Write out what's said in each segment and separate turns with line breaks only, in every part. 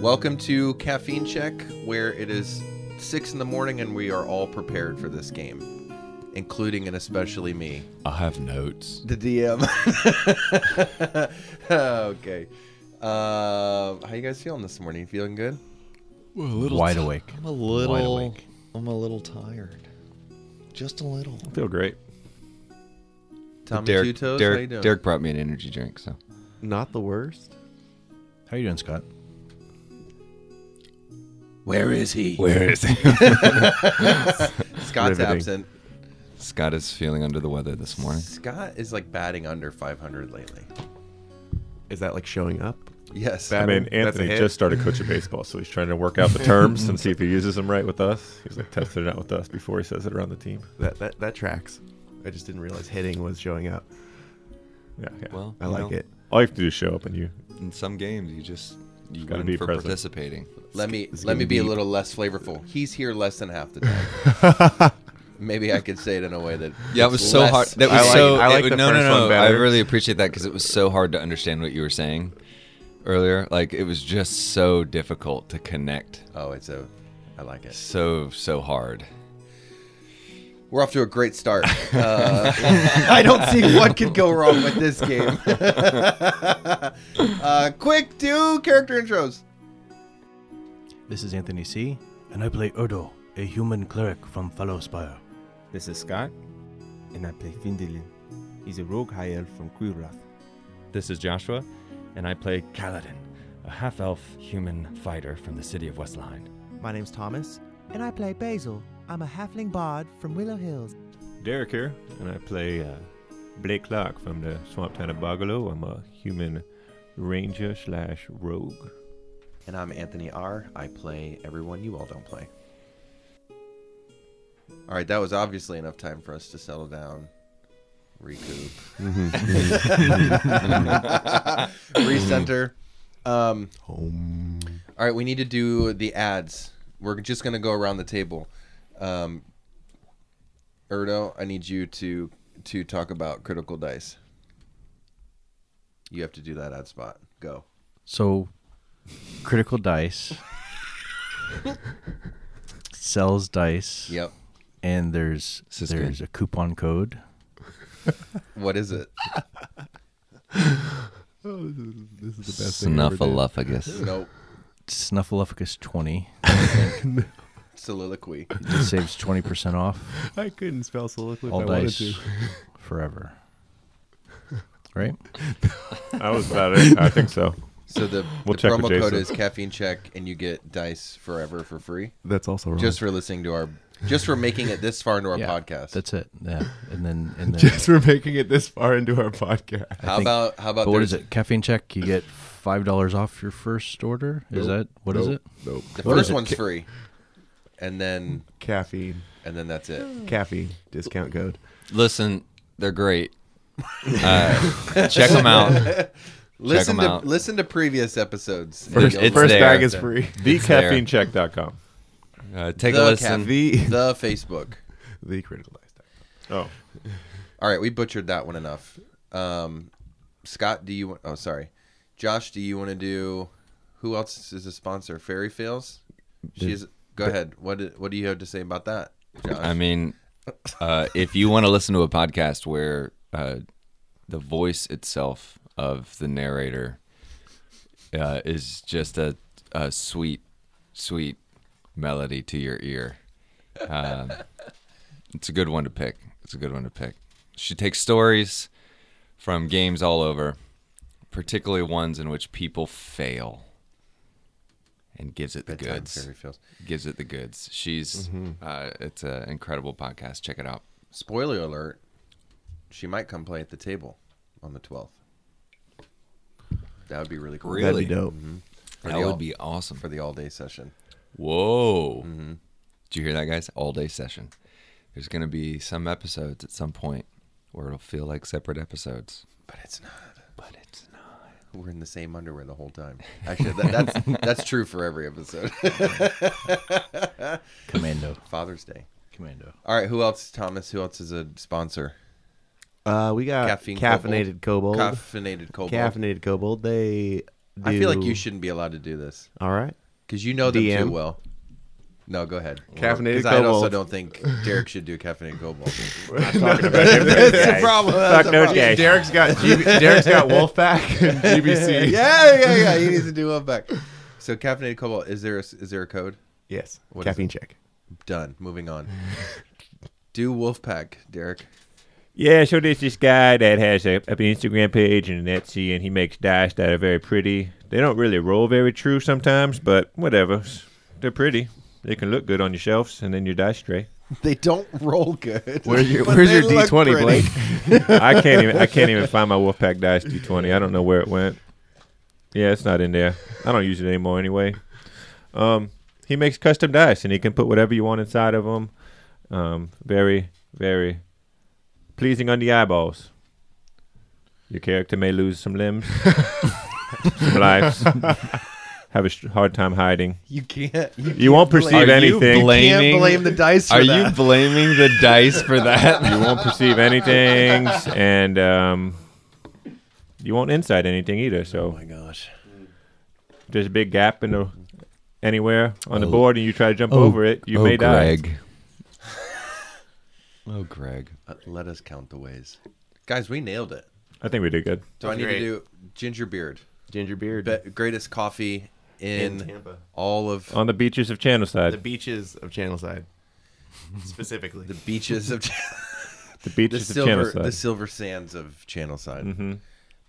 Welcome to Caffeine Check, where it is six in the morning and we are all prepared for this game, including and especially me,
I have notes.
the DM. okay. Uh, how you guys feeling this morning? You feeling good?
Wide awake.
I'm a little.
awake.
I'm a little tired. Just a little.
Feel great.
Tommy
Derek,
Two Toes, how you
Derek,
doing?
Derek brought me an energy drink, so
Not the worst.
How you doing, Scott?
where is he?
where is
Scott's
Riveting.
absent.
Scott is feeling under the weather this morning.
Scott is like batting under 500 lately.
Is that like showing up?
Yes.
I
Bad-
mean,
That's a
Anthony
hit.
just started coaching baseball, so he's trying to work out the terms and see if he uses them right with us. He's like testing it out with us before he says it around the team.
That that that tracks. I just didn't realize hitting was showing up.
Yeah, yeah.
Well,
I
you
like
know,
it.
all you have to do is show up, and you
In some games, you just you
Gotta
win
be
for
present.
participating.
let me
it's
let me
getting
be a
deep.
little less flavorful. He's here less than half the time. Maybe I could say it in a way that
Yeah, it
it's
was so
less
hard. That was
I like-
so.
I
it
like
would-
the
no,
first
no, no,
one
I
better.
really appreciate that because it was so hard to understand what you were saying earlier. Like it was just so difficult to connect.
Oh, it's a. I like it.
So so hard.
We're off to a great start. Uh, I don't see what could go wrong with this game. uh, quick, two character intros.
This is Anthony C., and I play Erdo, a human cleric from Fallowspire.
This is Scott, and I play Findilin. He's a rogue high elf from Quirath.
This is Joshua, and I play Kaladin, a half elf human fighter from the city of Westline.
My name's Thomas, and I play Basil. I'm a halfling bard from Willow Hills.
Derek here, and I play uh, Blake Clark from the swamp town of Bogolo. I'm a human ranger slash rogue.
And I'm Anthony R. I play everyone you all don't play. All right, that was obviously enough time for us to settle down, recoup, recenter. Um, All right, we need to do the ads. We're just gonna go around the table. Um, Erdo, I need you to to talk about critical dice. You have to do that ad spot. Go.
So, Critical Dice sells dice,
Yep.
and there's
This is
there's
good.
a coupon code.
What is it?
Snuffleupagus.
Nope.
Snuffleupagus 20.
Soliloquy.
It saves 20% off
I couldn't spell soliloquy
all dice forever. Right?
That was about it. I think so.
So the,
We'll
the
check with
promo code
Jason.
is caffeine check, and you get dice forever for free.
That's also wrong.
Just for listening to our, just for making it this far into our
Yeah,
podcast.
That's it. Yeah. And then, and then
Just for making it this far into our podcast.
I
how
think-
about how about
but what
there's-
is it? Caffeine check. You get five dollars off your first order. Is that what is it?
Nope.
The
What is
first
it?
one's free, and then
Caffeine.
and then that's it.
Hmm.
Caffeine discount code.
Listen, they're great. Uh, check them out.
listen
'em
to
out.
listen to previous episodes. and
First-
you'll
it's
learn
First
there.
bag
about
is
them.
free.
TheCaffeineCheck.com.
Uh, take
The
a listen.
caffeine-
The
The Facebook.
the critical lifestyle.
Oh,
All right, we butchered that one enough. Um, Scott, do you? wa- Oh, sorry, Josh, do you want to do? Who else is a sponsor? Fairy Fails. She's. Go ahead. What do- What do you have to say about that, Josh?
I mean, uh, if you want to listen to a podcast where uh, the voice itself of the narrator uh, is just a, a sweet, sweet melody to your ear, um, it's a good one to pick. It's a good one to pick. She takes stories from games all over, particularly ones in which people fail, and gives it the
Bedtime
goods
Fairy Fails.
gives it the goods. She's
Mm-hmm.
uh, it's an incredible podcast. Check it out.
Spoiler alert. She might come play at the table on the twelfth. That would be really cool.
Really?
That'd be dope.
Mm-hmm.
That
the all-
would be awesome.
for the all day session.
Whoa!
Mm-hmm.
Did you hear that, guys? All day session. There's gonna be some episodes at some point where it'll feel like separate episodes.
But it's not.
But it's not.
We're in the same underwear the whole time. Actually, that, that's that's true for every episode.
Commando.
Father's Day.
Commando.
All right, who else? Thomas. Who else is a sponsor?
Uh, we got
Caffeine
caffeinated kobold.
Caffeinated Cobalt.
Caffeinated kobold. They
I feel like you
do-
shouldn't be allowed to do this
All right.
because you know them too
DM.
well. No, go ahead.
Caffeinated
'Cause I also
kobold.
don't think Derek should do caffeinated kobold.
That's a problem. Fuck those guys.
Derek's got G- Derek's got Wolfpack and GBC.
yeah, yeah, yeah. He needs to do one back. So caffeinated cobalt. Is there a, is there a code?
Yes.
What is
Caffeine check.
Done. Moving on. do Wolfpack, Derek.
Yeah, so there's this guy that has a, an Instagram page and an Etsy, and he makes dice that are very pretty. They don't really roll very true sometimes, but whatever. They're pretty. They can look good on your shelves and in your dice tray.
They don't roll good.
Where's your
but
Where's
they
your
look
D twenty,
pretty.
Blake?
I can't even I can't even find my Wolfpack dice D20. I don't know where it went. Yeah, it's not in there. I don't use it anymore anyway. Um, he makes custom dice, and he can put whatever you want inside of them. Um, very, very pleasing on the eyeballs. Your character may lose some limbs, some lives, have a sh- hard time hiding.
You can't. You,
You won't perceive
Are you
anything.
blaming-
can't blame the dice for
Are
that.
you blaming the dice for that?
you won't perceive anything, and um, you won't insight anything either. So, oh my gosh, there's a big gap in the anywhere on the
Oh.
board, and you try to jump over it, you
oh,
may die.
Greg. oh, Greg.
Uh, Let us count the ways, guys. We nailed it.
I think we did good.
Do I need
Great.
to do ginger beard?
Ginger beard.
Be- greatest coffee in,
In Tampa.
all of
On the beaches of Channelside,
The beaches of Channelside, specifically.
the beaches of
the
the
beaches of
silver
Channelside.
the silver sands of Channelside.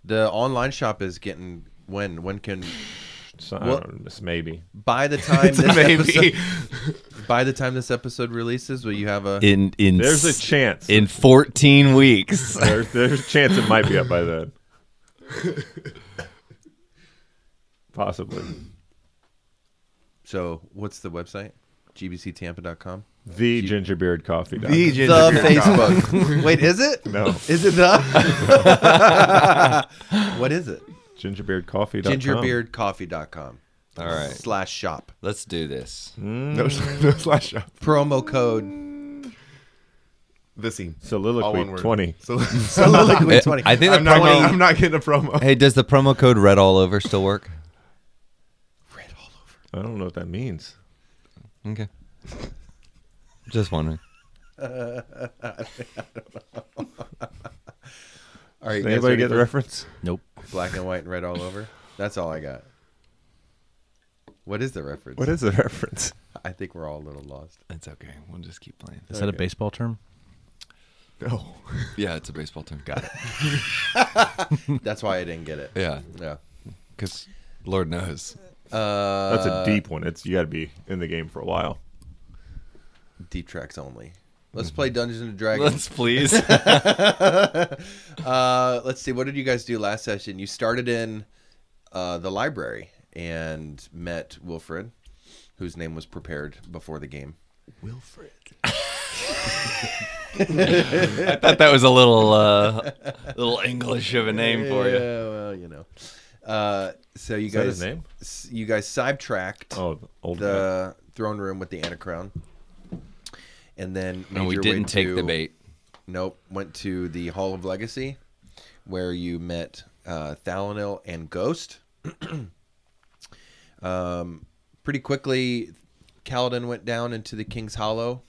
The online shop is getting when when can
So,
well-
I don't know, it's maybe
by the time this
Maybe.
episode by the time this episode releases, will you have a
In in
there's a
s-
chance.
in 14 weeks.
there's, there's a chance it might be up by then. Possibly.
so what's the website? gbctampa.com.
The gingerbeard coffee. dot
The
com.
The ginger beard.
Facebook. Wait, is it?
No.
Is it the? what is it?
Gingerbeardcoffee. dot com.
Gingerbeardcoffee.com. All
right.
Slash shop.
Let's do this.
No, no slash shop.
Promo code
The scene. All one
Soliloquy
word.
20.
So,
soliloquy
I-
20.
I think the
I'm, not
promo.
getting, I'm not getting a promo.
hey, does the promo code red all over still work?
I don't know what that means.
Okay. Just wondering.
All right, you
Did
guys
anybody
ready
get the
for-
reference?
Nope.
black and white and red all over. That's all I got. What is the reference?
What is the reference?
I think we're all a little lost.
It's okay. We'll just keep playing.
Is that a baseball term?
No.
Yeah, it's a baseball term. Got it.
That's why I didn't get it.
Yeah,
Yeah.
because Lord knows.
Uh,
That's a deep one. It's you got to be in the game for a while.
deep tracks only. Let's play Dungeons and Dragons.
Let's please.
uh, let's see. What did you guys do last session? You started in uh, the library and met Wilfred, whose name was prepared before the game.
I thought that was a little uh, little English of a name for you.
Yeah, well, you know. Uh, so you
Is that
guys,
his name?
s- you guys sidetracked.
Oh, the old guy.
the throne room with the Anacrown. And then
And we
made your way
didn't take the
to-
bait.
Nope. Went to the Hall of Legacy, where you met uh, Thalanil and Ghost. um, pretty quickly, Kaladin went down into the King's Hollow.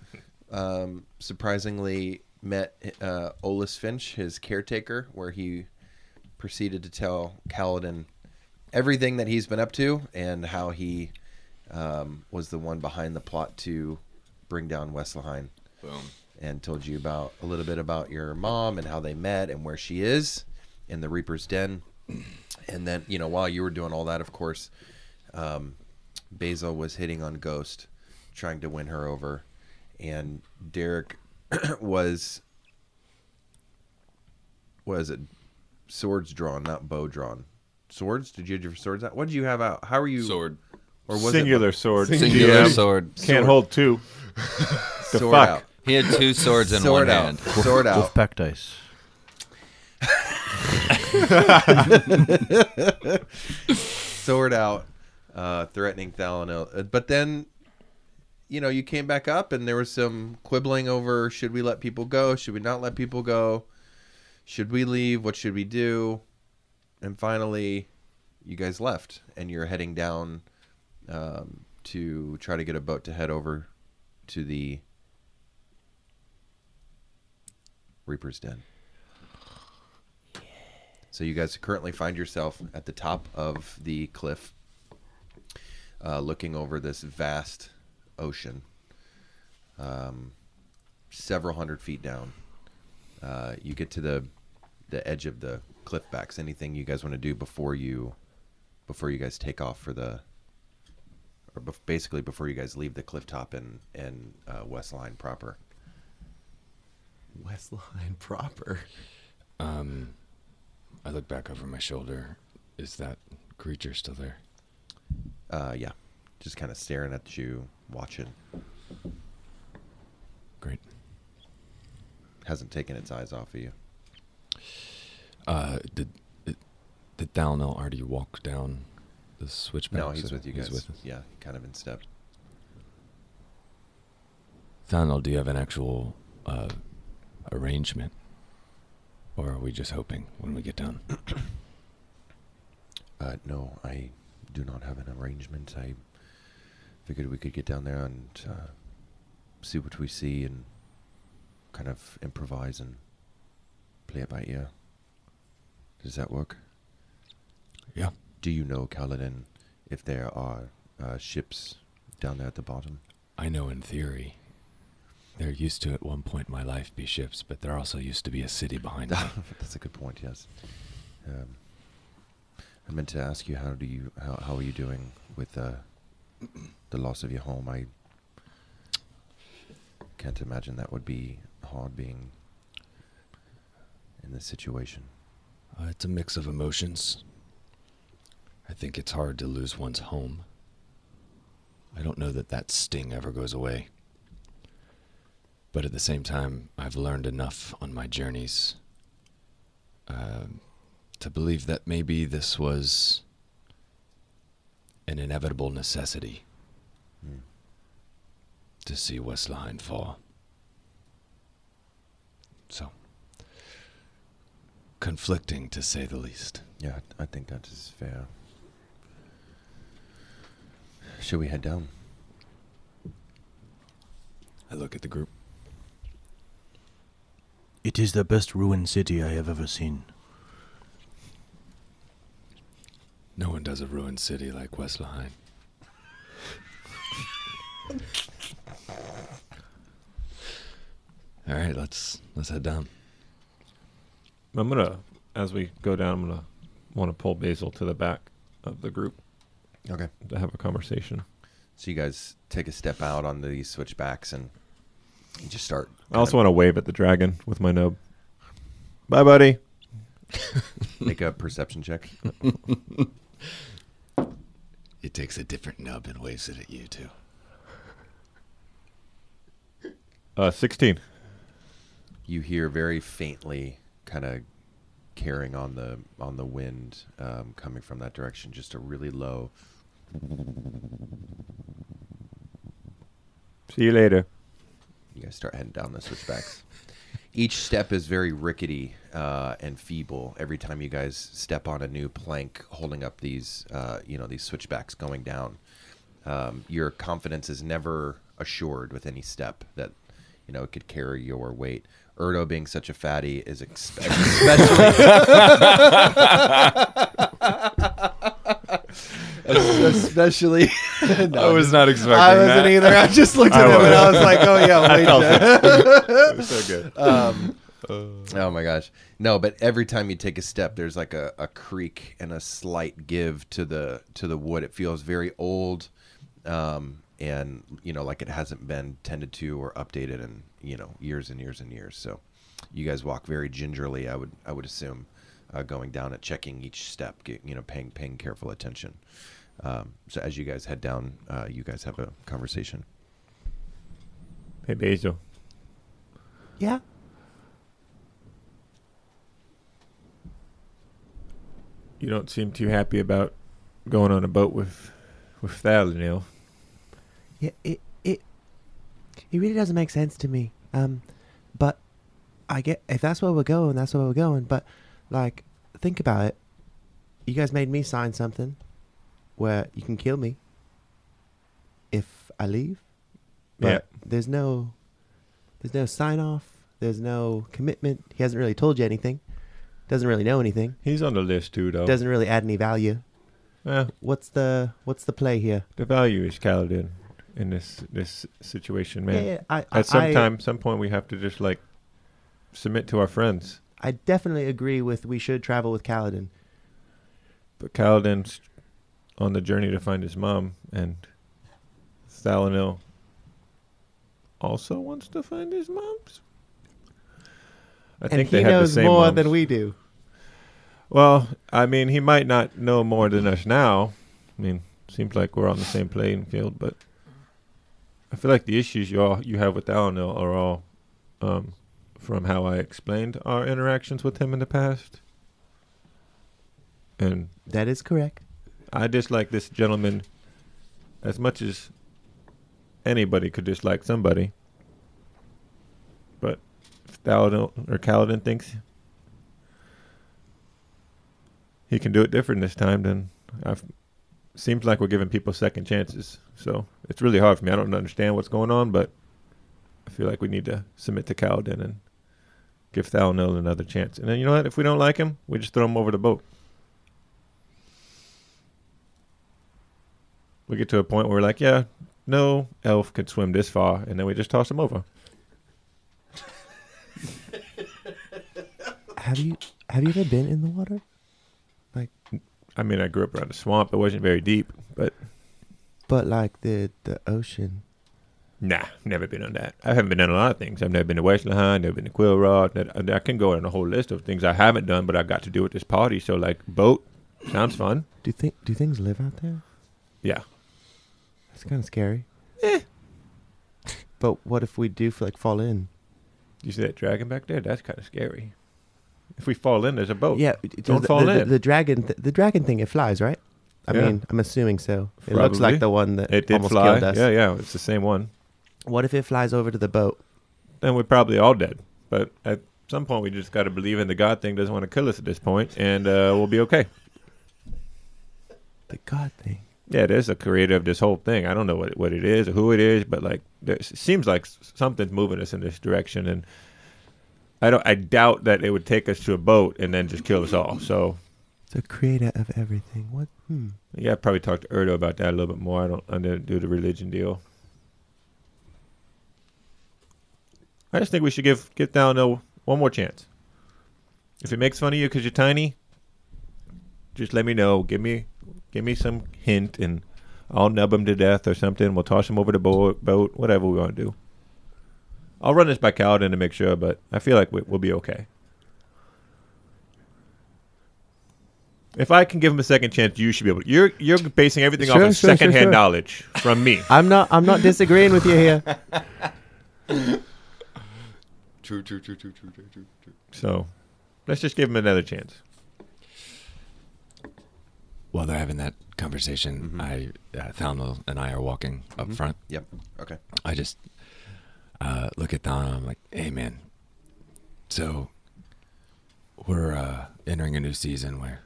Um, surprisingly, met uh, Olus Finch, his caretaker, where he proceeded to tell Kaladin everything that he's been up to and how he um, was the one behind the plot to bring down Wesselheim
Boom.
and told you about a little bit about your mom and how they met and where she is in the Reaper's Den. And then, you know, while you were doing all that, of course, um, Basil was hitting on Ghost, trying to win her over. And Derek was, what is it? Swords drawn, not bow drawn. Swords? Did you have your swords out? What did you have out? How are you?
Sword.
Or was
Singular sword.
Singular
GM.
sword.
Can't hold two.
it
The
sword
fuck?
out?
He had two swords in
sword
one
out.
hand.
Sword out.
Wolfpack dice.
sword out, uh, threatening Thalanil. Uh, But then, you know, you came back up and there was some quibbling over should we let people go? Should we not let people go? Should we leave? What should we do? And finally, you guys left and you're heading down um, to try to get a boat to head over to the Reaper's Den. So you guys currently find yourself at the top of the cliff, uh, looking over this vast ocean, um, several hundred feet down. Uh, you get to the the edge of the cliff backs. Anything you guys want to do before you before you guys take off for the or bef- basically before you guys leave the cliff top and and uh, west line proper.
West Line proper.
Um, I look back over my shoulder. Is that creature still there?
Uh, yeah, just kind of staring at you, watching.
Great.
Hasn't taken its eyes off of you.
Uh, did did Dalnell already walk down the switchback?
No, he's with you guys.
He's with us.
yeah, kind of in step.
Dalnell, do you have an actual uh, arrangement, or are we just hoping when we get down?
Uh, no, I do not have an arrangement. I figured we could get down there and uh, see what we see and kind of improvise and play it by ear. Does that work?
Yeah.
Do you know, Kaladin, if there are uh, ships down there at the bottom?
I know in theory. There used to at one point in my life be ships, but there also used to be a city behind them.
That's a good point. Yes. Um, I meant to ask you how do you how how are you doing with uh, the loss of your home? I can't imagine that would be hard being in this situation.
Uh, it's a mix of emotions. I think it's hard to lose one's home. I don't know that that sting ever goes away. But at the same time, I've learned enough on my journeys um, to believe that maybe this was an inevitable necessity
Hmm.
to see West Line fall. So conflicting to say the least.
Yeah, I I think that is fair. Should we head down?
I look at the group.
It is the best ruined city I have ever seen.
No one does a ruined city like West Line. All right, let's let's head down.
I'm gonna, as we go down, I'm gonna want to pull Basil to the back of the group
Okay.
to have a conversation.
So you guys take a step out onto these switchbacks and you just start.
I also want to wave at the dragon with my nub. Bye, buddy.
make a perception check.
It takes a different nub and waves it at you too.
Uh, 16.
you hear very faintly kind of carrying on the on the wind um, coming from that direction just a really low
See you later.
you guys start heading down the switchbacks each step is very rickety uh, and feeble every time you guys step on a new plank holding up these uh, you know these switchbacks going down um, your confidence is never assured with any step that you know it could carry your weight Erdo being such a fatty is ex- especially especially
I was not expecting
I wasn't either. I just looked at
I
him and I
was.
was like, "Oh yeah, wait."
so good.
Oh my gosh, no! But every time you take a step, there's like a, a creak and a slight give to the to the wood. It feels very old, um, and you know, like it hasn't been tended to or updated in you know years and years and years. So, you guys walk very gingerly. I would I would assume uh, going down and checking each step, get, you know, paying paying careful attention. Um, so as you guys head down, uh, you guys have a conversation.
Hey, Basil.
Yeah.
You don't seem too happy about going on a boat with with Thalanil.
Yeah, it it it really doesn't make sense to me. Um, but I get if that's where we're going, that's where we're going. But like, think about it. you guys made me sign something where you can kill me if I leave. But
Yeah.
there's no there's no sign off, there's no commitment. He hasn't really told you anything. Doesn't really know anything.
He's on the list too, though.
Doesn't really add any value.
Eh,
What's the what's the play here?
the value is Kaladin in this this situation, man.
Yeah, I, I,
At some time, some point, we have to just like submit to our friends.
I, I definitely agree with we should travel with Kaladin.
But Kaladin's on the journey to find his mom, and Thalanil also wants to find his mom's. I
and he knows more than we do.
Well, I mean, he might not know more than us now. I mean, seems like we're on the same playing field, but I feel like the issues you all you have with Alanil are all um, from how I explained our interactions with him in the past. And
That is correct.
I dislike this gentleman as much as anybody could dislike somebody. But if Thaladin or Kaladin thinks he can do it different this time, then I've seems like we're giving people second chances. So it's really hard for me. I don't understand what's going on, but I feel like we need to submit to Kaladin and give Thalanil another chance. And then you know what? If we don't like him, we just throw him over the boat. we get to a point where we're like, yeah, no elf could swim this far, and then we just toss him over.
Have you have you ever been in the water?
I mean, I grew up around a swamp; it wasn't very deep, but
But like the the ocean.
nah, never been on that. I haven't been on a lot of things. I've never been to West Lahan, never been to Quill Rock. That- I can go on a whole list of things I haven't done, but I got to do at this party. So, like, boat sounds fun.
Do you think do things live out there?
Yeah,
That's kind of scary.
Eh.
But what if we do f- like fall in?
you see that dragon back there? That's kind of scary. If we fall in, there's a boat.
yeah, it-
Oh, don't
the,
fall
the,
in.
The, dragon, th- the dragon thing, it flies, right? I
Yeah.
mean, I'm assuming so. It
Probably.
looks like the one that
it did
almost
fly.
killed us.
Yeah, yeah, it's the same one.
What if it flies over to the boat?
then we're probably all dead. But at some point, we just got to believe in the God thing doesn't want to kill us at this point, and uh, we'll be okay.
The god thing.
Yeah, there's a creator of this whole thing. I don't know what what it is or who it is, but like, there, it seems like s- something's moving us in this direction, and I don't. I doubt that it would take us to a boat and then just kill us all. So
The creator of everything. What? Hmm.
yeah, I probably talk to Erdo about that a little bit more. I don't. I didn't do the religion deal. I just think we should give get down a, one more chance. If it makes fun of you because you're tiny, just let me know. Give me, give me some hint, and I'll nub him to death or something. We'll toss him over the boat, boat whatever we want to do. I'll run this by Kaladin to make sure, but I feel like we, we'll be okay. If I can give him a second chance, you should be able. To, you're you're basing everything off
Sure,
of
sure, sure,
secondhand
sure.
knowledge from me.
I'm not. I'm not disagreeing with you here.
True, true, true, true, true, true, true, true.
So let's just give him another chance.
While they're having that conversation, I uh, Thalmel and I are walking up front.
Yep. Okay.
I just uh, look at Donna. I'm like, hey, man. So we're uh, entering a new season where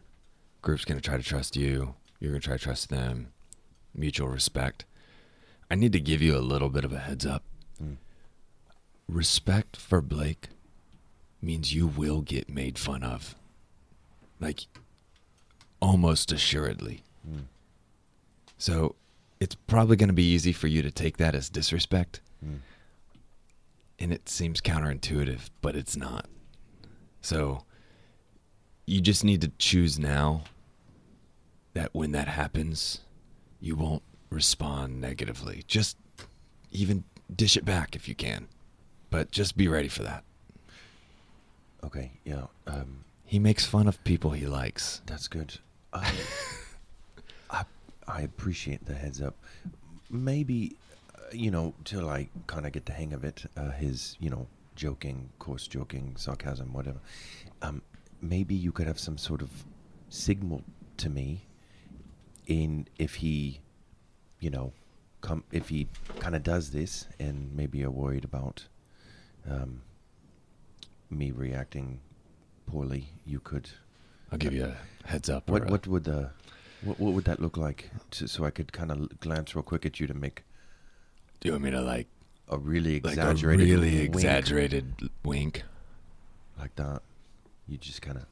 group's going to try to trust you. You're going to try to trust them. Mutual respect. I need to give you a little bit of a heads up. Respect for Blake means you will get made fun of. Like, almost assuredly. So it's probably going to be easy for you to take that as disrespect.
Mm.
And it seems counterintuitive, but it's not. So you just need to choose now that when that happens, you won't respond negatively. Just even dish it back if you can. But just be ready for that.
Okay. Yeah. Um,
He makes fun of people he likes.
that's good. I, I I appreciate the heads up. Maybe, uh, you know, to like kind of get the hang of it. Uh, his, you know, joking, coarse joking, sarcasm, whatever. Um, maybe you could have some sort of signal to me in if he, you know, come if he kind of does this, and maybe you're worried about. Um, me reacting poorly, you could
I'll give you a heads up.
What what would uh, what, what would that look like? To, so I could kind of glance real quick at you to make
do you want me to like
a really
like
exaggerated,
a really
wink
exaggerated l- wink?
like that. You just kind of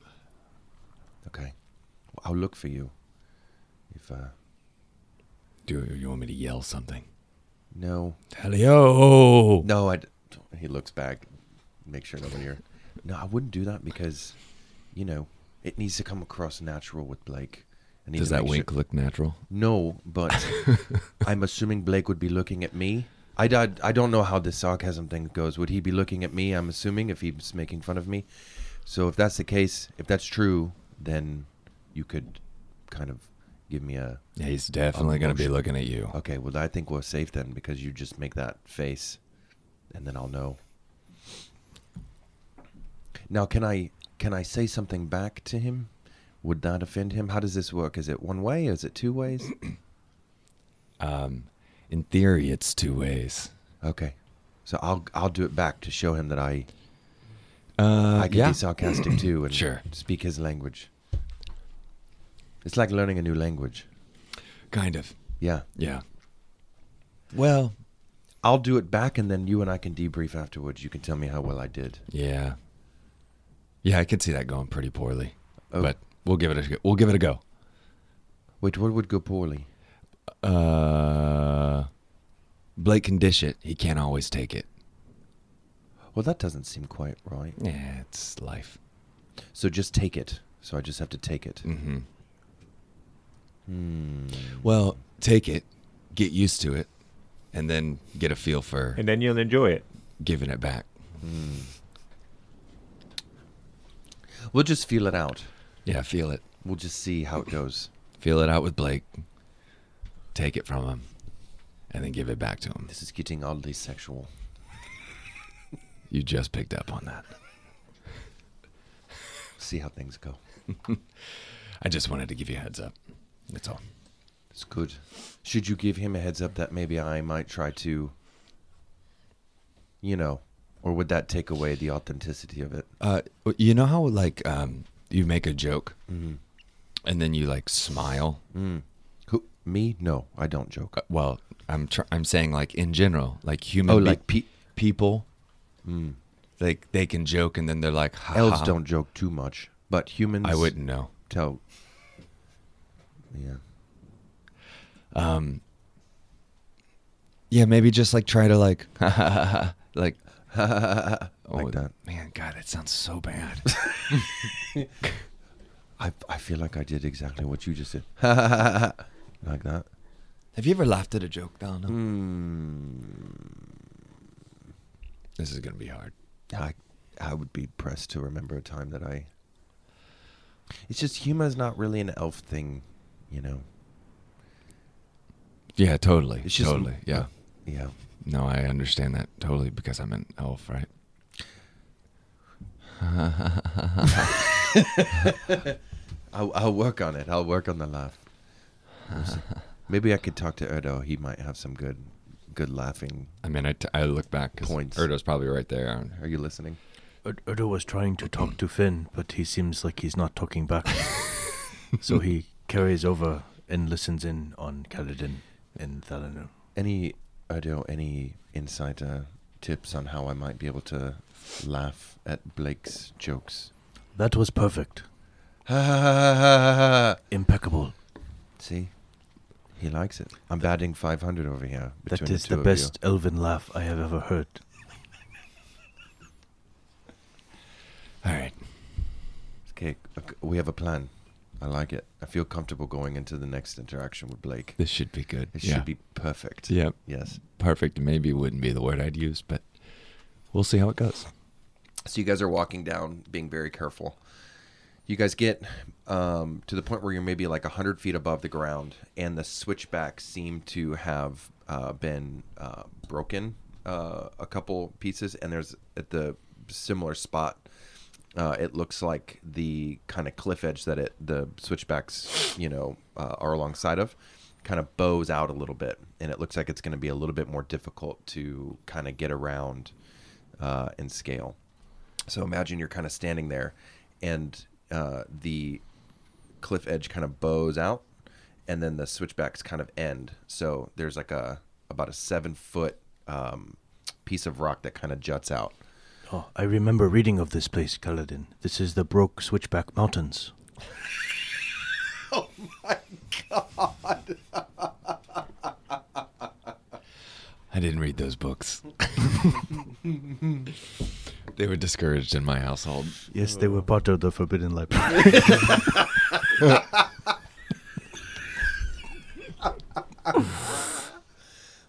okay. Well, I'll look for you. If uh,
Do you want me to yell something?
no,
Oh.
Helio!
no, I. He looks back, make sure no one here. No, I wouldn't do that because, you know, it needs to come across natural with Blake. I need
Does
to
that
make
wink
Sure.
look natural?
No, but I'm assuming Blake would be looking at me. I, I, I don't know how this sarcasm thing goes. Would he be looking at me? I'm assuming if he's making fun of me. So if that's the case, if that's true, then you could kind of give me a
Yeah, he's definitely going to be looking at you.
okay. Well, I think we're safe then because you just make that face, and then I'll know. Now, can I can I say something back to him? Would that offend him? How does this work? Is it one way? Is it two ways?
Um, in theory, it's two ways.
Okay. So I'll I'll do it back to show him that I
Uh,
I can
yeah.
be sarcastic too and
Sure.
speak his language. It's like learning a new language.
Kind of.
Yeah.
Yeah. Well,
I'll do it back and then you and I can debrief afterwards. You can tell me how well I did.
yeah. Yeah, I could see that going pretty poorly.
Oh.
But we'll give it a we'll give it a go.
Wait, what would go poorly?
Uh Blake can dish it. He can't always take it.
Well, that doesn't seem quite right.
Yeah, it's life.
So just take it. So I just have to take it.
Mm-hmm.
Hmm.
Well, take it, get used to it, and then get a feel for
And then you'll enjoy it.
giving it back.
We'll just feel it out.
Yeah, feel it.
We'll just see how it goes.
Feel it out with Blake. Take it from him, and then give it back to him.
This is getting oddly sexual.
You just picked up on that.
See how things go.
I just wanted to give you a heads up. That's all.
It's good. Should you give him a heads up that maybe I might try to, you know, or would that take away the authenticity of it?
Uh, you know how like um, you make a joke,
Mm-hmm.
and then you like smile.
Who, me? No, I don't joke.
Uh, well, I'm tr- I'm saying like in general, like human.
Oh,
be-
like pe-
people. Like they can joke, and then they're like, ha,
Hmm. elves
ha.
don't joke too much, but humans.
I wouldn't know.
tell. Yeah.
Yeah, maybe just like try to like, like, oh,
that.
Man, God, that sounds so bad.
I I feel like I did exactly what you just did. like that.
Have you ever laughed at a joke? though?
Hmm.
no. This is gonna be hard.
I I would be pressed to remember a time that I. It's just humor is not really an elf thing, you know.
Yeah, totally.
It's just-
totally. Yeah.
Yeah.
No, I understand that totally because I'm an elf, right?
I'll, I'll work on it. I'll work on the laugh. We'll see. Maybe I could talk to Erdo. He might have some good, good laughing.
I mean, I, t- I look back because
Points.
Erdo's probably right there.
Are you listening?
Ur- Urdo was trying to talk to Finn, but he seems like he's not talking back. so he carries over and listens in on Kaladin and Thalanur.
Any Erdo? Any insight uh, tips on how I might be able to laugh at Blake's jokes?
That was perfect.
Ha ha ha ha ha!
Impeccable.
See, he likes it. I'm batting 500 over here.
That
Between
is
two of
the
you.
best elven laugh I have ever heard.
All right.
Okay, okay, we have a plan. I like it. I feel comfortable going into the next interaction with Blake.
This should be good.
It
Yeah.
should be perfect.
Yeah.
Yes.
perfect maybe wouldn't be the word I'd use, but we'll see how it goes.
So you guys are walking down, being very careful. You guys get um, to the point where you're maybe like hundred feet above the ground, and the switchbacks seem to have uh, been uh, broken uh, a couple pieces, and there's at the similar spot. Uh, it looks like the kind of cliff edge that it the switchbacks you know uh, are alongside of kind of bows out a little bit and it looks like it's going to be a little bit more difficult to kind of get around uh, and scale so imagine you're kind of standing there, and uh, the cliff edge kind of bows out, and then the switchbacks kind of end. So there's like a about a seven foot um, piece of rock that kind of juts out.
Oh, I remember reading of this place, Kaladin. This is the Broke Switchback Mountains.
I didn't read those books. they were discouraged in my household.
Yes, they were part of the Forbidden Library.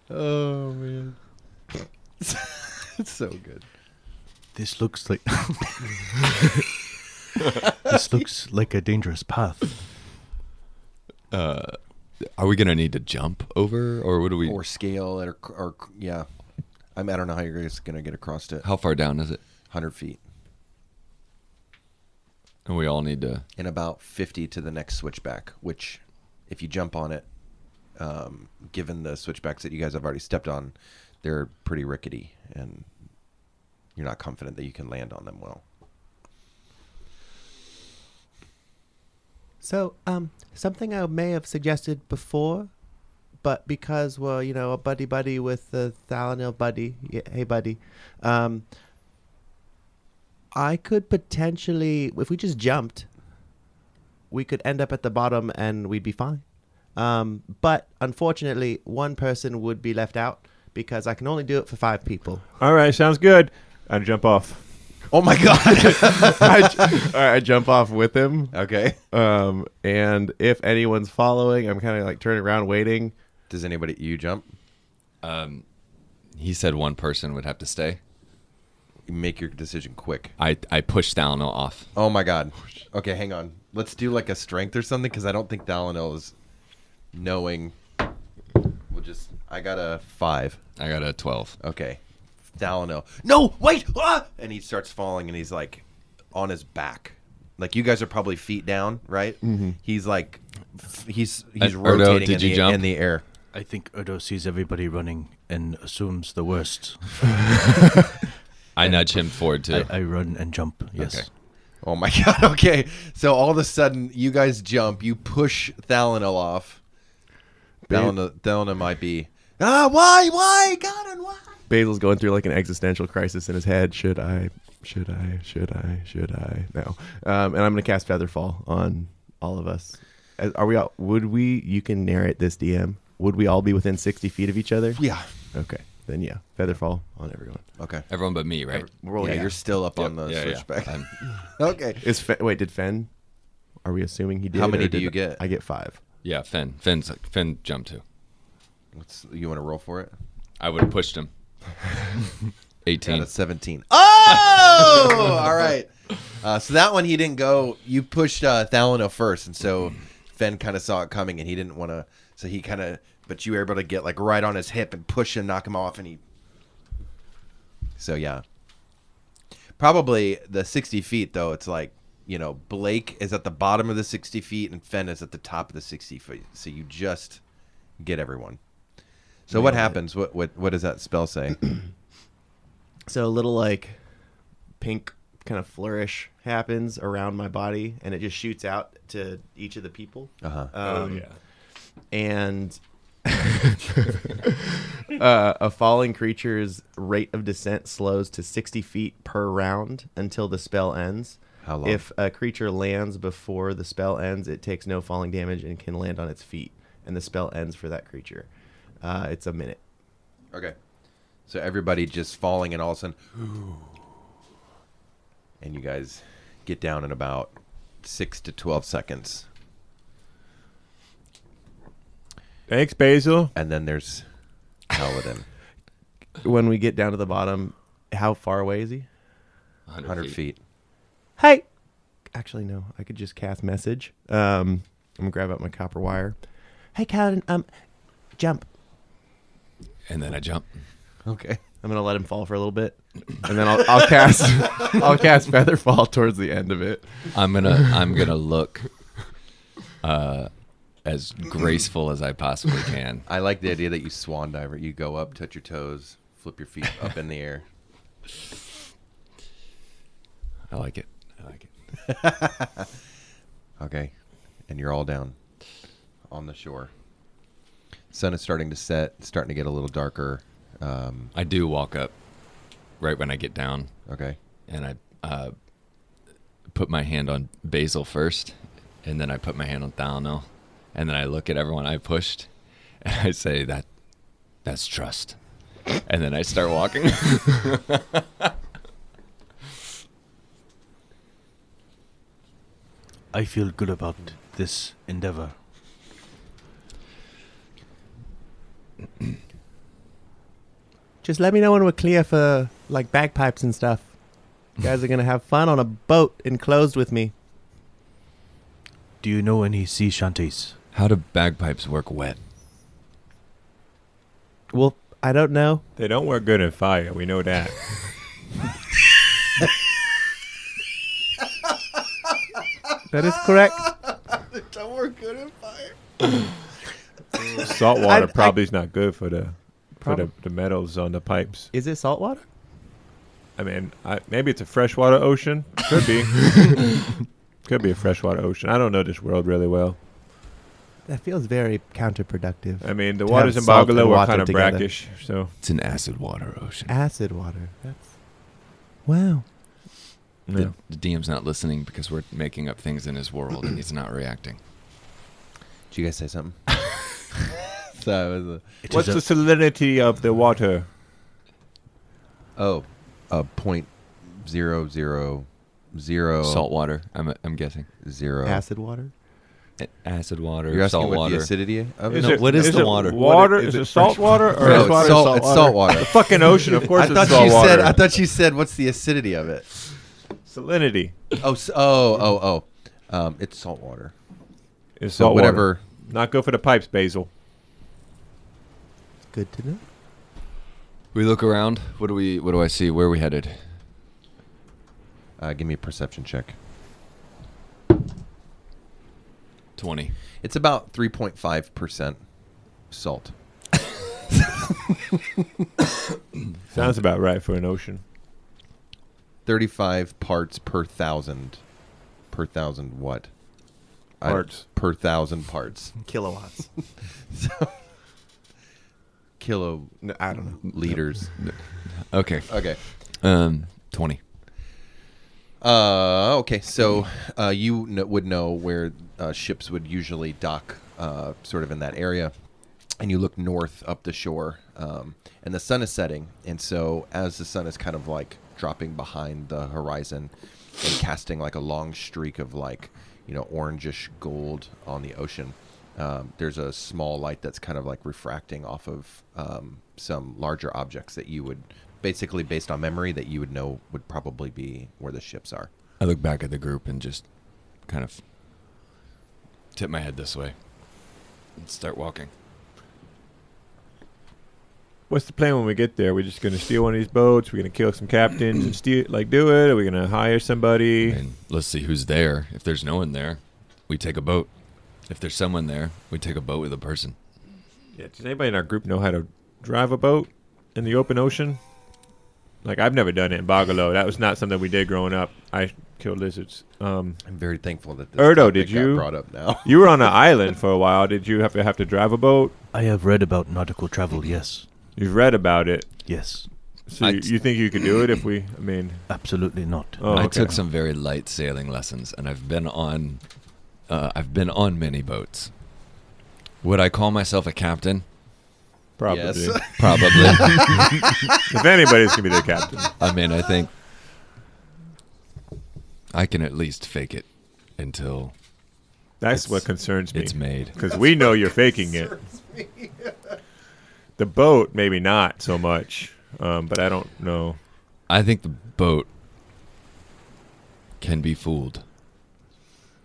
Oh man, it's so good.
this looks like. this looks like a dangerous path.
Are we gonna need to jump over, or what do we?
Or scale it, or, or yeah, I, mean, I don't know how you're guys gonna get across it.
How far down is it?
Hundred feet
And we all need to.
and about fifty to the next switchback. Which, if you jump on it, um, given the switchbacks that you guys have already stepped on, they're pretty rickety, and you're not confident that you can land on them well.
So, um, something I may have suggested before, but because we're, you know, a buddy buddy with the Thalanil buddy, yeah, hey buddy, um, I could potentially, if we just jumped, we could end up at the bottom and we'd be fine. Um, but unfortunately, one person would be left out because I can only do it for five people.
All right, sounds good. I jump off.
Oh my god!
I, all right, I jump off with him.
okay.
Um, and if anyone's following, I'm kind of like turning around, waiting.
Does anybody you jump?
Um, he said one person would have to stay.
Make your decision quick.
I I pushed Thalano off.
Oh my god. Okay, hang on. Let's do like a strength or something because I don't think Dalino is knowing. We'll just. I got a five.
I got a twelve.
Okay. Dalino. No, wait! Ah! And he starts falling and he's like on his back. Like you guys are probably feet down, right? Mm-hmm. He's like, f- he's he's
Uh, Erdo,
rotating
did
in,
you
the,
jump?
in the air.
I think Odo sees everybody running and assumes the worst.
I nudge him forward too.
I, I run and jump. Yes.
Okay.
Oh my god. Okay. So all of a sudden, you guys jump. You push Thalano off. Thalano, Thalano might be. Ah, why, why, God, and why?
Basil's going through like an existential crisis in his head. Should I? Should I? Should I? Should I? No. Um, and I'm gonna cast Featherfall on all of us. As- Are we all? Would we? You can narrate this, DM. Would we all be within 60 feet of each other?
Yeah.
Okay. Then yeah, Featherfall on everyone.
Okay.
Everyone but me, right?
Yeah, you're still up on the
yeah, yeah.
switchback.
I'm-
Okay.
Is Fe- wait, did Fen? Are we assuming he did?
How many
or
do
did
you get?
I get five.
yeah, Finn. Finn's Finn jumped too.
What's, you want to roll for it?
I would have pushed him.
Got
Eighteen.
a 17. Oh! All right. Uh, so that one he didn't go. You pushed uh, Thalano first, and so Fen kind of saw it coming, and he didn't want to. So he kind of, but you were able to get like right on his hip and push him, knock him off, and he. So yeah. Probably the 60 feet though. It's like you know Blake is at the bottom of the 60 feet, and Fen is at the top of the 60 feet. So you just get everyone. So what happens? What what what does that spell say?
So a little like pink kind of flourish happens around my body, and it just shoots out to each of the people.
Uh huh.
Um, And uh, a falling creature's rate of descent slows to 60 feet per round until the spell ends.
How long?
If a creature lands before the spell ends, it takes no falling damage and can land on its feet. And the spell ends for that creature. Uh, it's a minute.
Okay. So everybody just falling and all of a sudden, and you guys get down in about six to twelve seconds,
Thanks, Basil.
and then there's Paladin,
When we get down to the bottom, how far away is he?
hundred feet.
Hey. Actually, no. I could just cast message. Um, I'm gonna grab out my copper wire.
Hey, Kaladin, um, jump.
And then I jump.
Okay.
I'm gonna let him fall for a little bit, and then I'll, I'll cast I'll cast Featherfall towards the end of it.
I'm gonna I'm gonna look uh as graceful as I possibly can.
I like the idea that you swan diver. You go up, touch your toes, flip your feet up in the air.
I like it. I like it.
Okay. And you're all down on the shore. Sun is starting to set, it's starting to get a little darker. Um,
I do walk up right when I get down,
okay.
and I uh, put my hand on Basil first, and then I put my hand on Thalno, and then I look at everyone I pushed, and I say that that's trust, and then I start walking.
I feel good about this endeavor.
Just let me know when we're clear for like bagpipes and stuff. You guys are gonna have fun on a boat enclosed with me.
Do you know any sea shanties?
How do bagpipes work wet?
Well, I don't know.
They don't work good in fire. We know that.
That is correct.
Salt water
I-
probably is not good for the for the,
Prob-
the metals on the pipes.
Is it salt water?
I mean, I, maybe it's a freshwater ocean. Could be. Could be a freshwater ocean. I don't know this world really well.
That feels very counterproductive.
I mean, the
To
waters
have
in
salt and
Bagalo are
water
kind of
together.
brackish, so
It's an acid water ocean.
Acid water. That's wow.
yeah.
The DM's not listening because we're making up things in his world, and he's not reacting.
Did you guys say something? so it was uh,
It
What's the
is
salinity of the water?
a, oh, a point zero zero zero
Salt water, I'm, I'm guessing.
Oh.
zero.
Acid water.
A- Acid water,
You're asking
salt
what
water.
the acidity of it?
No, what is the
it
water?
Water
What i-
is,
is
it
it
salt water or
No,
is water
it's salt.
salt
it's
water?
salt water.
The fucking ocean, of course.
I thought
it's salt
you
water.
said. I thought you said. What's the acidity of it?
salinity
Oh, s- oh, oh, oh. Um, it's salt water.
is
So
salt
whatever.
water. Not good for the pipes, Basil.
Good to know.
We look around. What do we? What do I see? Where are we headed?
Uh, give me a perception check.
Twenty.
It's about three point five percent salt.
Sounds about right for an ocean.
Thirty-five parts per thousand. Per thousand what? I-
Parts.
per thousand parts.
Kilowatts.
Kilo
No, I don't know.
liters.
Okay.
Okay.
Um, twenty.
Uh, okay, so uh, you kn- would know where uh, ships would usually dock, uh, sort of in that area, and you look north up the shore, um, and the sun is setting, and so as the sun is kind of like dropping behind the horizon and casting like a long streak of like you know orangish gold on the ocean, um, there's a small light that's kind of like refracting off of um, some larger objects that you would basically based on memory that you would know would probably be where the ships are.
I look back at the group and just kind of tip my head this way and start walking.
What's the plan when we get there? We're just gonna steal one of these boats. We're gonna kill some captains and steal, like, do it. Are we gonna hire somebody?
And let's see who's there. If there's no one there, we take a boat. If there's someone there, we take a boat with a person.
Yeah, does anybody in our group know how to drive a boat in the open ocean? Like I've never done it in Bogolo. That was not something we did growing up. I killed lizards. Um,
I'm very thankful that this
Erdo,
topic
did
got
you-
brought up now?
you were on an island for a while. Did you have to have to drive a boat?
I have read about nautical travel, yes.
You've read about it,
Yes.
so
I
you,
t-
you think you could do it if we? I mean,
Absolutely not.
oh,
I
okay.
took some very light sailing lessons, and I've been on, uh, I've been on many boats. Would I call myself a captain?
probably.
Yes.
Probably.
if anybody's gonna be the captain,
I mean, I think I can at least fake it until
that's
It's-
what concerns me
it's made.
because we know you're faking it. the boat, maybe not so much, um, but I don't know.
I think the boat can be fooled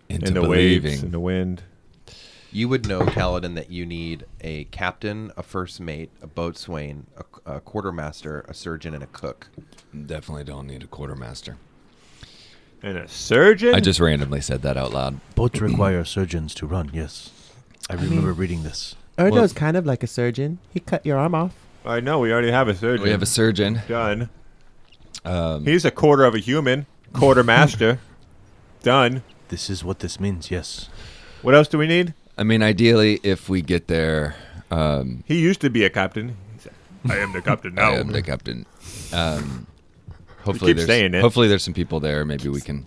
into
And the waves
believing.
and the wind.
You would know, Kaladin, that you need a captain, a first mate, a boatswain, a, a quartermaster, a surgeon, and a cook.
Definitely don't need a quartermaster.
And a surgeon?
I just randomly said that out loud.
Boats require surgeons to run, yes. I remember reading this.
Erdo's
Well-
kind of like a surgeon. He cut your arm off.
I know we already have a surgeon.
We have a surgeon.
done.
Um,
He's a quarter of a human, quarter master. Done.
This is what this means, yes.
What else do we need?
I mean, ideally, if we get there, um,
He used to be a captain. He's like, I am the captain now.
I am the captain. Um, hopefully,
Oh. keep
there's,
saying it.
hopefully there's some people there. Maybe we can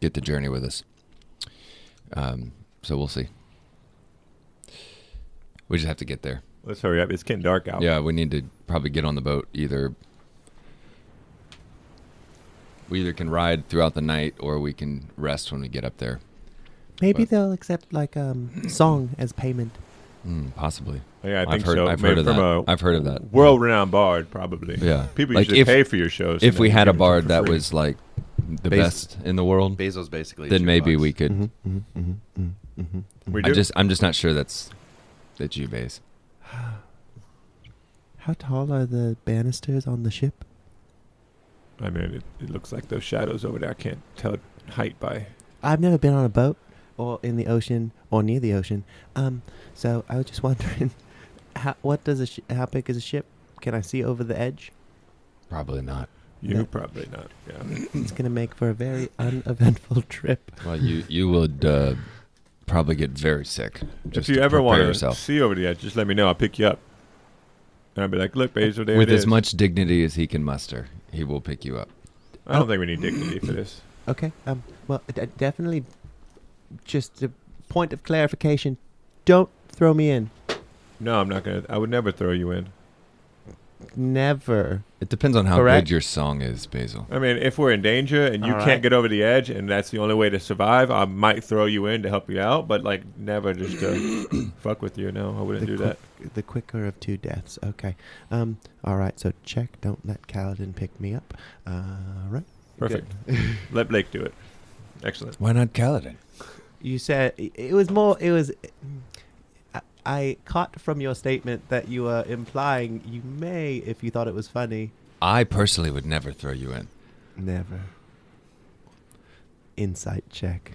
get the journey with us. Um, so we'll see. We just have to get there.
Let's hurry up. It's getting dark out.
Yeah, we need to probably get on the boat either. We either can ride throughout the night or we can rest when we get up there.
Maybe
But-
they'll accept like um song as payment.
Mm, possibly.
Yeah, I think
have heard,
so.
I've
Maybe
heard of
from
that.
a
I've heard of that.
world-renowned bard, probably.
Yeah.
People
Like,
usually
if-
pay for your shows.
if
and
we
then
had
you
a
give them
bard
for
that
free.
was like the
Bas-
best in the world,
Bezos basically.
then
two
maybe
bucks.
we could.
we
I
do.
just, I'm just not sure that's that you base.
How tall are the banisters on the ship?
I mean, it, it looks like those shadows over there. I can't tell height by.
I've never been on a boat or in the ocean or near the ocean. Um, so I was just wondering, how, what does a sh- how big is a ship? Can I see over the edge?
Probably not.
You
No.
probably not. Yeah.
It's gonna make for a very uneventful trip.
Well, you you would uh, probably get very sick.
If
Just
you
to
ever
prepare
want to
yourself
see over the edge, just let me know. I'll pick you up. And I'll be like, look, Basil, there
with
it
as
is.
much dignity as he can muster, he will pick you up.
I don't think we need dignity for this.
Okay. Um. Well, d- definitely. Just a point of clarification. Don't throw me in.
No, I'm not gonna. I would never throw you in.
Never.
It depends on how
Correct.
good your song is, Basil.
I mean, if we're in danger and you
All
can't
right.
get over the edge, and that's the only way to survive, I might throw you in to help you out. But like, never just to fuck with you. No, I wouldn't do that.
quick- the quicker of two deaths. Okay. Um. All right. So check. Don't let Kaladin pick me up. All right.
Perfect. let Blake do it. Excellent.
Why not Kaladin?
You said i- it was more. It was. I- I caught from your statement that you were implying you may, if you thought it was funny,
I personally would never throw you in.
never. Insight check.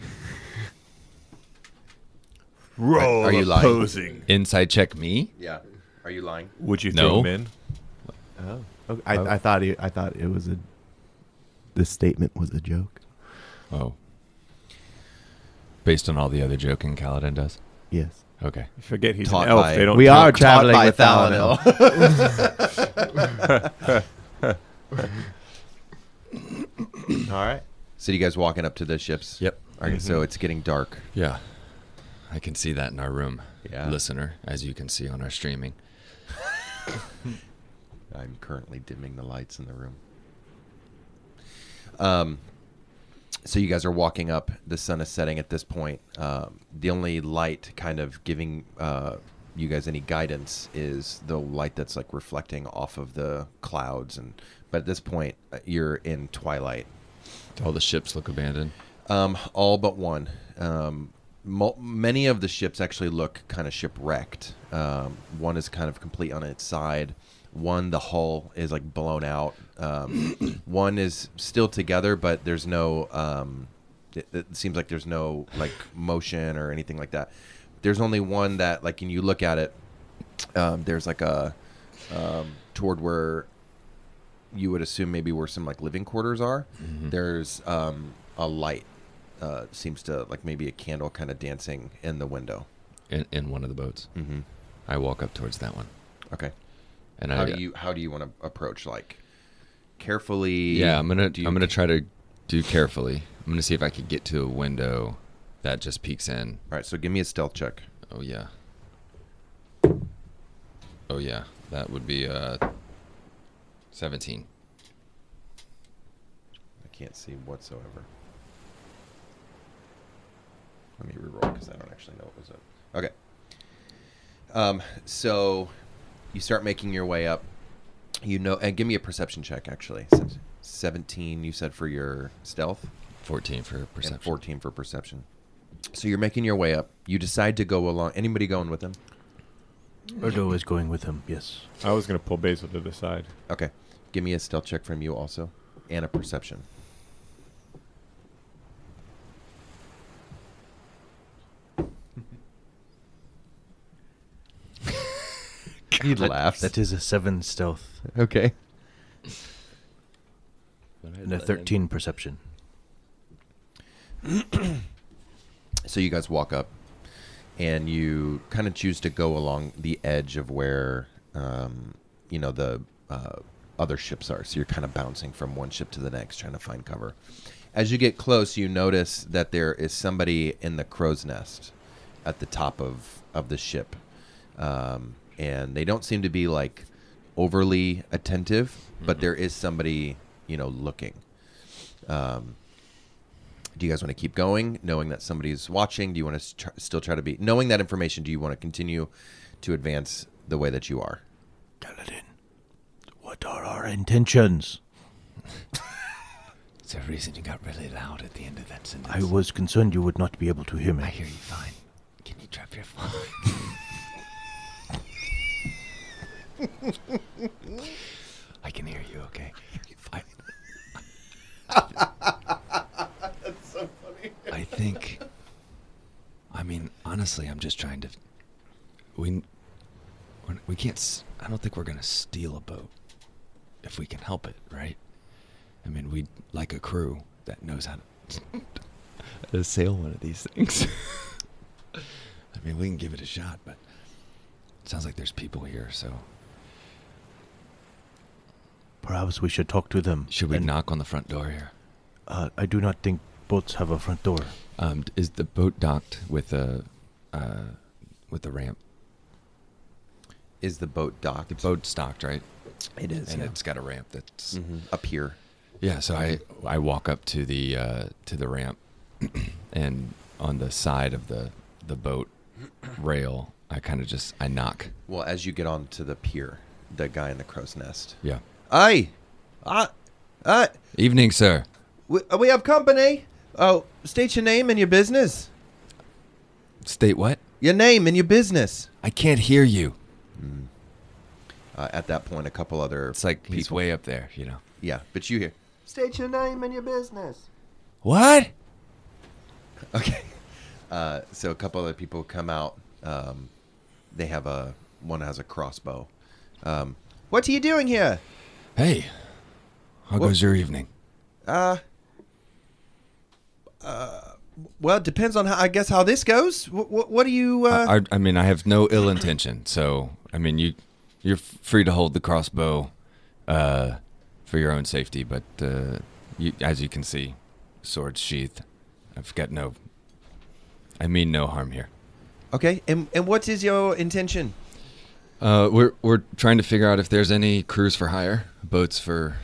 Roll
Are you lying?
opposing.
Inside check me.
Yeah. Are you lying?
Would you
No.
throw him in?
Oh.
I, I thought he, I thought it was a. This statement was a joke.
Oh. Based on all the other joking Kaladin does.
Yes.
Okay.
You forget he's
Taught
an elf.
by-
They don't.
We
talk.
are
Taught
traveling
by
with Thaladin.
Thaladin.
All right. Mm-hmm.
so you guys walking up to the ships?
Yep.
All right, so it's getting dark.
Yeah. I can see that in our room,
Yeah.
listener, as you can see on our streaming.
I'm currently dimming the lights in the room. Um, so you guys are walking up. The sun is setting at this point. Um, the only light kind of giving uh, you guys any guidance is the light that's like reflecting off of the clouds. And but at this point, uh, you're in twilight.
All the ships look abandoned.
Um, all but one. Um, mul- many of the ships actually look kind of shipwrecked. Um, one is kind of complete on its side. One, the hull is like blown out. Um, one is still together, but there's no. Um, it, it seems like there's no like motion or anything like that. There's only one that like, when you look at it, um, there's like a um, toward where you would assume maybe where some like living quarters are. There's um, a light uh, seems to like maybe a candle kind of dancing in the window.
in, in one of the boats.
Mm-hmm.
I walk up towards that one,
Okay.
and
How
I
do you how do you want to approach like carefully?
yeah, I'm gonna
Do you-
I'm gonna try to do carefully. I'm gonna see if I could get to a window that just peeks in.
All right, so give me a stealth check.
Oh yeah. Oh yeah, that would be uh, seventeen.
I can't see whatsoever. Let me reroll because I don't actually know what was up. Okay. Um, so you start making your way up. You know, and give me a perception check actually. Since Seventeen, you said for your stealth.
Fourteen for perception.
and 14 for perception. So you're making your way up. You decide to go along. Anybody going with him?
Erdo is going with him, yes.
I was gonna pull Basil to the side.
Okay. Give me a stealth check from you also and a perception. he laughs.
That is a 7 stealth
Okay.
and a 13 perception.
so you guys walk up, and you kind of choose to go along the edge of where, um, you know, the uh, other ships are. So you're kind of bouncing from one ship to the next, trying to find cover. As you get close, you notice that there is somebody in the crow's nest at the top of of the ship, um, and they don't seem to be like overly attentive, but there is somebody, you know, looking. Um, do you guys want to keep going, knowing that somebody's watching? Do you want to tr- still try to be knowing that information? Do you want to continue to advance the way that you are?
Kaladin, what are our intentions?
Is there a reason you got really loud at the end of that sentence?
I was concerned you would not be able to hear me.
I hear you fine. Can you drop your phone? I can hear you, okay? I, I think. I mean, honestly, I'm just trying to. We, we're- we can't. s- I don't think we're gonna steal a boat, if we can help it, right? I mean, we'd like a crew that knows how to, to sail one of these things. I mean, we can give it a shot, but it sounds like there's people here, so
Perhaps we should talk to them.
should we
and,
knock on the front door here?
Uh, I do not think boats have a front door.
Um, d- is the boat docked with a uh, with the ramp?
Is the boat docked?
The boat's docked, right?
It is.
and
yeah.
it's got a ramp that's
Mhm. up here.
yeah. So I I walk up to the uh, to the ramp, and on the side of the the boat rail, I kind of just I knock.
Well, as you get onto the pier, the guy in the crow's nest.
Yeah.
Aye, ah, ah,
Evening, sir.
we, uh, we have company. Oh, state your name and your business.
State what?
Your name and your business.
I can't hear you.
Uh, at that point, a couple other.
It's like he's
people-
way up there, you know.
Yeah, but you hear. State your name and your business.
What?
Okay. Uh, so a couple other people come out. Um, they have a one has a crossbow. Um, what are you doing here?
Hey, how
What-
goes your evening?
Uh, uh, well, it depends on how I guess how this goes. What, what, what do you? Uh,
I, I- I mean, I have no ill intention. So, I mean, you you're f- free to hold the crossbow uh, for your own safety, but uh, you, as you can see, sword sheath. I've got no. I mean, no harm here.
okay, and and what is your intention?
Uh, we're we're trying to figure out if there's any crews for hire, boats for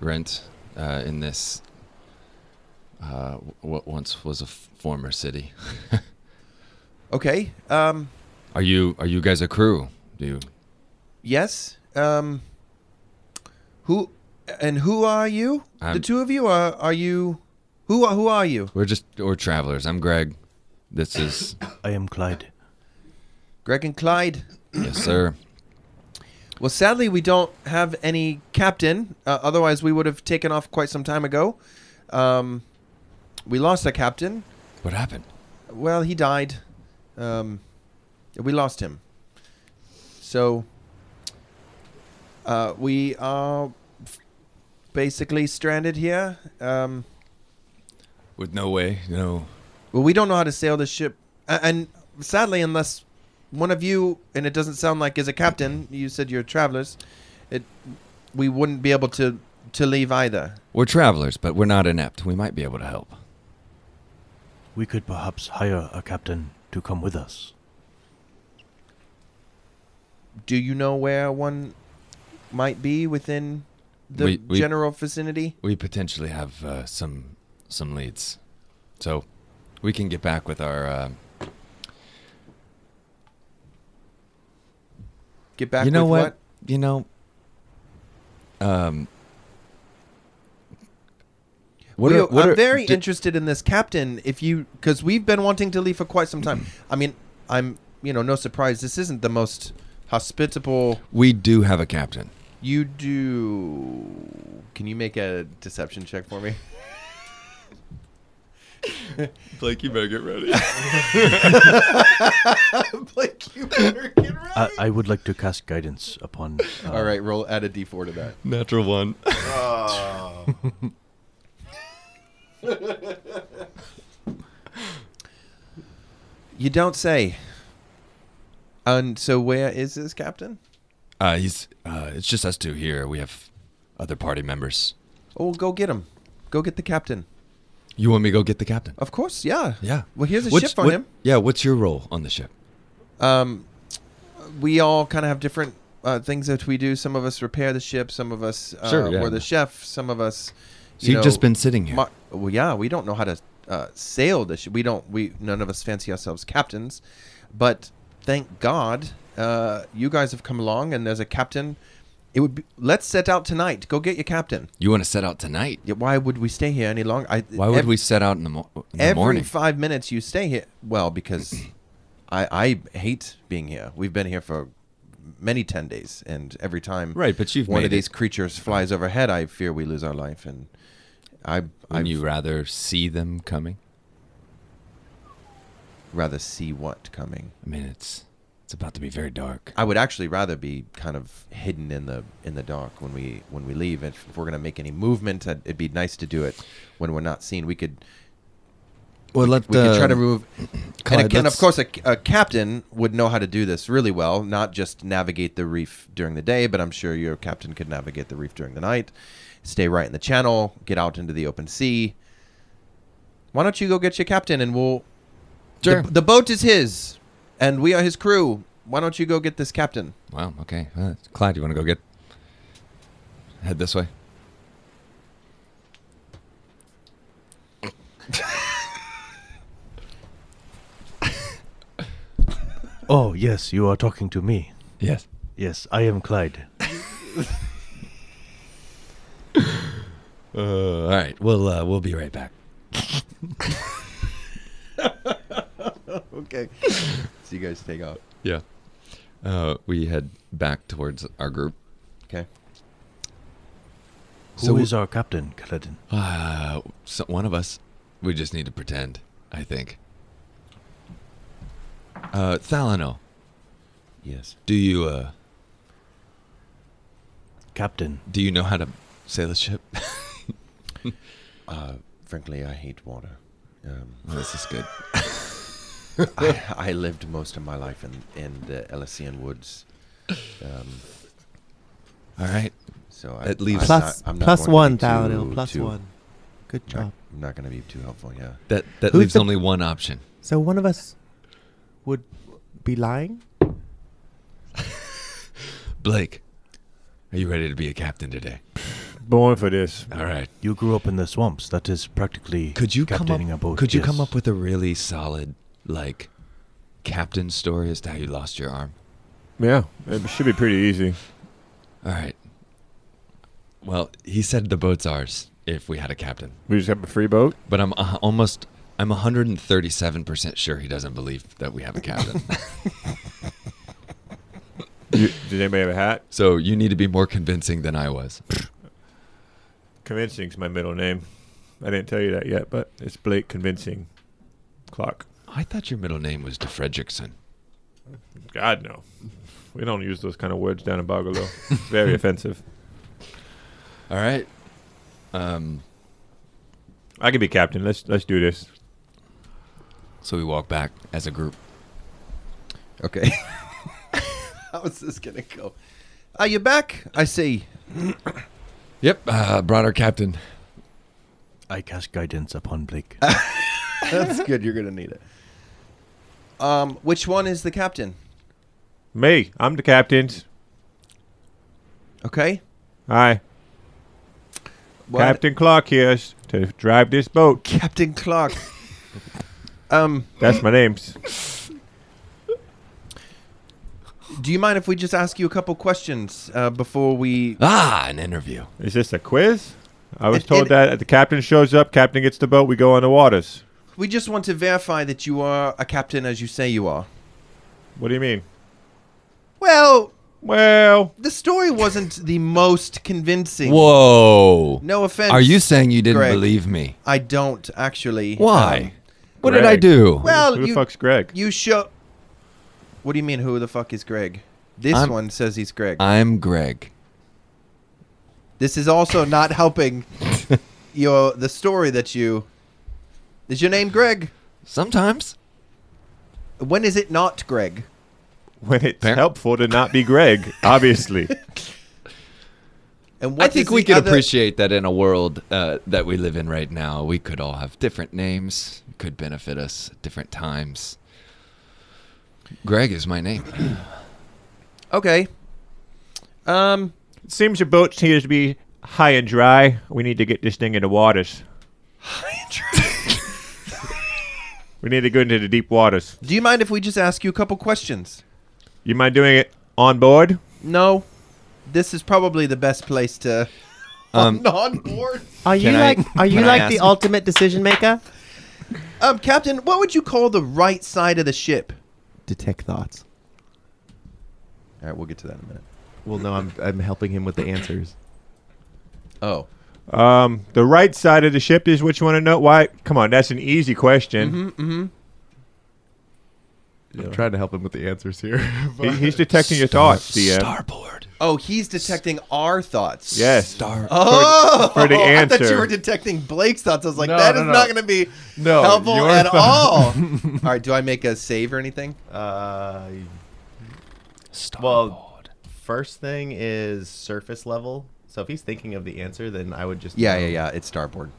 rent uh, in this. Uh, w- what once was a f- former city.
Okay. Um.
Are you are you guys a crew? Do you
Yes. Um. Who, and who are you? the
I'm-
two of you are are you? Who are who are you?
We're just we're travelers. I'm Greg. This is
I am Clyde.
Greg and Clyde.
yes, sir.
Well, sadly, we don't have any captain. Uh, otherwise, we would have taken off quite some time ago. Um, we lost a captain.
What happened?
Well, he died. Um, we lost him. So uh, we are f- basically stranded here. Um,
With no way, no.
well, we don't know how to sail this ship, A- and sadly, unless one of you, and it doesn't sound like is a captain, you said you're travelers, it we wouldn't be able to to leave either.
We're travelers, but we're not inept. We might be able to help.
We could perhaps hire a captain to come with us.
Do you know where one might be within the
We- we-
general vicinity?
We potentially have uh, some some leads, so we can get back with our. Uh,
Get back.
you know
with
what?
what?
You know. Um. What
We-
are, what
I'm
are,
very
di-
interested in this captain. If you, because we've been wanting to leave for quite some time. I mean, I'm, you know, no surprise. This isn't the most hospitable.
we do have a captain.
You do. Can you make a deception check for me?
Blake, you better get ready.
I, I would like to cast guidance upon. Uh,
All right, roll. Add a d4 to that.
Natural one.
You don't say. And so, where is this captain?
Uh, he's. Uh, it's just us two here. We have other party members.
Oh, go get him. Go get the captain.
You want me to go get the captain?
Of course, yeah.
Yeah.
Well, here's a
What's-
ship on
what-
him.
Yeah. What's your role on the ship?
Um, we all kind of have different uh, things that we do. Some of us repair the ship. Some of us uh,
Sure, yeah.
we're the chef. Some of us.
So you've
know,
just been sitting here.
mo- well, yeah, we don't know how to uh, sail the ship. We don't. We none of us fancy ourselves captains, but thank God uh, you guys have come along and there's a captain. It would be, let's set out tonight. Go get your captain.
you want to set out tonight?
Yeah, Why would we stay here any longer? I,
Why would
ev-
we set out in the, mo- in the
every
morning?
five minutes you stay here. Well, because I I hate being here. We've been here for many ten days, and every time
Right, but you've
one
made
of these
it.
creatures flies overhead, I fear we lose our life. And I
Wouldn't
I'd
you rather see them coming?
rather see what coming.
I mean, it's it's about to be very dark.
I would actually rather be kind of hidden in the in the dark when we when we leave. If, if we're gonna make any movement, I'd- it'd be nice to do it when we're not seen. We could
Well, let uh,
we could try to remove.
Clyde,
and again, of
let's-
course, a, a captain would know how to do this really well. Not just navigate the reef during the day, but I'm sure your captain could navigate the reef during the night. Stay right in the channel. Get out into the open sea. Why don't you go get your captain, and we'll.
Sure.
The, the boat is his, and we are his crew. Why don't you go get this captain?
Wow. Okay. Uh, Clyde, you want to go get head this way?
Oh, yes, you are talking to me.
Yes.
Yes, I am Clyde.
Uh, all right. We'll uh, we'll be right back.
Okay. so you guys take off.
Yeah. Uh, we head back towards our group.
Okay.
Who is
So-
our captain, Kaledin?
Uh, so one of us. We just need to pretend. I think. Uh, Thalano,
Yes.
do you uh,
Captain.
do you know how to sail a ship?
Uh, frankly, I hate water. Um,
this is good.
I, I lived most of my life in in the Elysian woods, um,
All right.
so I,
At least-
I'm
Plus-
not- I'm not going
plus
to be
one,
too-
Thalano. Plus
too-
one. Oh. Good
not-
job.
I'm not going to be too helpful. Yeah.
That that
Who's
leaves
the-
only one option.
So one of us would be lying.
Blake, are you ready to be a captain today?
Born for this.
All right.
You grew up in the swamps. That is practically
Could you come
captaining a
up?
boat.
could you
yes.
come up with a really solid like captain story as to how you lost your arm?
Yeah, it should be pretty easy.
All right. Well, he said the boat's ours if we had a captain,
We just have a free boat.
but I'm uh, almost I'm 137 percent sure he doesn't believe that we have a captain.
You, does anybody have a hat?
so you need to be more convincing than I was.
Convincing's my middle name. I didn't tell you that yet, but it's Blake Convincing Clock.
I thought your middle name was De Fredrickson.
God no, we don't use those kind of words down in Bogolo. Very offensive.
All right. Um.
I could be captain. Let's let's do this.
So we walk back as a group.
Okay. How is this going to go? Are you back? I see.
Yep. Uh, brought our captain.
I cast guidance upon Blake.
That's good. You're going to need it. Um, which one is the captain?
Me, I'm the captain.
Okay.
Hi,
Well,
Captain Clock here s- to drive this boat.
Captain Clark. um,
That's my name.
do you mind if we just ask you a couple questions uh, before we?
Ah, an interview.
Is this a quiz? I was
It-
told
it-
that if the captain shows up, captain gets the boat. We go on the waters.
We just want to verify that you are a captain as you say you are.
What do you mean?
Well,
Well,
the story wasn't the most convincing.
Whoa.
No offense.
Are you saying you didn't
Greg.
believe me?
I don't actually. Um,
Why? what did I
Greg.
do?
well,
who the
you
fuck's Greg?
you show. What do you mean? Who the fuck is Greg? This
I'm-
one says he's Greg.
I'm Greg.
this is also not helping your the story that you. Is your name Greg?
Sometimes.
When is it not Greg?
When it's
Fair.
helpful to not be Greg, obviously.
And what
I think
does
we
the
can
other-
appreciate that in a world uh, that we live in right now, we could all have different names, could benefit us at different times. Greg is my name.
Okay. Um.
It seems the boat seems to be high and dry. We need to get this thing in the waters. We need to go into the deep waters.
Do you mind if we just ask you a couple questions?
You mind doing it on board?
No. This is probably the best place to.
Um,
I'm on board.
Are you
Can I-
like are you
can I
like the
ask-
ultimate decision maker?
Um, Captain, what would you call the right side of the ship?
Detect thoughts.
All right, we'll get to that in a minute.
Well, no, I'm I'm helping him with the answers.
Oh.
Um, the right side of the ship is what you want to know. Why? Come on, that's an easy question.
Mm-hmm. mm-hmm.
I'm trying to help him with the answers here.
He- he's detecting your thoughts, DM.
Starboard.
Oh, he's detecting our thoughts.
Yes.
Star.
Oh,
For the- for the
I thought you
answer.
were detecting Blake's thoughts. I was like,
No,
that
no,
is
no.
not going to be
no,
helpful
your
at all.
thought-
all right, do I make a save or anything?
Uh,
Starboard.
first thing is surface level. So if he's thinking of the answer, then I would just
Yeah, yeah, yeah. It's starboard.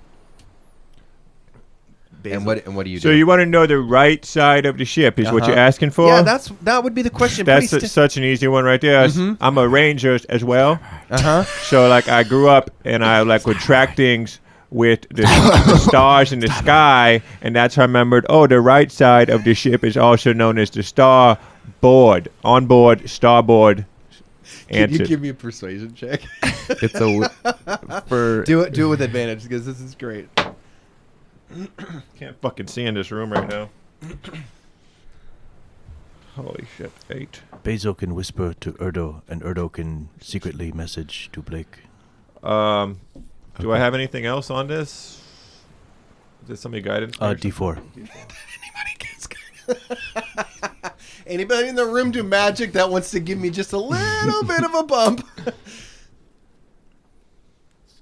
And what and what do you
So
do?
you want to know the right side of the ship is what
Uh-huh.
you're asking for?
yeah, that's that would be the question.
That's
Pretty
su- such an easy one right there. S-
Mhm.
I'm a ranger as- as well,
uh huh.
so like I grew up and I like would track things with the, the stars in the sky, and that's how I remembered. Oh, the right side of the ship is also known as the star board, on board, starboard.
Can you
answer.
give me a persuasion check?
It's a w- for
do it. Do it with advantage because this is great.
Can't fucking see in this room right now. Holy shit! Eight.
Bezo can whisper to Erdo, and Erdo can secretly message to Blake.
Um, do I have anything else on this? Did somebody guidance? me
Uh,
or something?
D4.
Anybody in the room do magic that wants to give me just a little bit of a bump?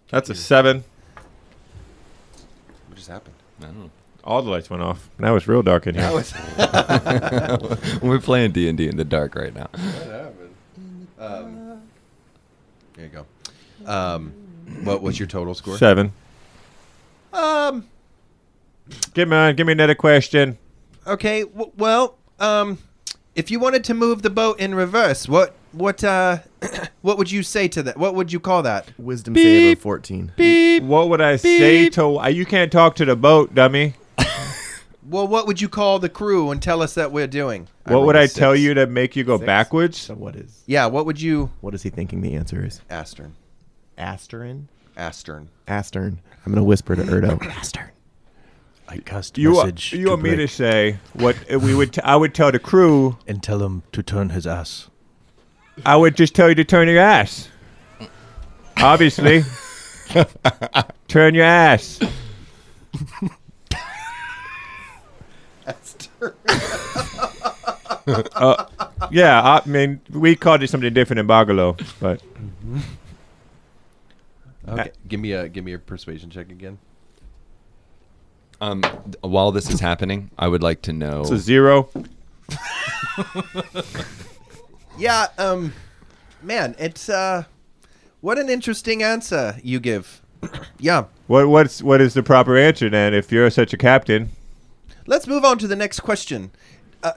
That's a seven.
What just happened?
All the lights went off. Now it's real dark in here.
That was
We're playing D and D in the dark right now.
What happened? Um, there you go. Um, what what's your total score?
Seven.
Um.
Give me, give me another question.
Okay. W- well. Um. If you wanted to move the boat in reverse, what what uh, what would you say to that? What would you call that?
wisdom save of 14.
What would I say to? Uh, you can't talk to the boat, dummy.
Well, what would you call the crew and tell us that we're doing?
What would
rolled a
I tell
six.
you to make you go
Six.
backwards?
So what is
Yeah. What would you?
what is he thinking the answer is?
Astern.
Astern.
Astern.
Astern. I'm gonna whisper to Erdo. Astern.
I cast
You, are-
message
you
to
want me to
Blake
say what uh, we would? T- I would tell the crew.
and tell him to turn his ass.
I would just tell you to turn your ass. Obviously, turn your ass. Uh, Yeah, I mean, we called it something different in Bagalo, but
Okay. Give me a give me a persuasion check again.
Um, th- while this is happening, I would like to know.
it's a zero.
Yeah. Um. Man, it's uh, what an interesting answer you give. yeah.
What what's what is the proper answer then? If you're such a captain,
Let's move on to the next question. Uh,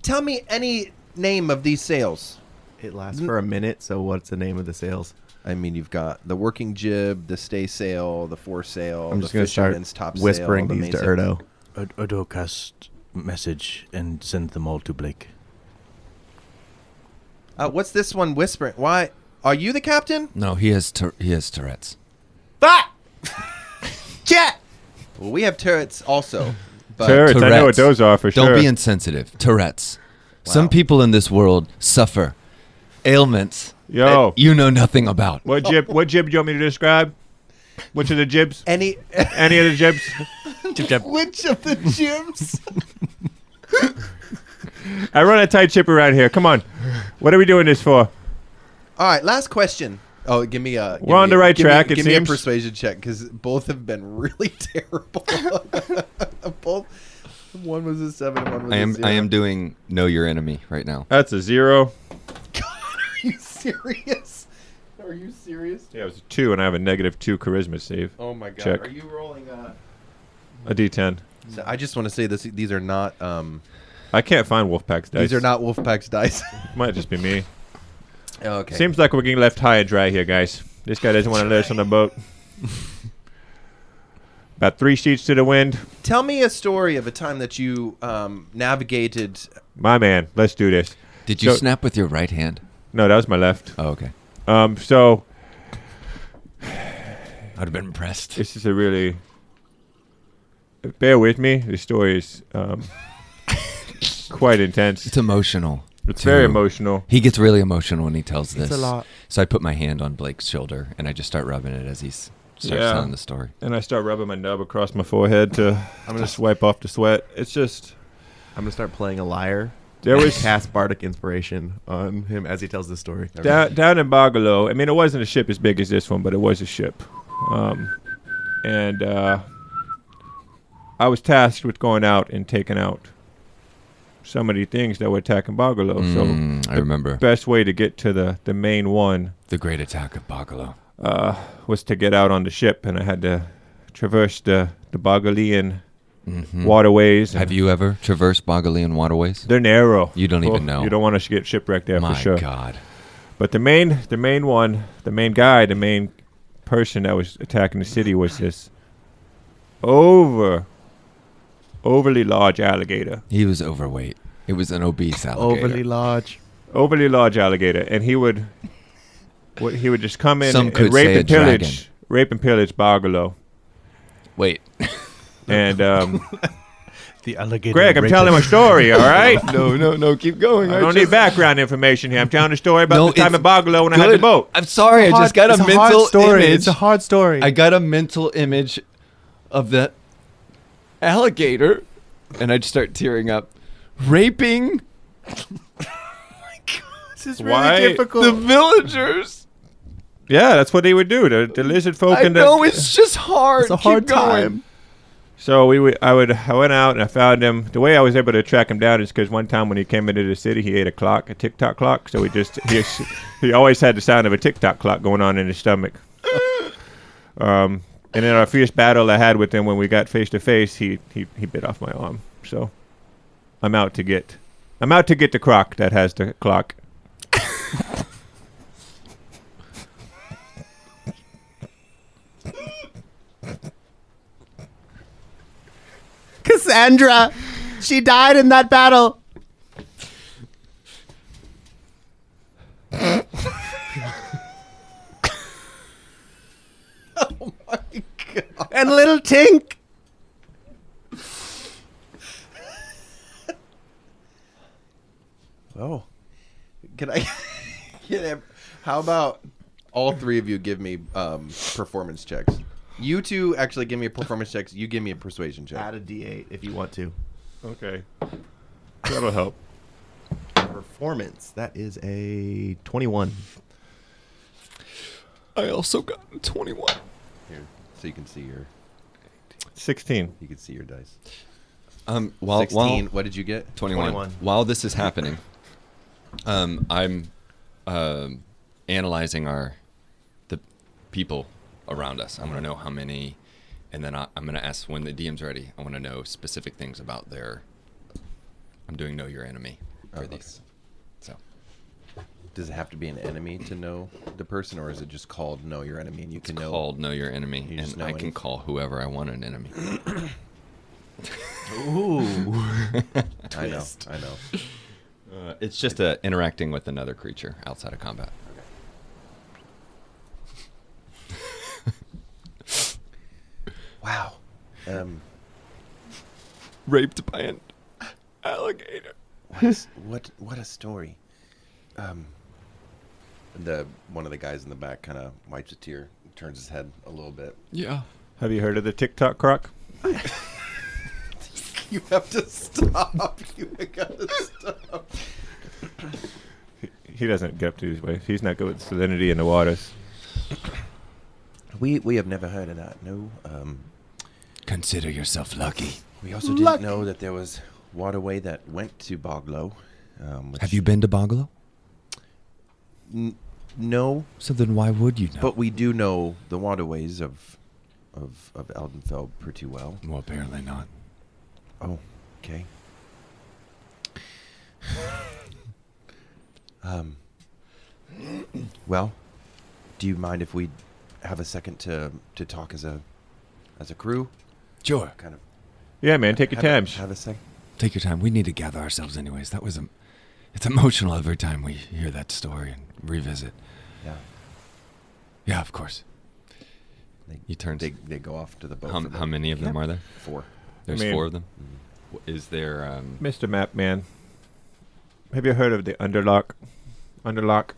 tell me any name of these sails.
It lasts for a minute. So what's the name of the sails?
I mean, you've got the working jib, the staysail, the foresail,
I'm
the
just gonna start
fisherman's topsail,
whispering
the
these to
mainsail.
Erdo.
Er- Erdo cast message and send them all to Blake.
Uh, what's this one whispering? Why are you the captain?
no, he has tur- he has Tourette's.
Well, we have turrets also. But
turrets. I know what
Uh, Tourette's.
those are for
Don't
sure.
be insensitive. Tourette's. Some
Wow.
people in this world suffer ailments
Yo,
that you know nothing about.
what jib? What jib do you want me to describe? Which of the jibs?
any
Any of the jibs?
which of the jibs?
I run a tight ship around here. Come on, what are we doing this for?
All right, last question. Oh, give me a. give
We're on
me-
the right
give me-
track, it
Give me a
seems.
persuasion check because both have been really terrible. both, One was a seven. One was
I am
a zero.
I am doing know your enemy right now.
That's a zero.
Are you serious? Are you serious?
Yeah, it was a two, and I have a negative two charisma save.
Oh my god.
Check.
Are you rolling? Uh...
A D10.
So I just want to say this. These are not. Um,
I can't find Wolfpack's dice.
these are not Wolfpack's dice.
Might just be me.
Oh, okay.
Seems like we're getting left high and dry here, guys. This guy doesn't want to let us on the boat. About three sheets to the wind.
Tell me a story of a time that you um, navigated.
My man, let's do this.
Did you
So-
snap with your right hand?
No, that was my left.
Oh, okay.
Um, so
I'd have been impressed.
this is a really. Bear with me. The story is um, quite intense.
It's emotional.
It's very
too.
emotional.
He gets really emotional when he tells this.
It's a lot.
So I put my hand on Blake's shoulder and I just start rubbing it as he s- starts
Yeah.
telling the story.
And I start rubbing my nub across my forehead to I'm gonna swipe off the sweat. It's just
I'm gonna start playing a liar.
there was
cast bardic inspiration on him as he tells this story.
down, down in Bogolo. I mean, it wasn't a ship as big as this one, but it was a ship. Um, and uh, I was tasked with going out and taking out some of the things that were attacking Bogolo. So
Mm, I remember
best way to get to the the main one
the great attack of Bogolo.
uh, was to get out on the ship, and I had to traverse the the Bogolian Mm-hmm.
Mhm.
waterways.
Have you ever traversed Bogolian waterways?
They're narrow.
You don't even
Oh,
know.
You don't want to get shipwrecked there
My
for sure.
God.
But the main, the main one, the main guy, the main person that was attacking the city was this over, overly large alligator,
He was overweight. It was an obese alligator.
Overly large.
overly large alligator, and he would, what he would just come in
Some
and,
could
rape
say a
and pillage, rape and pillage Bargalo,
Wait.
and um,
The alligator.
Greg, I'm
rapist.
telling my story, all right.
No, no, no. Keep going.
I don't need background information here. I'm telling the story about
No,
the time
it's
at Bargalo when I had the boat.
I'm sorry. I just got a
it's
mental
a hard story.
image.
It's a hard story.
I got a mental image of the alligator, and I'd start tearing up. Raping
this is
Why-
the villagers.
Yeah, that's what they would do. The, the lizard folk
I
and the,
know it's just hard.
It's a
Keep
hard
going.
time.
So we would, I would, I went out and I found him. The way I was able to track him down is because one time when he came into the city, he ate a clock, a tick-tock clock. So he just, he, s- he always had the sound of a tick-tock clock going on in his stomach. Um, and in our fierce battle I had with him when we got face to face, he, he he bit off my arm. So I'm out to get, I'm out to get the croc that has the clock.
Cassandra, she died in that battle. oh my god! And little Tink.
Oh. Can I get him? How about all three of you give me um, performance checks? You two actually give me a performance checks. You give me a persuasion check.
Add a D8 if you want to.
Okay, that'll help.
Performance. That is a 21.
I also got a 21.
Here, so you can see your
Sixteen.
you can see your dice.
Uh,
Um, while,
16.
while
what did you get?
21.
21.
While this is happening, um, I'm um, analyzing our the people around us. I'm going to know how many, and then I, I'm going to ask when the DM's ready. I want to know specific things about their. I'm doing know your enemy for
okay.
these. So
Does it have to be an enemy to know the person, or is it just called know your enemy and you can know?
called know your enemy,
You just
and
know
I
anything.
can call whoever I want an enemy.
I know. I know.
Uh, it's just uh, interacting with another creature outside of combat.
Wow. Um,
Raped by an alligator.
what, what what a story. Um, the one of the guys in the back kind of wipes a tear, turns his head a little bit.
Yeah.
Have you heard of the tick-tock croc?
You have to stop. You gotta stop.
He doesn't get up to his waist. He's not good with salinity in the waters.
We we have never heard of that. No. Um,
Can Consider yourself lucky.
We also didn't know that there was waterway that went to Boglow. Um, which-
Have you been to Bogolo?
N- no,
So then why would you know?
but we do know the waterways of of of Eldenfeld pretty well.
well, apparently not.
Oh, okay. um. Well, do you mind if we have a second to to talk as a as a crew?
Sure.
Kind of.
Yeah, man, take your
have a-
time.
Have a second.
Take your time. We need to gather ourselves anyways. That was a, it's emotional every time we hear that story and revisit.
Yeah.
Yeah, of course.
They-
He turns.
They they go off to the boat.
How,
for the
how many of them are there?
Four. Mm-hmm.
There's
mean-
four of them. W- Is there? Um,
Mr. Map Man, have you heard of the Underlock? Underlock.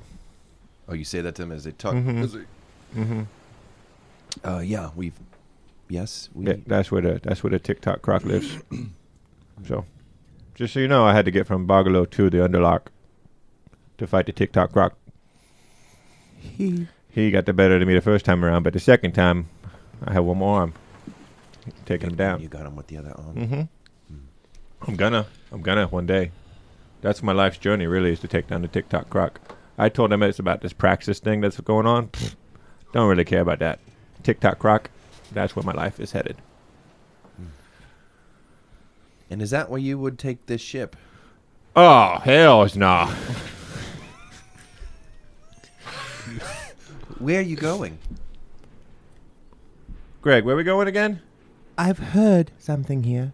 Oh, you say that to him as they talk.
Mhm.
as they-
Mm-hmm.
Uh, yeah, we've. Yes, we.
Yeah, that's where the that's where the TikTok croc lives. so, just so you know, I had to get from Bogolo to the Underlock to fight the TikTok croc. He got the better of me the first time around, but the second time, I had one more arm, taking him down.
You got him with the other arm.
Mm-hmm. I'm gonna. I'm gonna one day. That's my life's journey, really, is to take down the TikTok croc. I told him it's about this praxis thing that's going on. Pfft, don't really care about that. TikTok croc, that's where my life is headed.
And is that why you would take this ship?
Oh, hells nah.
Where are you going?
Greg, where we going again?
I've heard something here.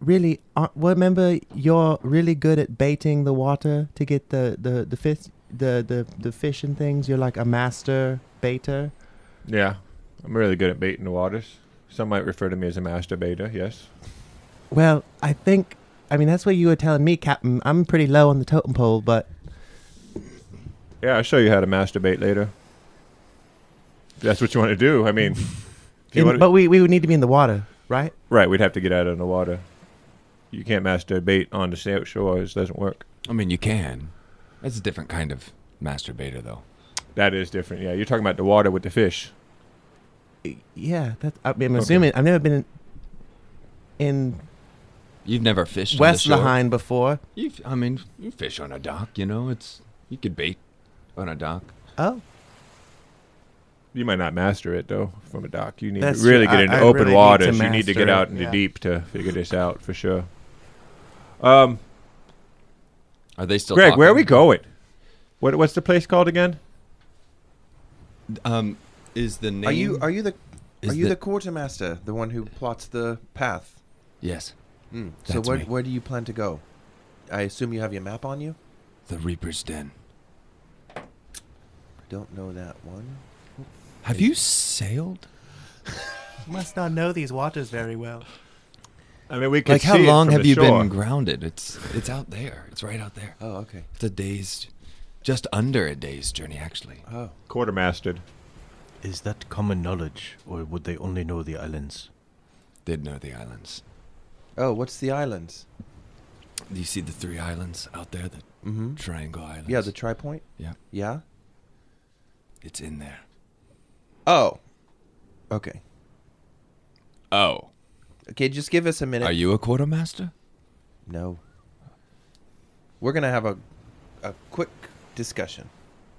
Really, uh, remember you're really good at baiting the water to get the the the fish the the the fish and things. You're like a master baiter.
Yeah, I'm really good at baiting the waters. Some might refer to me as a masturbator, yes.
Well, I think I mean that's what you were telling me, Captain. I'm pretty low on the totem pole, but
Yeah, I'll show you how to masturbate later. If that's what you want to do. I mean, if you
in-
wanna-
but we we would need to be in the water, right?
right, we'd have to get out on the water. You can't masturbate on the sa- shore. It doesn't work.
I mean, you can. That's a different kind of masturbator, though.
That is different. Yeah, you're talking about the water with the fish.
Y- Yeah, that's. I mean, I'm
Okay.
assuming I've never been in,
You've never fished
in
on the
West
shore?
Lahain before.
You, f- I mean, you fish on a dock. You know, it's you could bait on a dock.
Oh,
You might not master it though from a dock. You need
That's
to really
true.
get into
I- I
open
really need
waters.
to
you need to
master
get
it,
out into
yeah.
deep to figure this out for sure. Um,
Are they still?
Greg, where are we
talking?
going? What what's the place called again?
Um, is the name?
Are you are you the
is
are you the, quartermaster, the one who plots the path?
Yes,
Mm. So
That's
where
me.
where do you plan to go? I assume you have your map on you.
the Reaper's Den.
Don't know that one.
Have you sailed?
Must not know these waters very well.
I mean, we
Like, how long have you been grounded? It's it's out there. It's right out there.
Oh, okay.
It's a day's, just under a day's journey, actually.
Oh,
quartermastered?
Is that common knowledge, or would they only know the islands?
Did know the islands.
oh, what's the islands?
Do you see the three islands out there? The
Mm-hmm.
Triangle Islands.
Yeah, the tripoint.
Yeah.
Yeah.
it's in there.
Oh. Okay.
Oh,
Okay, just give us a minute.
Are you a quartermaster?
No. We're gonna have a a quick discussion,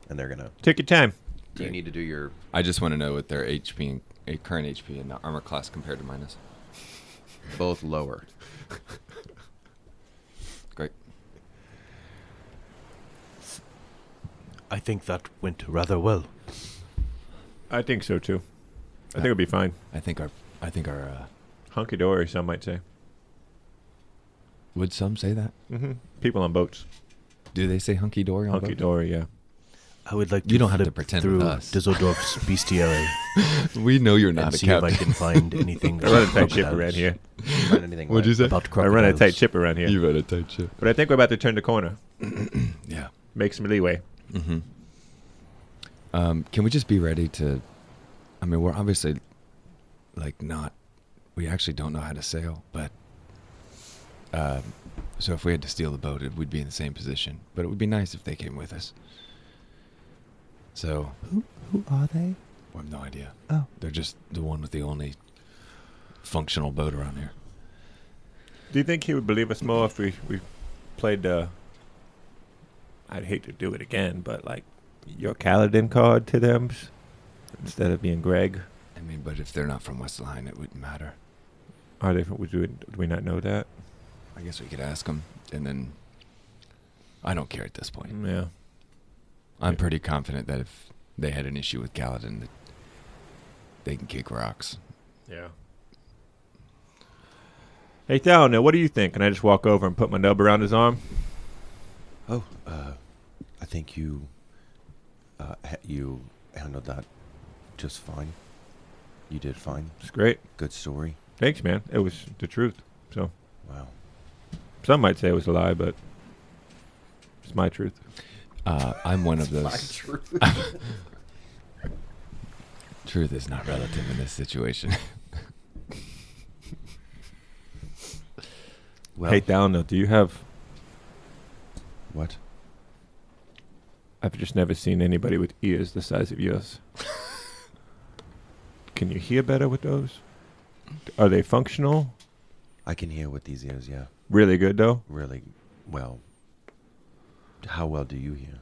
and they're gonna.
Take your time.
Do you
Great.
need to do your?
I just want to know what their HP, and, eh, current HP, and the armor class compared to mine is.
Both lower.
Great.
I think that went rather well.
I think so too. I think it'll be fine.
I think our I think our uh,
Hunky dory, some might say.
would some say that?
hmm People on boats.
Do they say hunky dory on
Hunky
boat?
dory, yeah.
I would like to
You don't have to
flip
pretend with
through
us.
Düsseldorf's bestiary
We know you're not
and
the
see if I
captain.
can find anything
I run a
about
tight ship
crocodiles.
around here.
Find anything.
What'd you
live.
say?
About
I
crocodiles.
run a tight ship around here.
You read a tight ship.
But I think we're about to turn the corner.
Yeah.
Make some leeway.
Mm-hmm. Um, can we just be ready to? I mean, we're obviously like not. We actually don't know how to sail, but. Um, so if we had to steal the boat, it, we'd be in the same position. But it would be nice if they came with us. So
who are they?
I have no idea.
Oh.
They're just the one with the only functional boat around here.
Do you think he would believe us more if we, we played uh I'd hate to do it again, but like your Kaladin card to them instead of being Greg?
I mean, but if they're not from West Line, it wouldn't matter.
Are they would we, would we not know that?
I guess we could ask them, and then I don't care at this point.
Mm, Yeah.
I'm pretty confident that if they had an issue with Kaladin, that they can kick rocks.
Yeah. Hey Thal, what do you think? Can I just walk over and put my nub around his arm?
Oh, uh, I think you, uh, ha- you handled that just fine. You did fine.
It's great.
Good story.
Thanks, man. It was the truth. So
Wow.
some might say it was a lie, but it's my truth.
Uh, I'm one of those.
truth.
Truth is not relative in this situation.
Well,
hey Thal, do you have?
what?
I've just never seen anybody with ears the size of yours. Can you hear better with those? Are they functional?
I can hear with these ears. Yeah,
Really good though.
really well. How well do you hear?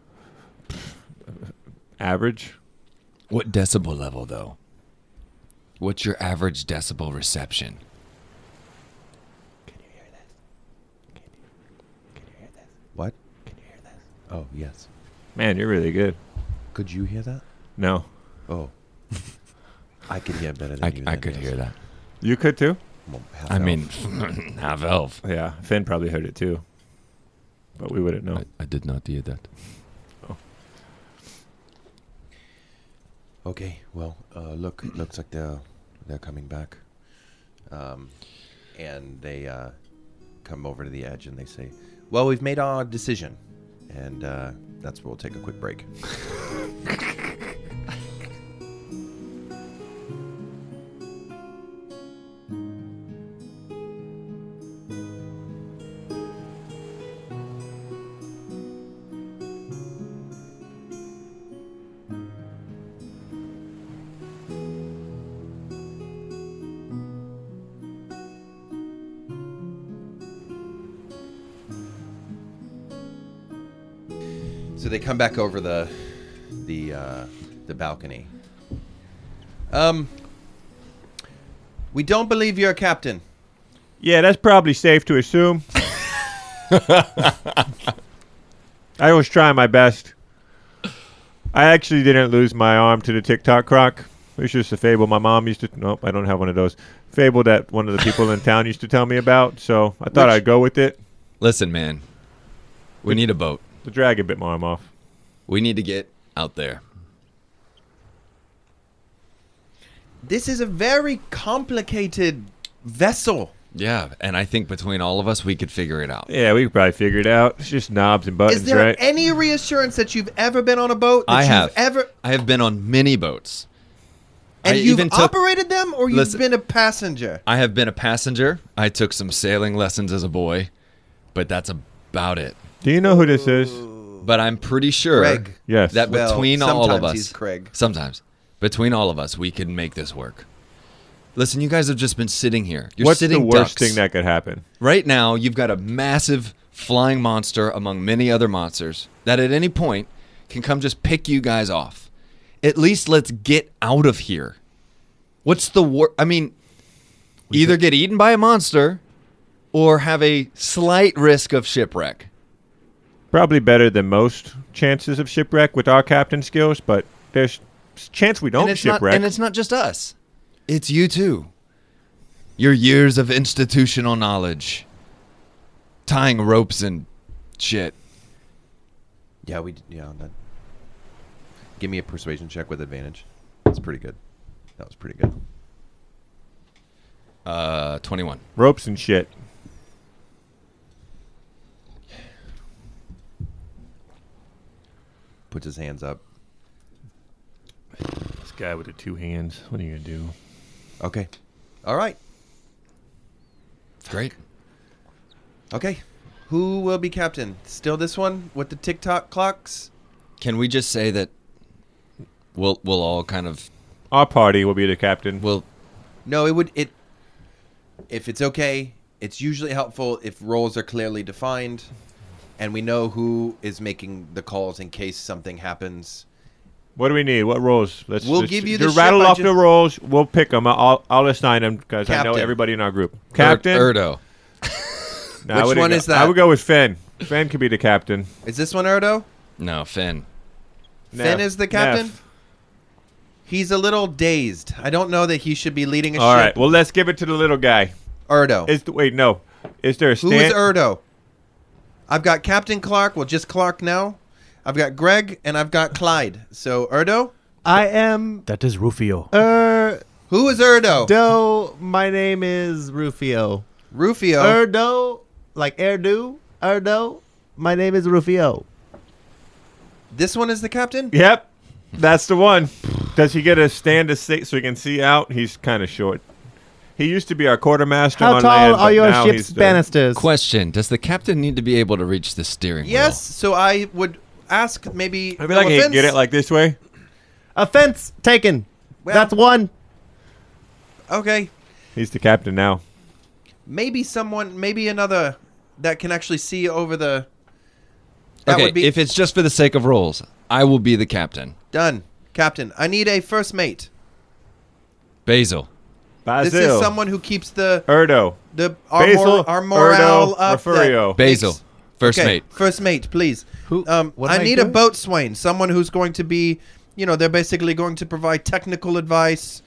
Average.
What decibel level, though? What's your average decibel reception?
What? Can you hear this? Oh yes.
Man, you're really good.
Could you hear that?
No,
Oh. I could hear better than
I,
you.
I
then,
could
yes.
hear that.
you could too.
Well, half
I
elf.
mean, half elf.
Yeah, Finn probably heard it too, but we wouldn't know.
I, I did not hear that.
Okay, well, uh, look, looks like they're they're coming back, um, and they uh, come over to the edge and they say, "Well, we've made our decision," and uh, that's where we'll take a quick break. So they come back over the the uh, the balcony. Um, we don't believe you're a captain.
Yeah, that's probably safe to assume. I was trying my best. I actually didn't lose my arm to the TikTok croc. It's just a fable my mom used to. Nope, I don't have one of those. Fable that one of the people in town used to tell me about. So I thought
Which-
I'd go with it.
Listen, man. We need a boat.
The dragon bit my arm off.
We need to get out there.
This is a very complicated vessel.
Yeah, and I think between all of us, we could figure it out.
Yeah, we could probably figure it out. It's just knobs and
Is
buttons,
there
right?
any reassurance that you've ever been on a boat? That
I
you've
have
ever
I have been on many boats.
and
I
you've
even took-
operated them, or you've
Listen.
been a passenger.
I have been a passenger. I took some sailing lessons as a boy, but that's about it.
Do you know who this is?
But I'm pretty sure
Craig.
Yes.
that
Well,
between all of
sometimes
us,
he's Craig.
sometimes between all of us, we can make this work. Listen, you guys have just been sitting here. You're
What's the
sitting
worst
ducks.
thing that could happen?
Right now, you've got a massive flying monster among many other monsters that at any point can come just pick you guys off. At least let's get out of here. What's the wor I mean, either get eaten by a monster or have a slight risk of shipwreck.
probably better than most chances of shipwreck with our captain skills, but there's s- chance we
and
don't
it's not,
shipwreck.
and it's not just us. It's you too. Your years of institutional knowledge, tying ropes and shit.
Yeah, we d- yeah. That. Give me a persuasion check with advantage. That's pretty good. That was pretty good.
Uh, twenty-one.
Ropes and shit.
Puts his hands up.
This guy with the two hands. What are you gonna do?
Okay. All right.
Great.
Okay. Who will be captain? Still this one with the TikTok clocks?
Can we just say that we'll we'll all kind of
Our party will be the captain.
we'll
No, it would it If it's okay, it's usually helpful if roles are clearly defined and we know who is making the calls in case something happens.
What do we need? What roles? Let's
We'll
just-
give you
just
the
rattle
ship
off the
budget.
roles. We'll pick them. I'll I'll assign them because I know
Captain.
everybody in our group. Captain.
Ur- Erdo.
No, I
Which
wouldn't
one
go-
is that?
I would go with Finn. Finn could be the captain.
Is this one Erdo?
No, Finn.
Finn
Neff.
is the captain?
Neff.
He's a little dazed. I don't know that he should be leading a
All right.
ship.
Well, let's give it to the little guy.
Erdo.
Is the, wait no? Is there a
Who
stand?
is Erdo? I've got Captain Clark. Well, just Clark now. I've got Greg and I've got Clyde. So Erdo,
I am
That is Rufio.
Erdo.
who is Erdo?
My name is Rufio.
Oh.
Rufio.
Erdo, like Erdo. Erdo. My name is Rufio.
this one is the captain.
Yep, that's the one. Does he get a stand to see so he can see out? He's kind of short. He used to be our quartermaster.
How
on
tall
land,
are
but
your
now
ship's
he's the-
banisters?
Question: Does the captain need to be able to reach the steering wheel?
Yes. So I would ask maybe.
I feel like
no
he can
offense.
get it like this way.
Offense taken.
Well-
That's one.
okay,
He's the captain now.
maybe someone, maybe another that can actually see over the. That
okay,
would be
if it's just for the sake of roles, I will be the captain.
done, Captain. I need a first mate.
Basil.
Basil.
This is someone who keeps the
Erdo.
the our,
Basil.
mor- our morale
Erdo,
up. that-
Refurio.
Basil.
Makes-
First
okay,
mate.
First mate, please.
Who-
Um,
what
I
am I
need a
doing?
boatswain, someone who's going to be, you know, they're basically going to provide technical advice.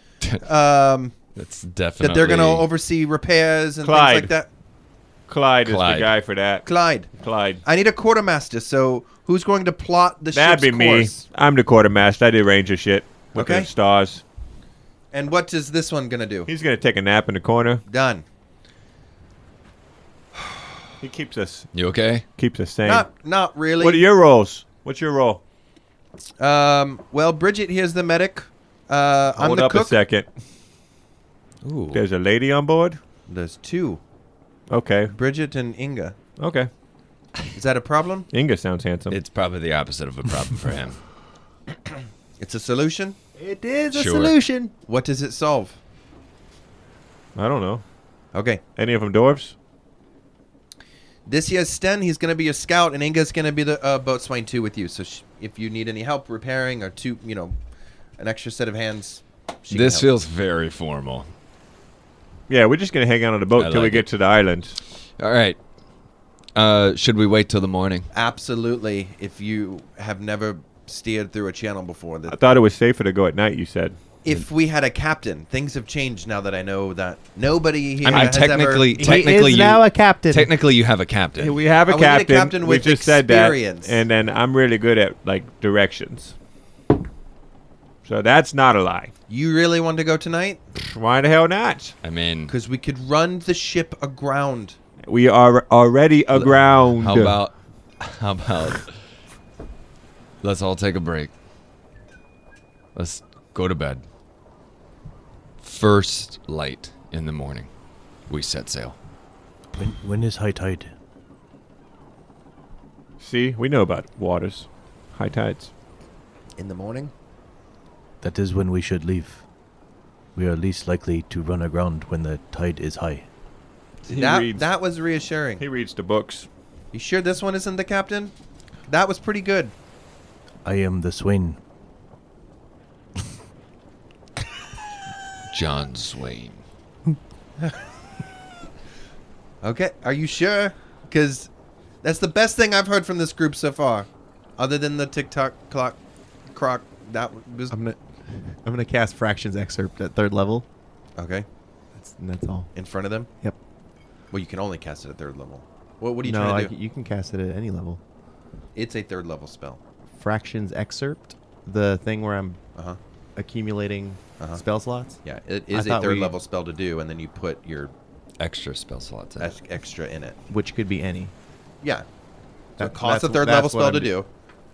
Um,
That's definitely
that they're going to oversee repairs and things
Clyde.
like that.
Clyde, is
Clyde.
the guy for that.
Clyde,
Clyde.
I need a quartermaster. So who's going to plot the
That'd be
ship's
me.
course?
I'm the quartermaster. I do ranger shit with
Okay.
the stars.
And what is this one going to do?
He's gonna take a nap in the corner.
Done.
He keeps us
You okay?
keeps us sane.
Not not really.
what are your roles? What's your role?
um, well, Bridget here's the medic. Uh, I'm
Hold
the
up a
cook.
second.
Ooh.
There's a lady on board.
There's two,
Okay.
Bridget and Inga.
Okay.
Is that a problem?
Inga sounds handsome.
It's probably the opposite of a problem for him.
It's a solution.
It is a
Sure.
solution.
What does it solve?
I don't know.
Okay.
Any of them dwarves?
This year's Sten, he's going to be a scout, and Inga's going to be the uh, boatswain too with you. So sh- if you need any help repairing or two, you know, an extra set of hands, she can
this
help.
feels very formal.
Yeah, we're just gonna hang out on the
I
boat till we
like
get to the island.
All right. Uh, should we wait till the morning?
absolutely. If you have never steered through a channel before,
I
that
thought it was safer to go at night. You said.
if we had a captain, things have changed now that I know that nobody here
I mean,
has
technically,
ever.
he
technically,
is
you,
now a captain.
technically you have a captain.
we have
I
a
would need a
captain.
captain
we
with
just
experience.
said that, and then I'm really good at like directions. So that's not a lie.
You really want to go tonight?
Why the hell not?
I mean,
Because we could run the ship aground.
We are already aground.
how about how about let's all take a break. Let's go to bed. First light in the morning, we set sail.
When, when is high tide?
See, we know about waters, high tides.
In the morning?
That is when we should leave. We are least likely to run aground when the tide is high.
He
that,
reads.
that was reassuring.
He reads the books.
You sure this one isn't the captain? That was pretty good.
I am the swain.
John Swain.
Okay, are you sure? Because that's the best thing I've heard from this group so far, other than the TikTok clock, croc. That was
I'm gonna I'm gonna cast fractions excerpt at third level.
okay
That's and that's all.
in front of them.
Yep.
Well, you can only cast it at third level. What, what are you
no,
trying
I
to
c-
do?
you can cast it at any level.
It's a third level spell.
Fractions excerpt, the thing where I'm
Uh huh.
accumulating
Uh-huh.
spell slots.
Yeah, it is a
thought
third
we-
level spell to do, and then you put your
Extra spell slots. in.
ex- extra in it.
which could be any.
Yeah. So it
That-
costs a
that's-
third level
that's what
spell
I'm
to
do-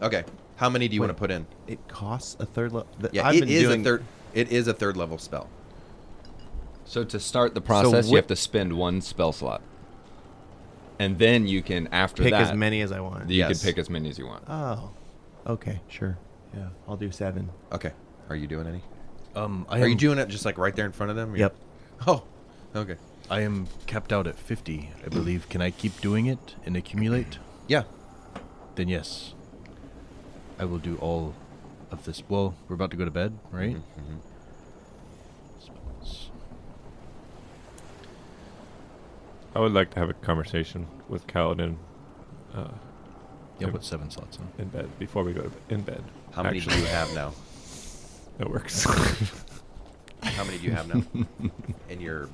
do. Okay. How many do you want to
Wait.
put in?
It costs a third level.
Yeah, it is a third. It is a third level spell.
So to start the process, you
whi-
have to spend one spell slot, and then you can after
Pick
that
as many as I want.
you
Yes.
can pick as many as you want.
Oh, okay, sure. Yeah, I'll do seven.
Okay. Are you doing any?
Um, I
Are you
am-
doing it just like right there in front of them? or-
Yep.
Oh, okay.
I am capped out at 50, I believe. Can I keep doing it and accumulate?
Yeah.
Then yes. I will do all of this. Well, we're about to go to bed, right?
Mm-hmm.
Spells.
I would like to have a conversation with Kaladin uh,
Yeah, put seven slots on.
in bed before we go to bed. In bed.
How many do
Actually,
you have now?
That works.
How many do you have now? In your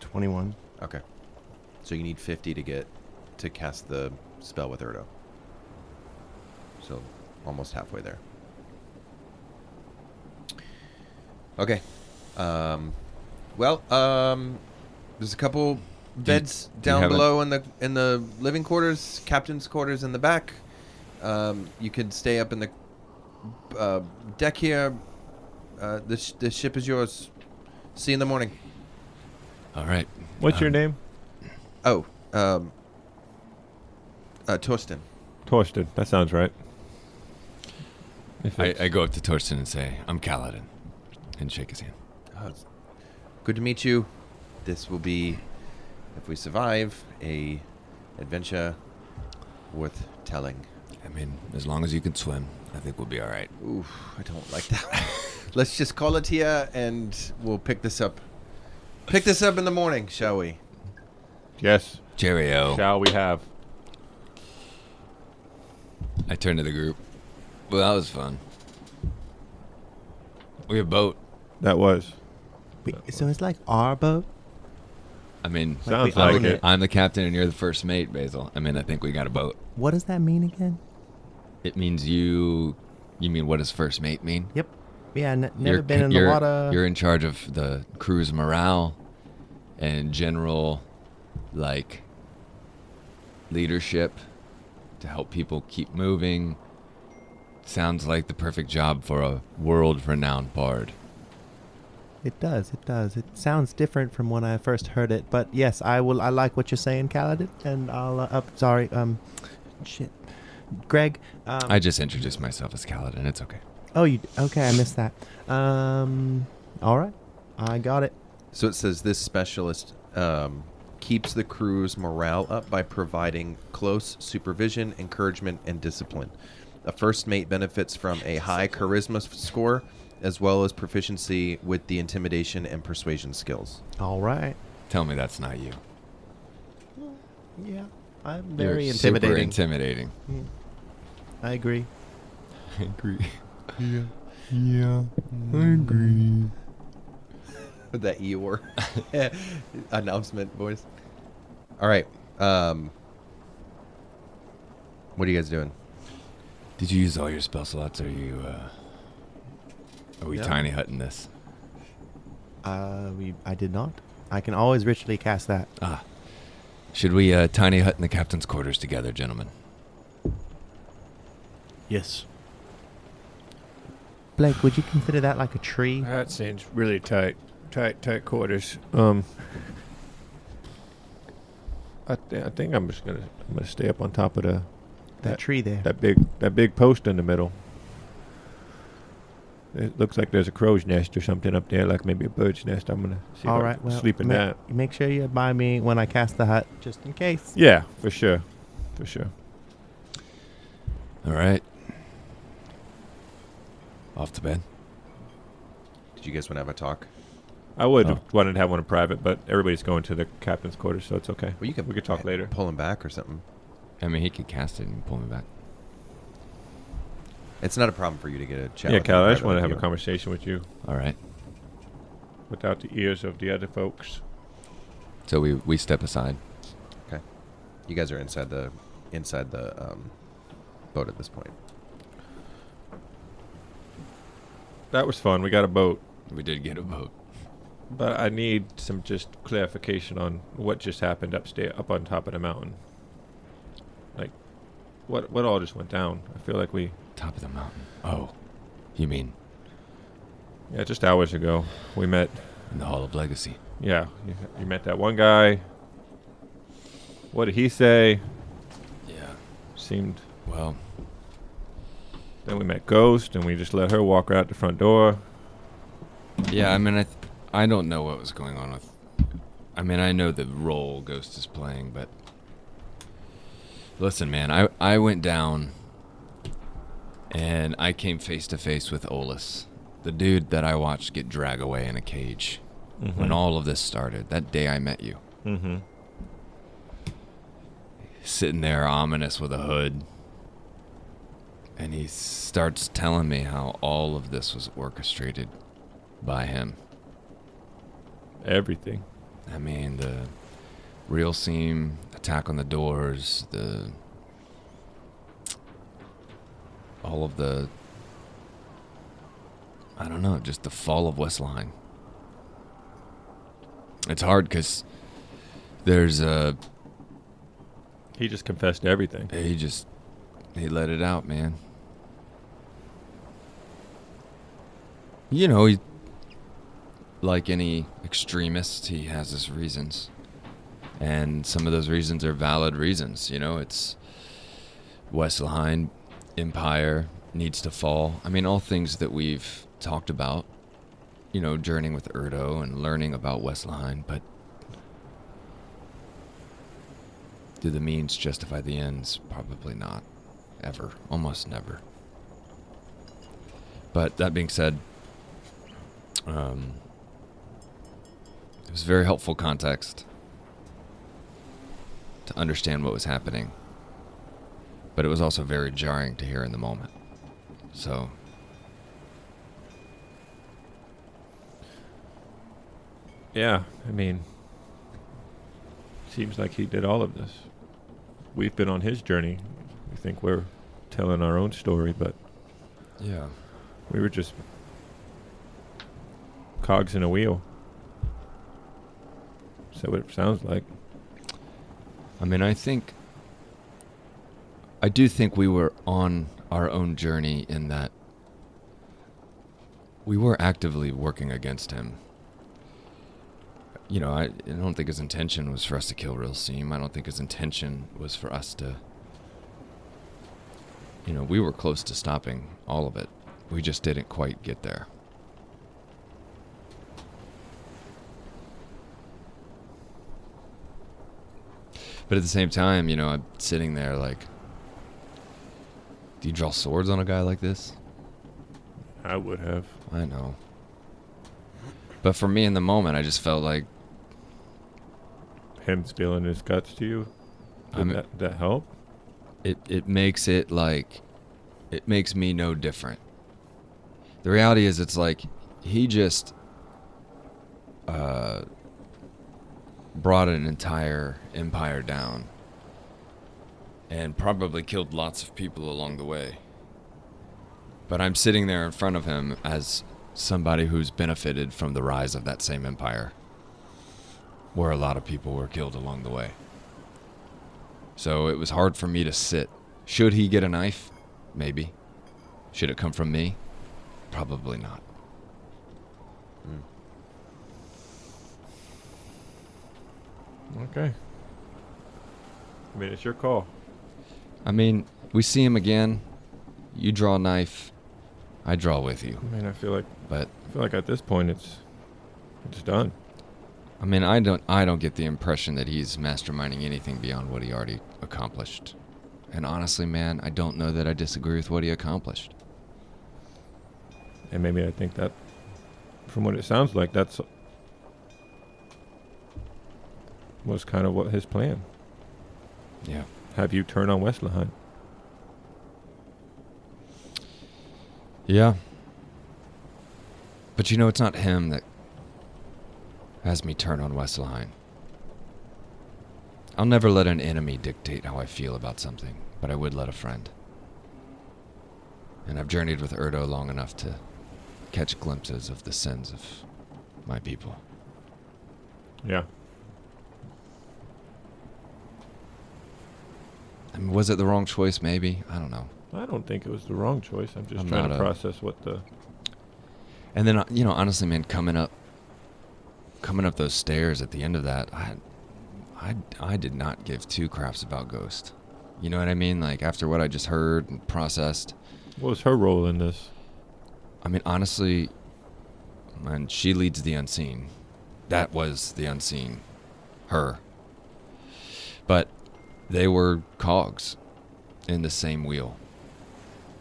21.
okay, so you need fifty to get to cast the spell with Erdo. So almost halfway there. Okay. Um, well, um, there's a couple beds
do you
down
have a-
below in the in the living quarters, captain's quarters in the back. Um, you could stay up in the uh, deck here. Uh, the sh- the ship is yours. See you in the morning.
All right.
What's your
Um,
name?
Oh, um, uh, Torsten.
Torsten. That sounds right. If
I,
it's-
I go up to Torsten and say, "I'm Kaladin," and shake his hand.
Oh, it's good to meet you. This will be, if we survive, a adventure worth telling.
I mean, as long as you can swim, I think we'll be all right.
Ooh, I don't like that. Let's just call it here, and we'll pick this up. Pick this up in the morning, shall we?
yes.
Cheerio.
Shall we have?
I turn to the group. Well, that was fun. We have boat.
That was.
Wait, so it's like our boat.
I mean,
Sounds
we
like
own
it.
it.
I'm the captain and you're the first mate, Basil. I mean, I think we got a boat.
What does that mean again?
It means you. You mean what does first mate mean?
Yep. Yeah, n- never
You're-
been in the
you're-
water.
You're in charge of the crew's morale and general, like, leadership to help people keep moving. Sounds like the perfect job for a world renowned bard.
It does. It does. It sounds different from when I first heard it, but yes, I will. I like what you're saying, Kaladin, and I'll. Uh, up. Sorry. Um, shit. Greg. Um,
I just introduced myself as Kaladin. It's okay.
oh, you. Okay, I missed that. Um. All right. I got it.
So it says this specialist um, keeps the crew's morale up by providing close supervision, encouragement, and discipline. A first mate benefits from a high charisma s- score as well as proficiency with the intimidation and persuasion skills.
All right.
Tell me that's not you.
Yeah. I'm
You're
very
super
intimidating. Mm.
intimidating.
I agree.
I agree.
that Eeyore announcement voice. All right. Um, what are you guys doing?
Did you use all your spell slots? Are you, uh. Are we
Yeah.
tiny hutting this?
Uh, we. I did not. I can always ritually cast that.
Ah. Should we, uh, tiny hut in the captain's quarters together, gentlemen?
Yes.
Blake, would you consider that like a tree?
That seems really tight, tight, tight quarters. Um, I, th- I think I'm just gonna I'm gonna stay up on top of the
That tree there.
that big that big post in the middle. It looks like there's a crow's nest or something up there, like maybe a bird's nest. I'm gonna see if I
All
can
right. Well,
sleep in
ma-
that.
Make sure you buy me when I cast the hut, just in case.
Yeah, for sure, for sure.
All right. Off to bed.
Did you guys want to have a talk?
I would
Oh.
wanted to have one in private, but everybody's going to the captain's quarters, so it's okay.
Well, you can
We could talk later.
Pull him back or something.
I mean, he could cast it and pull me back.
It's not a problem for you to get a chat.
Yeah,
with
Cal,
him
I just
privately
want to
if
have
you
a conversation with you
All right.
without the ears of the other folks.
So we, we step aside.
You guys are inside the inside the um, boat at this point.
That was fun. We got a boat.
We did get a boat.
But I need some just clarification on what just happened upstairs, up on top of the mountain. Like, what what all just went down? I feel like we
Top of the mountain. Oh. You mean
yeah, just hours ago we met.
in the Hall of Legacy?
Yeah, you, you met that one guy. What did he say?
Yeah.
Seemed
Well,
then we met Ghost, and we just let her walk right out the front door.
yeah, I mean, I, th- I don't know what was going on with. I mean, I know the role Ghost is playing, but listen, man, I I went down, and I came face to face with Olus, the dude that I watched get drag away in a cage when all of this started. That day I met you,
Mm-hmm.
sitting there ominous with a hood, and he starts telling me how all of this was orchestrated by him.
Everything.
I mean, the real seam attack on the doors, the all of the I don't know, just the fall of West Line. It's hard because there's a
He just confessed to everything.
he just he let it out, man. You know, he like any extremist, he has his reasons. And some of those reasons are valid reasons, you know, it's West Line, Empire needs to fall. I mean, all things that we've talked about, you know, journeying with Erdo and learning about West Line, but Do the means justify the ends? Probably not. Ever. Almost never. But that being said, um, it was very helpful context to understand what was happening. But it was also very jarring to hear in the moment. So,
Yeah, I mean, seems like he did all of this. We've been on his journey. We think we're telling our own story, but
yeah.
we were just cogs in a wheel. Is that what it sounds like?
I mean, I think. I do think we were on our own journey in that we were actively working against him. You know, I, I don't think his intention was for us to kill Real Seam. I don't think his intention was for us to. You know, we were close to stopping all of it. We just didn't quite get there. But at the same time, you know, I'm sitting there like, do you draw swords on a guy like this?
I would have.
I know. But for me in the moment, I just felt like
Him spilling his guts to you. Did
I'm-
that, that help?
it, it makes it like, it makes me no different. The reality is, it's like he just uh, brought an entire empire down and probably killed lots of people along the way. But I'm sitting there in front of him as somebody who's benefited from the rise of that same empire, where a lot of people were killed along the way. So it was hard for me to sit. Should he get a knife? Maybe. Should it come from me? Probably not.
Okay. I mean, it's your call.
I mean, we see him again. You draw a knife. I draw with you.
I mean, I feel like
But
I feel like at this point it's it's done.
I mean, I don't I don't get the impression that he's masterminding anything beyond what he already accomplished. And honestly, man, I don't know that I disagree with what he accomplished.
And maybe I think that, from what it sounds like, that's was kind of what his plan.
Yeah.
Have you turn on Westlahan?
Yeah. But you know, it's not him that has me turn on Westline. I'll never let an enemy dictate how I feel about something, but I would let a friend. And I've journeyed with Erdo long enough to catch glimpses of the sins of my people.
Yeah.
I mean, was it the wrong choice, maybe? I don't know.
I don't think it was the wrong choice. I'm just
I'm
trying to
not a-
process what the.
And then uh, you know, honestly, man, coming up, coming up those stairs at the end of that, I, I, I did not give two craps about Ghost. You know what I mean? Like after what I just heard and processed,
What was her role in this?
I mean, honestly, and she leads the unseen. That was the unseen, her. But they were cogs in the same wheel.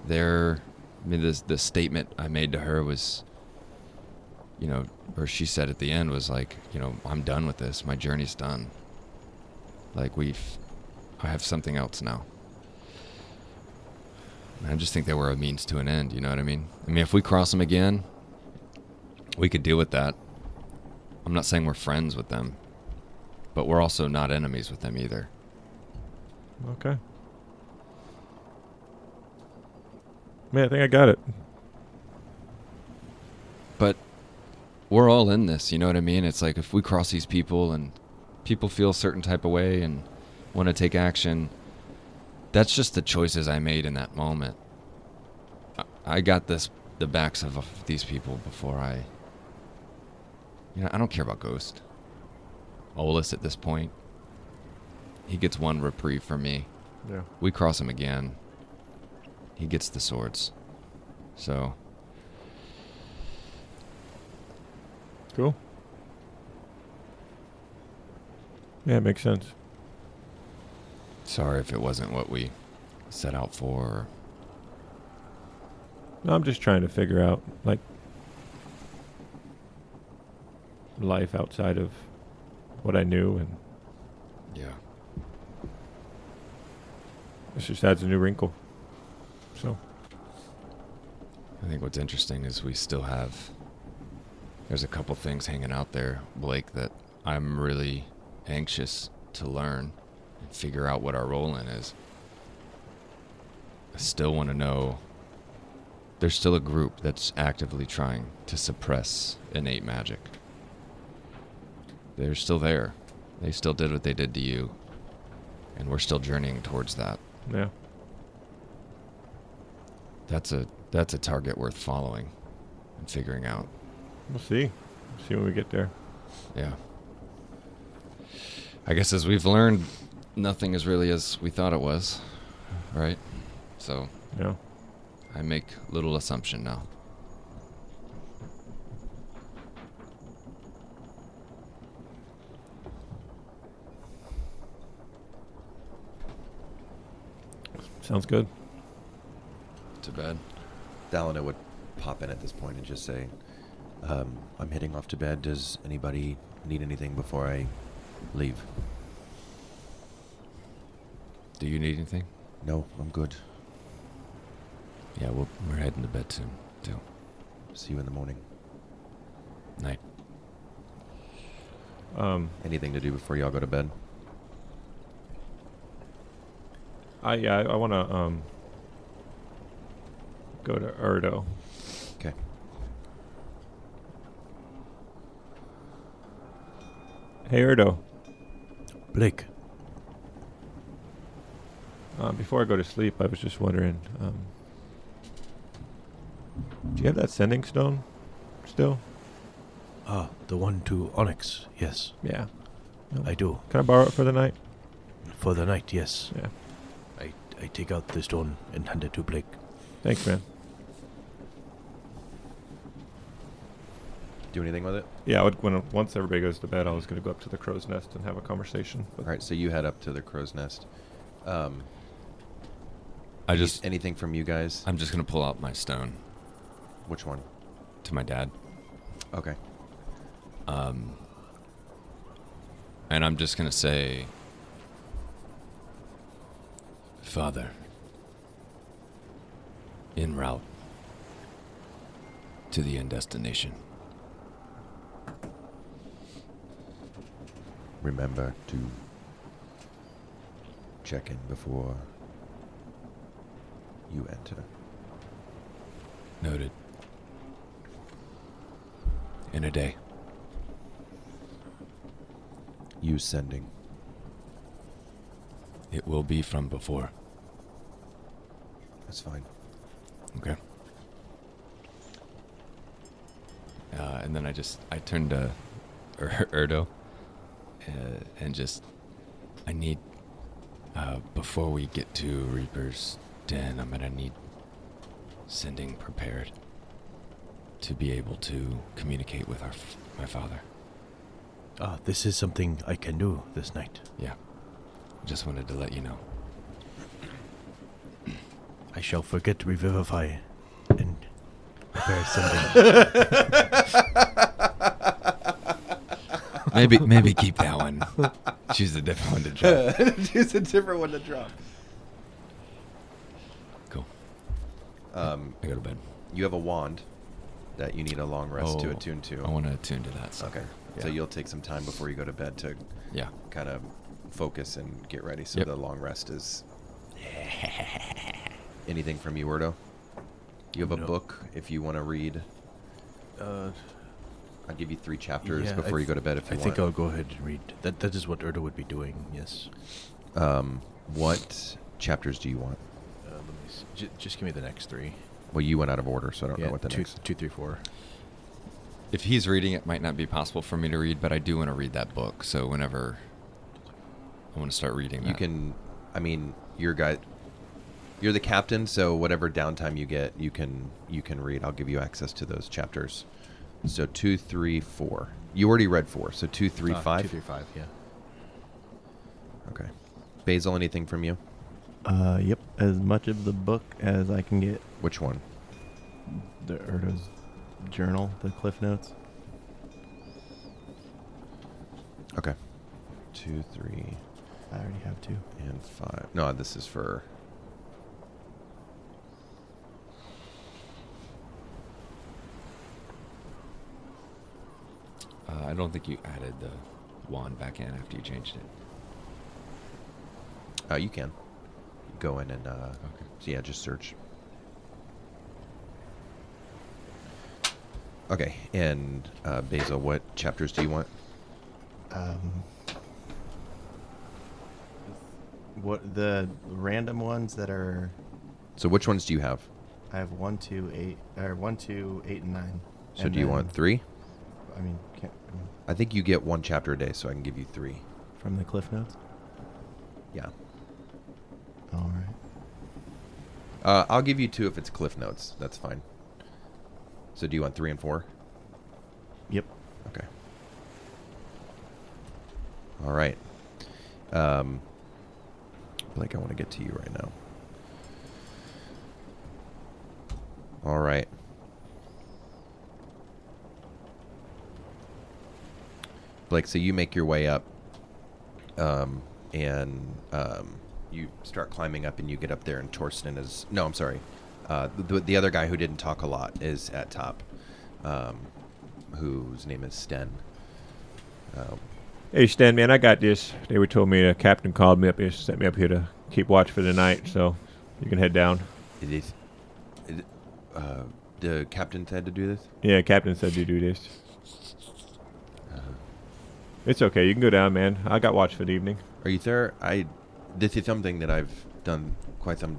Their, I mean, this the statement I made to her was, you know, or she said at the end was like, you know, I'm done with this. My journey's done. Like we've, I have something else now. And I just think they were a means to an end. You know what I mean? I mean, if we cross them again, we could deal with that. I'm not saying we're friends with them, but we're also not enemies with them either.
Okay. Man, I think I got it.
But we're all in this, you know what I mean? It's like if we cross these people and people feel a certain type of way and want to take action, that's just the choices I made in that moment. I- I got this the backs of of these people before I you know, I don't care about Ghost. Olus at this point. He gets one reprieve from me.
Yeah.
We cross him again. He gets the swords. So
Cool. Yeah, it makes sense.
sorry if it wasn't what we set out for or
No, I'm just trying to figure out like life outside of what I knew, and
Yeah.
this just adds a new wrinkle. So
I think what's interesting is we still have. There's a couple things hanging out there, Blake, that I'm really anxious to learn and figure out what our role in is. I still want to know. There's still a group that's actively trying to suppress innate magic. They're still there. They still did what they did to you. And we're still journeying towards that.
yeah,
That's a that's a target worth following and figuring out.
we'll see. see when we get there.
Yeah. I guess as we've learned, nothing is really as we thought it was, right? So
Yeah.
I make little assumption now.
Sounds good.
Too bad.
Dalina would pop in at this point and just say, um, I'm heading off to bed. Does anybody need anything before I leave?
Do you need anything?
No, I'm good.
Yeah, we'll, we're heading to bed soon.
See you in the morning.
Night.
Um,
Anything to do before y'all go to bed?
I yeah, I, I want to um go to Erdo.
Okay.
Hey Erdo,
Blake,
um, before I go to sleep, I was just wondering, um, do you have that sending stone still?
ah, the one to Onyx, yes,
Yeah.
I do.
Can I borrow it for the night?
For the night, yes.
Yeah.
I, I take out the stone and hand it to Blake.
Thanks, man.
Do anything with it?
Yeah, I would, when once everybody goes to bed, I was going to go up to the crow's nest and have a conversation.
All
But
right, so you head up to the crow's nest. Um,
I
any-
just
anything from you guys?
I'm just gonna pull out my stone
Which one?
to my dad,
Okay.
um, and I'm just gonna say, Father, en route to the end destination.
Remember to check in before you enter.
Noted. In a day.
Use sending.
It will be from before.
That's fine.
Okay. Uh, and then I just I turned to Er- Erdo, uh, and just I need uh, before we get to Reaper's Den, I'm gonna need sending prepared.
to be able to communicate with our f- my father.
Ah, this is something I can do this night.
Yeah. Just wanted to let you know.
I shall forget to revivify and prepare something.
Maybe maybe keep that one. Choose a different one to drop.
Choose a different one to drop.
Cool.
Um,
I go to bed.
you have a wand that you need a long rest to
Oh,
attune to.
I want to attune to that. sucker.
Okay. So
Yeah.
you'll take some time before you go to bed to
Yeah.
kind of focus and get ready. So
Yep.
the long rest is. Anything from you, Wordo? You have a
No.
book if you want to read.
Uh,
I'll give you three chapters
yeah, I
before you
th-
go to bed if you
I
want.
think I'll go ahead and read. That that is what Erda would be doing. Yes.
Um, what chapters do you want?
Uh, let me see. J- just give me the next three.
Well, you went out of order, so I don't know what the
two,
next.
two, three, four.
If he's reading, it might not be possible for me to read, but I do want to read that book. So whenever I want to start reading,
You
that.
can, I mean, your guy, you're the captain, so whatever downtime you get, you can you can read. I'll give you access to those chapters. So two, three, four. You already read four, so two, three,
Ah,
five.
Two, three, five. Yeah.
Okay. Basil, anything from you?
Uh, yep, as much of the book as I can get.
Which one?
The Erdo's journal, the Cliff Notes.
Okay. Two, three,
I already have two.
and five. No, this is for.
Uh, I don't think you added the wand back in after you changed it.
Uh, you can go in and uh,
Okay.
So yeah, just search. Okay, and uh, Basil, what chapters do you want?
Um, what the random ones that are?
So which ones do you have?
I have one, two, eight, or one, two, eight, and nine.
So
And
do you
then-
want three?
I mean, can't, I mean,
I think you get one chapter a day, so I can give you three.
from the Cliff Notes.
Yeah,
All right.
uh, I'll give you two if it's Cliff Notes. That's fine. So do you want three and four?
Yep.
Okay. All right. Um, Blake, I want to get to you right now. All right. Blake, so you make your way up, um, and um, you start climbing up, and you get up there, and Torsten is no, I'm sorry, uh, the, the other guy who didn't talk a lot is at top, um, whose name is Sten. Um,
Hey, Stan, man, I got this. They were told me the captain called me up here, sent me up here to keep watch for the night, so you can head down.
It is. It, uh, the captain said to do this.
Yeah, captain said you do this.
Uh-huh.
It's okay. You can go down, man. I got watch for the evening.
Are you there? I. This is something that I've done quite some.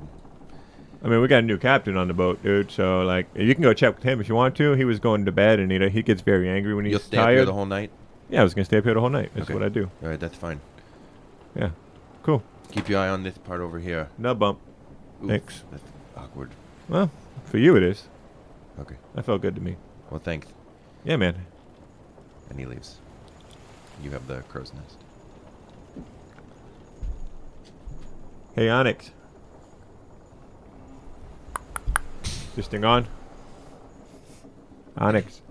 I mean, we got a new captain on the boat, dude. So like, you can go check with him if you want to. He was going to bed, and he he gets very angry when he's
You'll stay up
tired.
here the whole night.
yeah, I was gonna stay up here the whole night. That's
Okay.
what I do.
All right, that's fine.
Yeah, cool.
Keep your eye on this part over here.
No bump.
Oof,
Thanks.
That's awkward.
Well, for you it is.
Okay.
That felt good to me.
Well, thanks.
Yeah, man.
And he leaves. You have the crow's nest.
Hey, Onyx. This thing on. Onyx.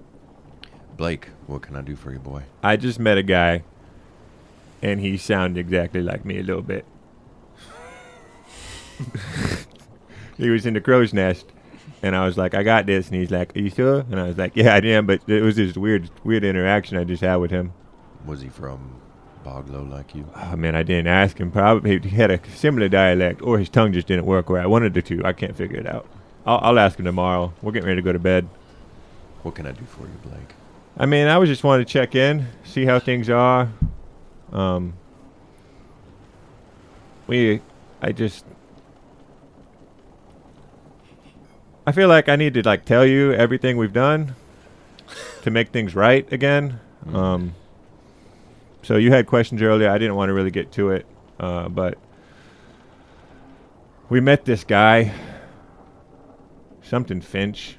Blake, what can I do for you, boy?
I just met a guy, and he sounded exactly like me a little bit. he was in the crow's nest, and I was like, "I got this," and he's like, "Are you sure?" And I was like, "Yeah, I am." But it was this weird, weird interaction I just had with him.
Was he from Boglow like you?
Oh man, I didn't ask him. Probably he had a similar dialect, or his tongue just didn't work where I wanted it to. I can't figure it out. I'll, I'll ask him tomorrow. We're getting ready to go to bed.
What can I do for you, Blake?
I mean, I was just wanting to check in, see how things are. Um, we, I just, I feel like I need to like tell you everything we've done to make things right again. Um, so you had questions earlier. I didn't want to really get to it, uh, but we met this guy, something Finch.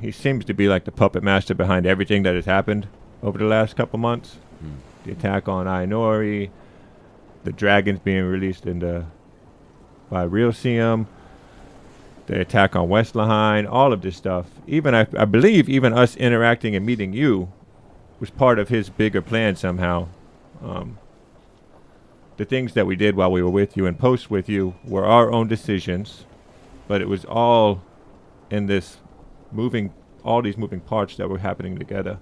he seems to be like the puppet master behind everything that has happened over the last couple months. The attack on Ainori, the dragons being released in the by Realseum, the attack on West Lahain, all of this stuff. Even I, I believe even us interacting and meeting you was part of his bigger plan somehow. Um, the things that we did while we were with you and post with you were our own decisions, but it was all in this moving, all these moving parts that were happening together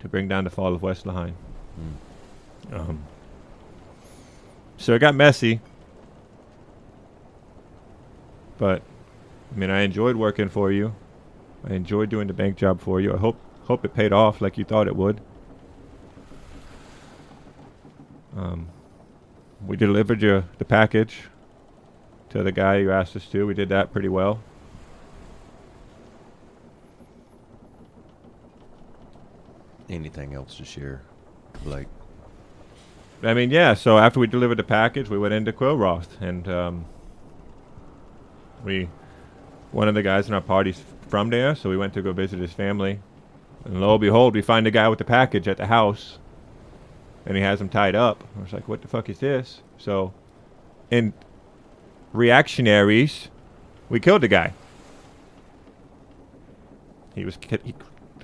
to bring down the fall of West Lahain. Um, so it got messy, but I mean, I enjoyed working for you. I enjoyed doing the bank job for you. I hope hope it paid off like you thought it would. Um, we delivered your the package to the guy you asked us to. We did that pretty well.
Anything else to share? Like,
I mean, yeah. So after we delivered the package, we went into Quill Roth, and um, we one of the guys in our party's from there, so we went to go visit his family. And lo and behold, we find a guy with the package at the house, and he has him tied up. I was like, "What the fuck is this?" So, in reactionaries, we killed the guy. He was ki- he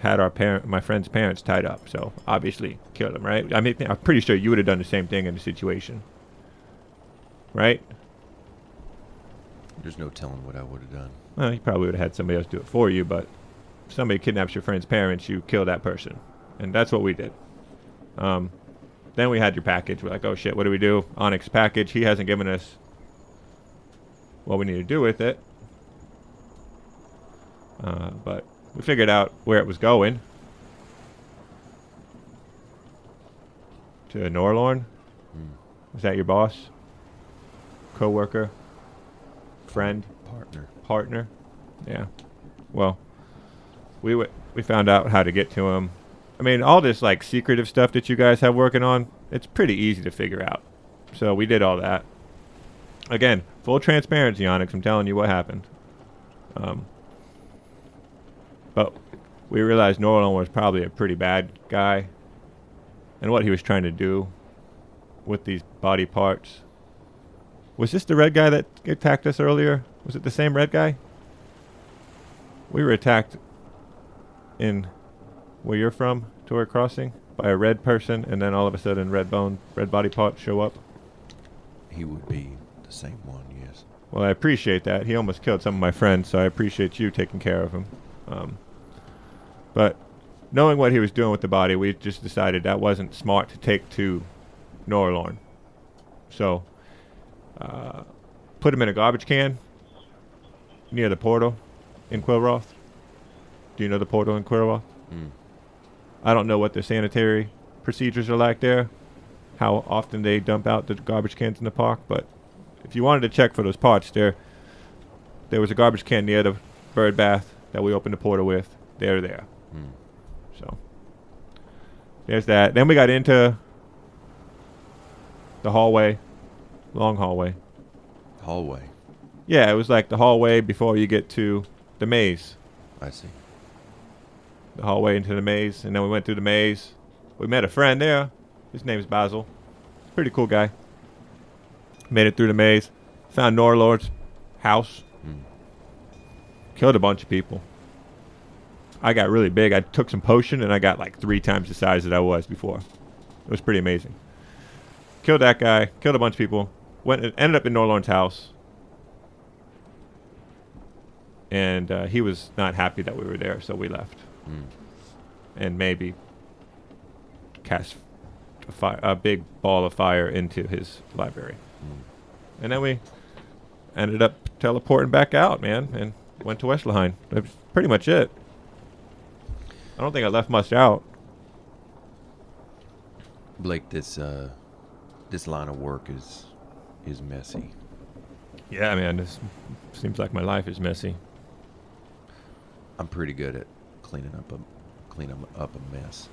had our parent, my friend's parents tied up, so obviously killed him, right? I mean, I'm pretty sure you would have done the same thing in the situation, right?
there's no telling what I would have done.
Well, you probably would have had somebody else do it for you, but if somebody kidnaps your friend's parents, you kill that person. And that's what we did. Um, then we had your package. We're like, oh shit, what do we do? Onyx package. He hasn't given us what we need to do with it. Uh, but we figured out where it was going to Norlorn. Was that your boss? Co worker? Friend?
Partner.
partner. Yeah. Well, we w- we found out how to get to him. I mean, all this like secretive stuff that you guys have working on, it's pretty easy to figure out. So we did all that. Again, full transparency, Onyx. I'm telling you what happened. Um, but we realized Norlon was probably a pretty bad guy, and what he was trying to do with these body parts. Was this the red guy that attacked us earlier? Was it the same red guy? We were attacked in where you're from, Torre Crossing, by a red person, and then all of a sudden, red bone, red body parts show up.
He would be the same one, yes.
Well, I appreciate that. He almost killed some of my friends, so I appreciate you taking care of him. Um, but knowing what he was doing with the body, we just decided that wasn't smart to take to Norlorn. So, uh, put him in a garbage can near the portal in Quillroth. Do you know the portal in Quillroth?
Mm.
I don't know what the sanitary procedures are like there, how often they dump out the garbage cans in the park, but if you wanted to check for those parts, there there was a garbage can near the bird bath that we opened the portal with. They're there.
Mm.
So there's that. Then we got into the hallway, long hallway.
Hallway.
Yeah, it was like the hallway before you get to the maze.
I see.
The hallway into the maze, and then we went through the maze. We met a friend there. His name is Basil. Pretty cool guy. Made it through the maze. Found Norlord's house.
Hmm.
Killed a bunch of people. I got really big. I took some potion and I got like three times the size that I was before. It was pretty amazing. Killed that guy. Killed a bunch of people. Went ended up in Norlorn's house. and uh, he was not happy that we were there, so we left.
Mm.
And maybe cast a, fi a big ball of fire into his library. And then we ended up teleporting back out, man, and went to West Lahain. That's pretty much it. I don't think I left much out.
Blake, this uh, this line of work is is messy.
Yeah, man, this seems like my life is messy.
I'm pretty good at cleaning up a cleaning up a mess.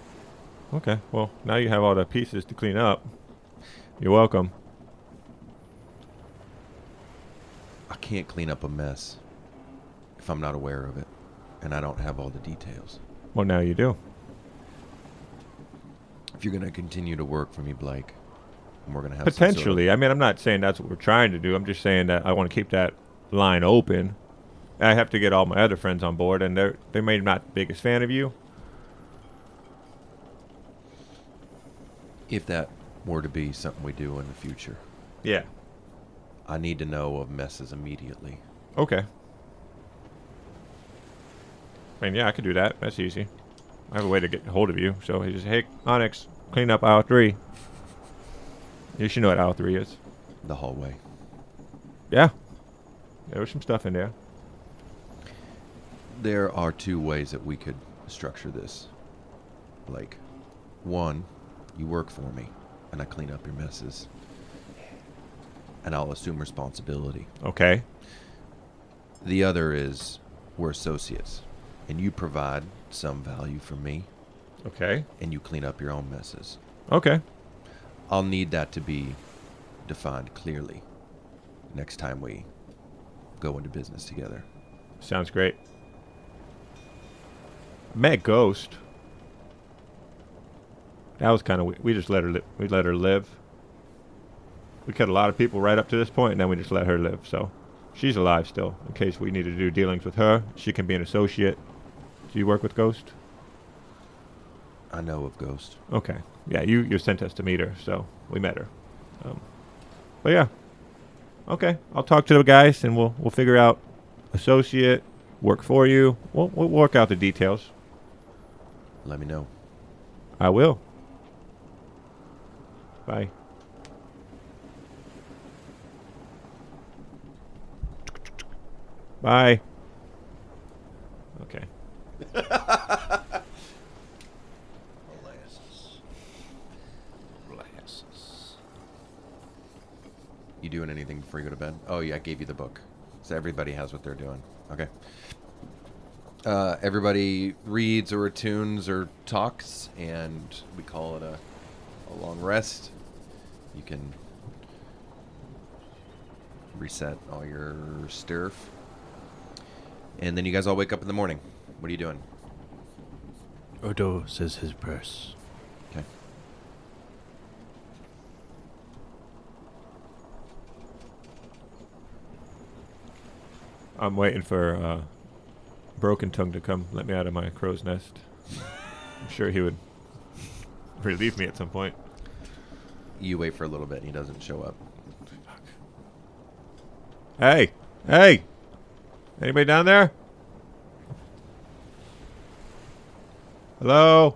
Okay, well, now you have all the pieces to clean up. You're welcome.
I can't clean up a mess if I'm not aware of it. and I don't have all the details.
Well, now you do.
If you're gonna continue to work for me, Blake, and we're gonna have some sort of-
Potentially. I mean, I'm not saying that's what we're trying to do. I'm just saying that I want to keep that line open. I have to get all my other friends on board, and they're they may not be biggest fan of you.
if that were to be something we do in the future,
Yeah.
I need to know of messes immediately.
Okay. I mean, yeah, I could do that. That's easy. I have a way to get hold of you. So he just, hey, Onyx, clean up aisle three. You should know what aisle three is.
The hallway.
Yeah. There was some stuff in there.
There are two ways that we could structure this, Blake. One, you work for me, and I clean up your messes, and I'll assume responsibility.
Okay.
The other is we're associates, and you provide some value for me,
Okay.
and you clean up your own messes.
Okay.
I'll need that to be defined clearly next time we go into business together.
Sounds great. Met Ghost. That was kind of we just let her li- we let her live. We cut a lot of people right up to this point, and then we just let her live. So, she's alive still. In case we need to do dealings with her, she can be an associate. Do you work with Ghost?
I know of Ghost.
Okay. Yeah, you you sent us to meet her, so we met her. Um, but yeah. Okay, I'll talk to the guys, and we'll we'll figure out associate work for you. We'll we'll work out the details.
Let me know.
I will. Bye. Bye. Okay.
You doing anything before you go to bed? Oh yeah, I gave you the book. So everybody has what they're doing. Okay. Uh, everybody reads or attunes or talks, and we call it a, a long rest. You can reset all your stirf. And then you guys all wake up in the morning. What are you doing?
Odo says his prayers.
Okay.
I'm waiting for uh, Broken Tongue to come let me out of my crow's nest. I'm sure he would relieve me at some point.
You wait for a little bit, and he doesn't show up.
Hey, hey, anybody down there? Hello?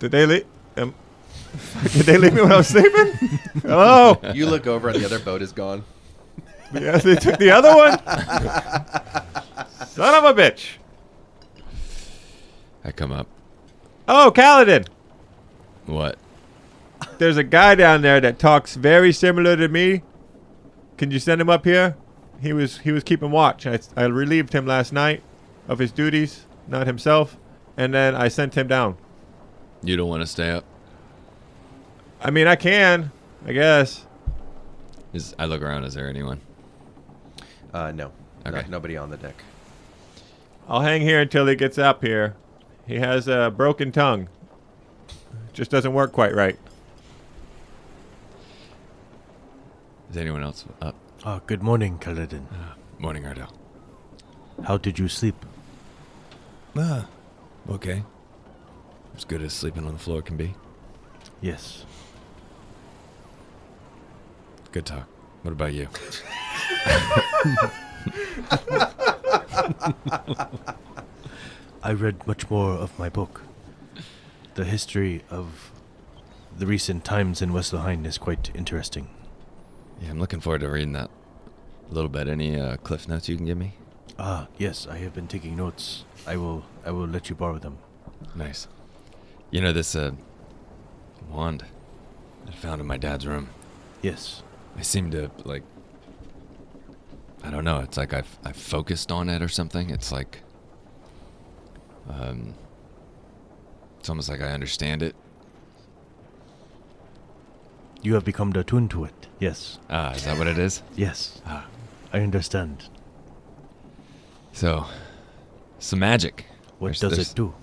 Did they leave? Um, did they leave me when I was sleeping? Hello?
You look over, and the other boat is gone.
Yeah, they took the other one. Son of a bitch.
I come up.
Oh, Kaladin.
What?
There's a guy down there that talks very similar to me. Can you send him up here? He was he was keeping watch. I, I relieved him last night of his duties, not himself, and then I sent him down.
You don't want to stay up?
I mean, I can, I guess.
Is I look around. Is there anyone?
Uh, no, Not-
Okay.
nobody on the deck.
I'll hang here until he gets up here. He has a broken tongue. Just doesn't work quite right.
Is anyone else up?
Ah, good morning, Kaladin.
Morning, Ardell.
How did you sleep?
Ah, okay. As good as sleeping on the floor can be.
Yes.
Good talk. What about you?
I read much more of my book. The history of the recent times in West Lahine is quite interesting.
Yeah, I'm looking forward to reading that a little bit. Any uh, cliff notes you can give me?
Ah, yes, I have been taking notes. I will I will let you borrow them.
Nice. You know this uh, wand that I found in my dad's room.
Yes.
I seem to like. I don't know. It's like I've I've focused on it or something. It's like. Um. It's almost like I understand it.
You have become attuned to it. Yes.
Ah, is that what it is?
Yes.
Ah,
I understand.
So, some magic.
What
There's-
does
there's-
it do?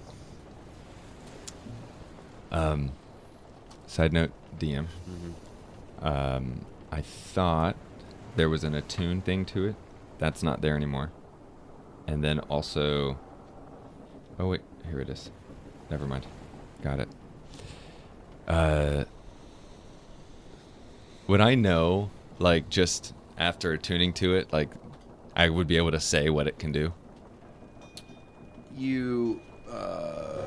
Um, side note, DM.
Mm-hmm.
Um, I thought there was an attune thing to it. That's not there anymore. And then also, oh wait, here it is. Never mind. Got it. Uh, would I know, like, just after attuning to it, like, I would be able to say what it can do?
You uh,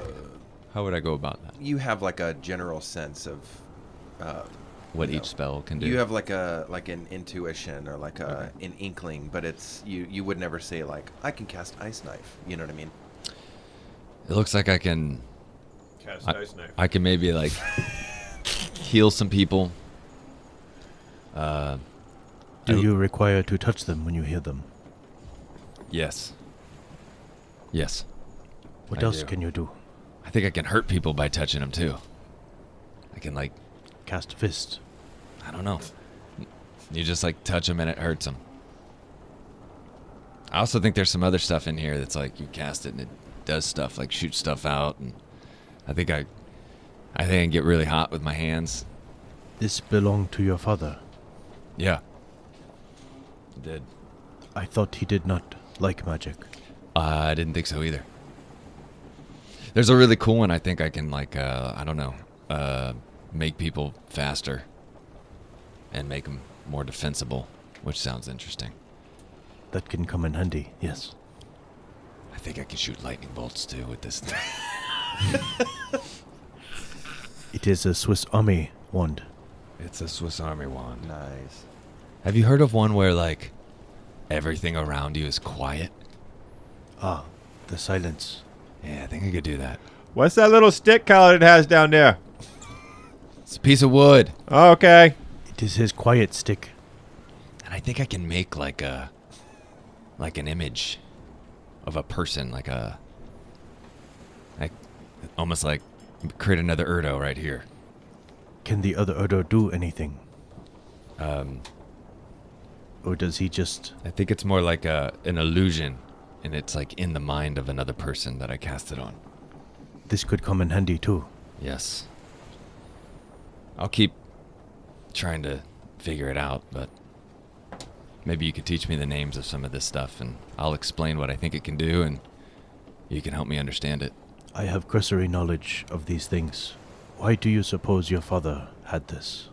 How would I go about that?
you have like a general sense of uh,
What
you know,
each spell can do?
You have like a like an intuition or like a an inkling, but it's you you would never say like I can cast ice knife. You know what I mean?
it looks like I can
Cast
I-
ice knife.
I can maybe like heal some people. Uh,
Do
I-
you require to touch them when you hear them?
yes. Yes.
What
I
else
do.
can you do?
I think I can hurt people by touching them too. I can like
Cast fist.
I don't know. You just like touch them and it hurts them. I also think there's some other stuff in here that's like you cast it and it does stuff like shoots stuff out and I think I I think I can get really hot with my hands.
This belonged to your father.
Yeah. Did
I thought he did not like magic.
Uh, I didn't think so either. There's a really cool one. I think I can like uh, I don't know, uh, make people faster and make them more defensible, which sounds interesting.
That can come in handy, yes.
I think I can shoot lightning bolts too with this. Thing.
It is a Swiss army wand.
it's a Swiss Army wand.
Nice.
Have you heard of one where like everything around you is quiet?
Ah, the silence.
Yeah, I think I could do that.
What's that little stick collar it has down there?
It's a piece of wood,
Okay.
It is his quiet stick.
and I think I can make like a like an image of a person, like a like almost like create another Erdo right here.
Can the other Erdo do anything?
Um,
Or does he just.
I think it's more like a an illusion, and it's like in the mind of another person that I cast it on.
This could come in handy too.
Yes. I'll keep trying to figure it out, but maybe you could teach me the names of some of this stuff, and I'll explain what I think it can do, and you can help me understand it.
I have cursory knowledge of these things. Why do you suppose your father had this?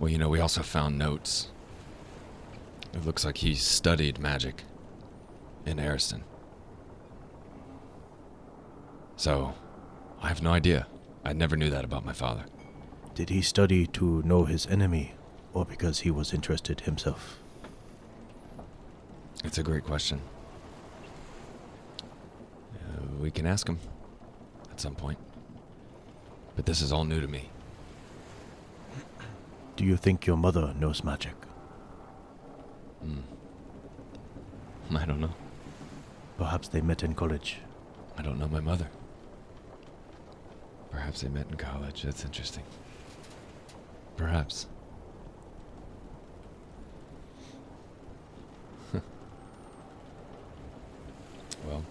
Well, you know, we also found notes. It looks like he studied magic in Ariston. So, I have no idea. I never knew that about my father.
Did he study to know his enemy, or because he was interested himself?
It's a great question. Uh, we can ask him at some point. But this is all new to me.
Do you think your mother knows magic?
Hmm. I don't know.
Perhaps they met in college.
I don't know my mother. Perhaps they met in college. That's interesting. Perhaps. well,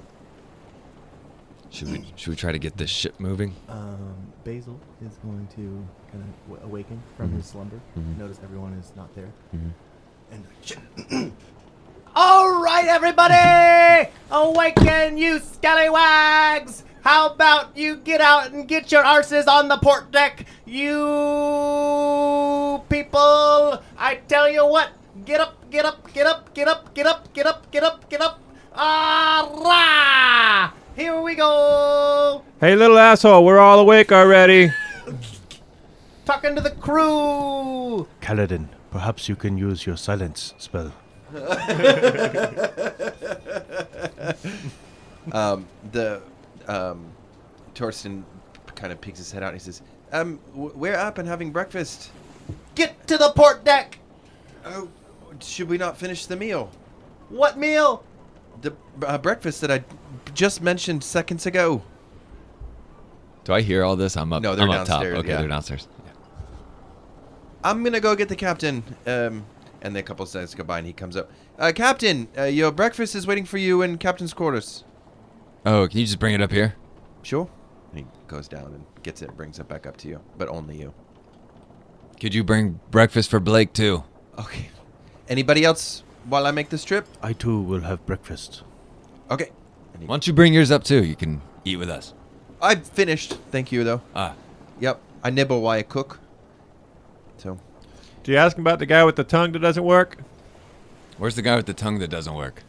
should we should we try to get this ship moving?
Um, Basil is going to kind of w- awaken from
Mm-hmm.
his slumber. Notice everyone is not there. And
All right, everybody! Awaken, you scallywags! How about you get out and get your arses on the port deck? You people! I tell you what, get up, get up, get up, get up, get up, get up, get up, get up! Ah! Here we go!
Hey, little asshole, we're all awake already.
Talking to the crew!
Kaladin, perhaps you can use your silence spell.
Um, the um, Torsten kind of peeks his head out and he says, "Um, w- we're up and having breakfast.
Get to the port deck!
Oh, should we not finish the meal?
What meal?
The uh, breakfast that I just mentioned seconds ago."
Do I hear all this? I'm up.
No, they're
I'm up top.
downstairs,
Okay,
yeah.
they're downstairs.
I'm gonna go get the captain. Um, And then a couple seconds go by, and he comes up. Uh, Captain, uh, your breakfast is waiting for you in Captain's quarters.
Oh, can you just bring it up here?
Sure. And he goes down and gets it, and brings it back up to you, but only you.
Could you bring breakfast for Blake too?
Okay. Anybody else while I make this trip?
I too will have breakfast.
Okay.
Why don't you bring yours up too? You can eat with us.
I'm finished. Thank you, though.
Ah,
Yep. I nibble while I cook. So,
Did you ask him about the guy with the tongue that doesn't work?
where's the guy with the tongue that doesn't work?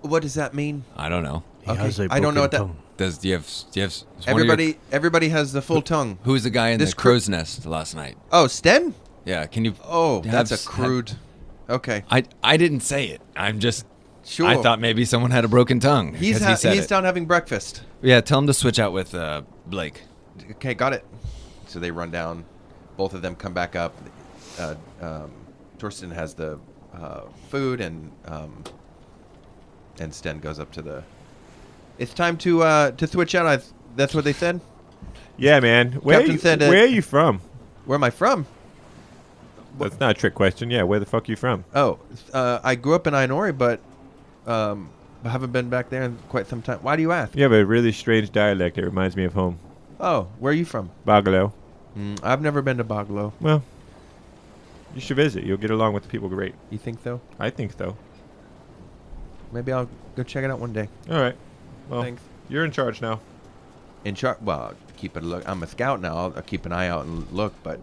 what does that mean?
I don't know.
He
Okay,
has a
I don't know what
broken
that-
tongue.
Does do you have do you have is one of your-
Everybody, everybody has the full tongue.
who was the guy in
This
the
cr-
crow's nest last night?
Oh, Sten?
Yeah, can you?
Oh,
have
that's
s-
a
have-
crude. Okay,
I I didn't say it. I'm just.
sure.
I thought maybe someone had a broken tongue.
he's
'cause
ha-
he said
he's
it.
down having breakfast.
Yeah, tell him to switch out with uh, Blake.
Okay, got it. So they run down. Both of them come back up. Uh, um, Torsten has the uh, food, and um, and Sten goes up to the. It's time to uh, to switch out. I, that's what they said.
Yeah, man. Where,
Captain
you,
said, uh,
where are you from?
Where am I from?
That's not a trick question. Yeah, where the fuck you from?
Oh, uh, I grew up in Ainori, but um, I haven't been back there in quite some time. Why do you ask?
You have a really strange dialect. It reminds me of home.
Oh, where are you from?
Bagalo.
Mm, I've never been to Boglo.
Well, you should visit. You'll get along with the people great.
You think though?
I think so.
Maybe I'll go check it out one day.
All right. Well,
Thanks.
you're in charge now.
In char- well, I'll keep a look. I'm a scout now. I'll, I'll keep an eye out and look. But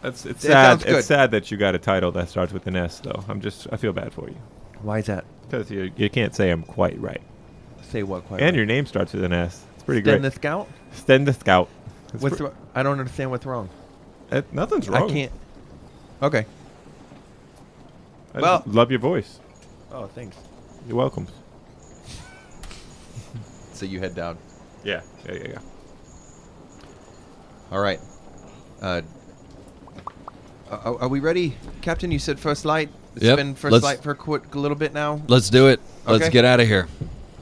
That's it's
That
sad.
sounds good.
It's sad that you got a title that starts with an S, though. I'm just I feel bad for you
why is that?
because you, you can't say I'm quite right.
Say what? Quite
and your name starts with an S. It's pretty
Sten the
great.
scout.
Sten the Scout. It's
What's
pre-
wr- I don't understand what's wrong.
uh, nothing's wrong.
I can't. Okay.
I just
well-
love your voice.
Oh, thanks.
You're welcome.
So you head down.
Yeah. Yeah. Yeah. yeah.
All right. Uh, are, are we ready, Captain? You said first light. It's
Yep,
been 1st
let's-
light for a quick little bit now.
Let's do it. Let's
Okay.
get out of here.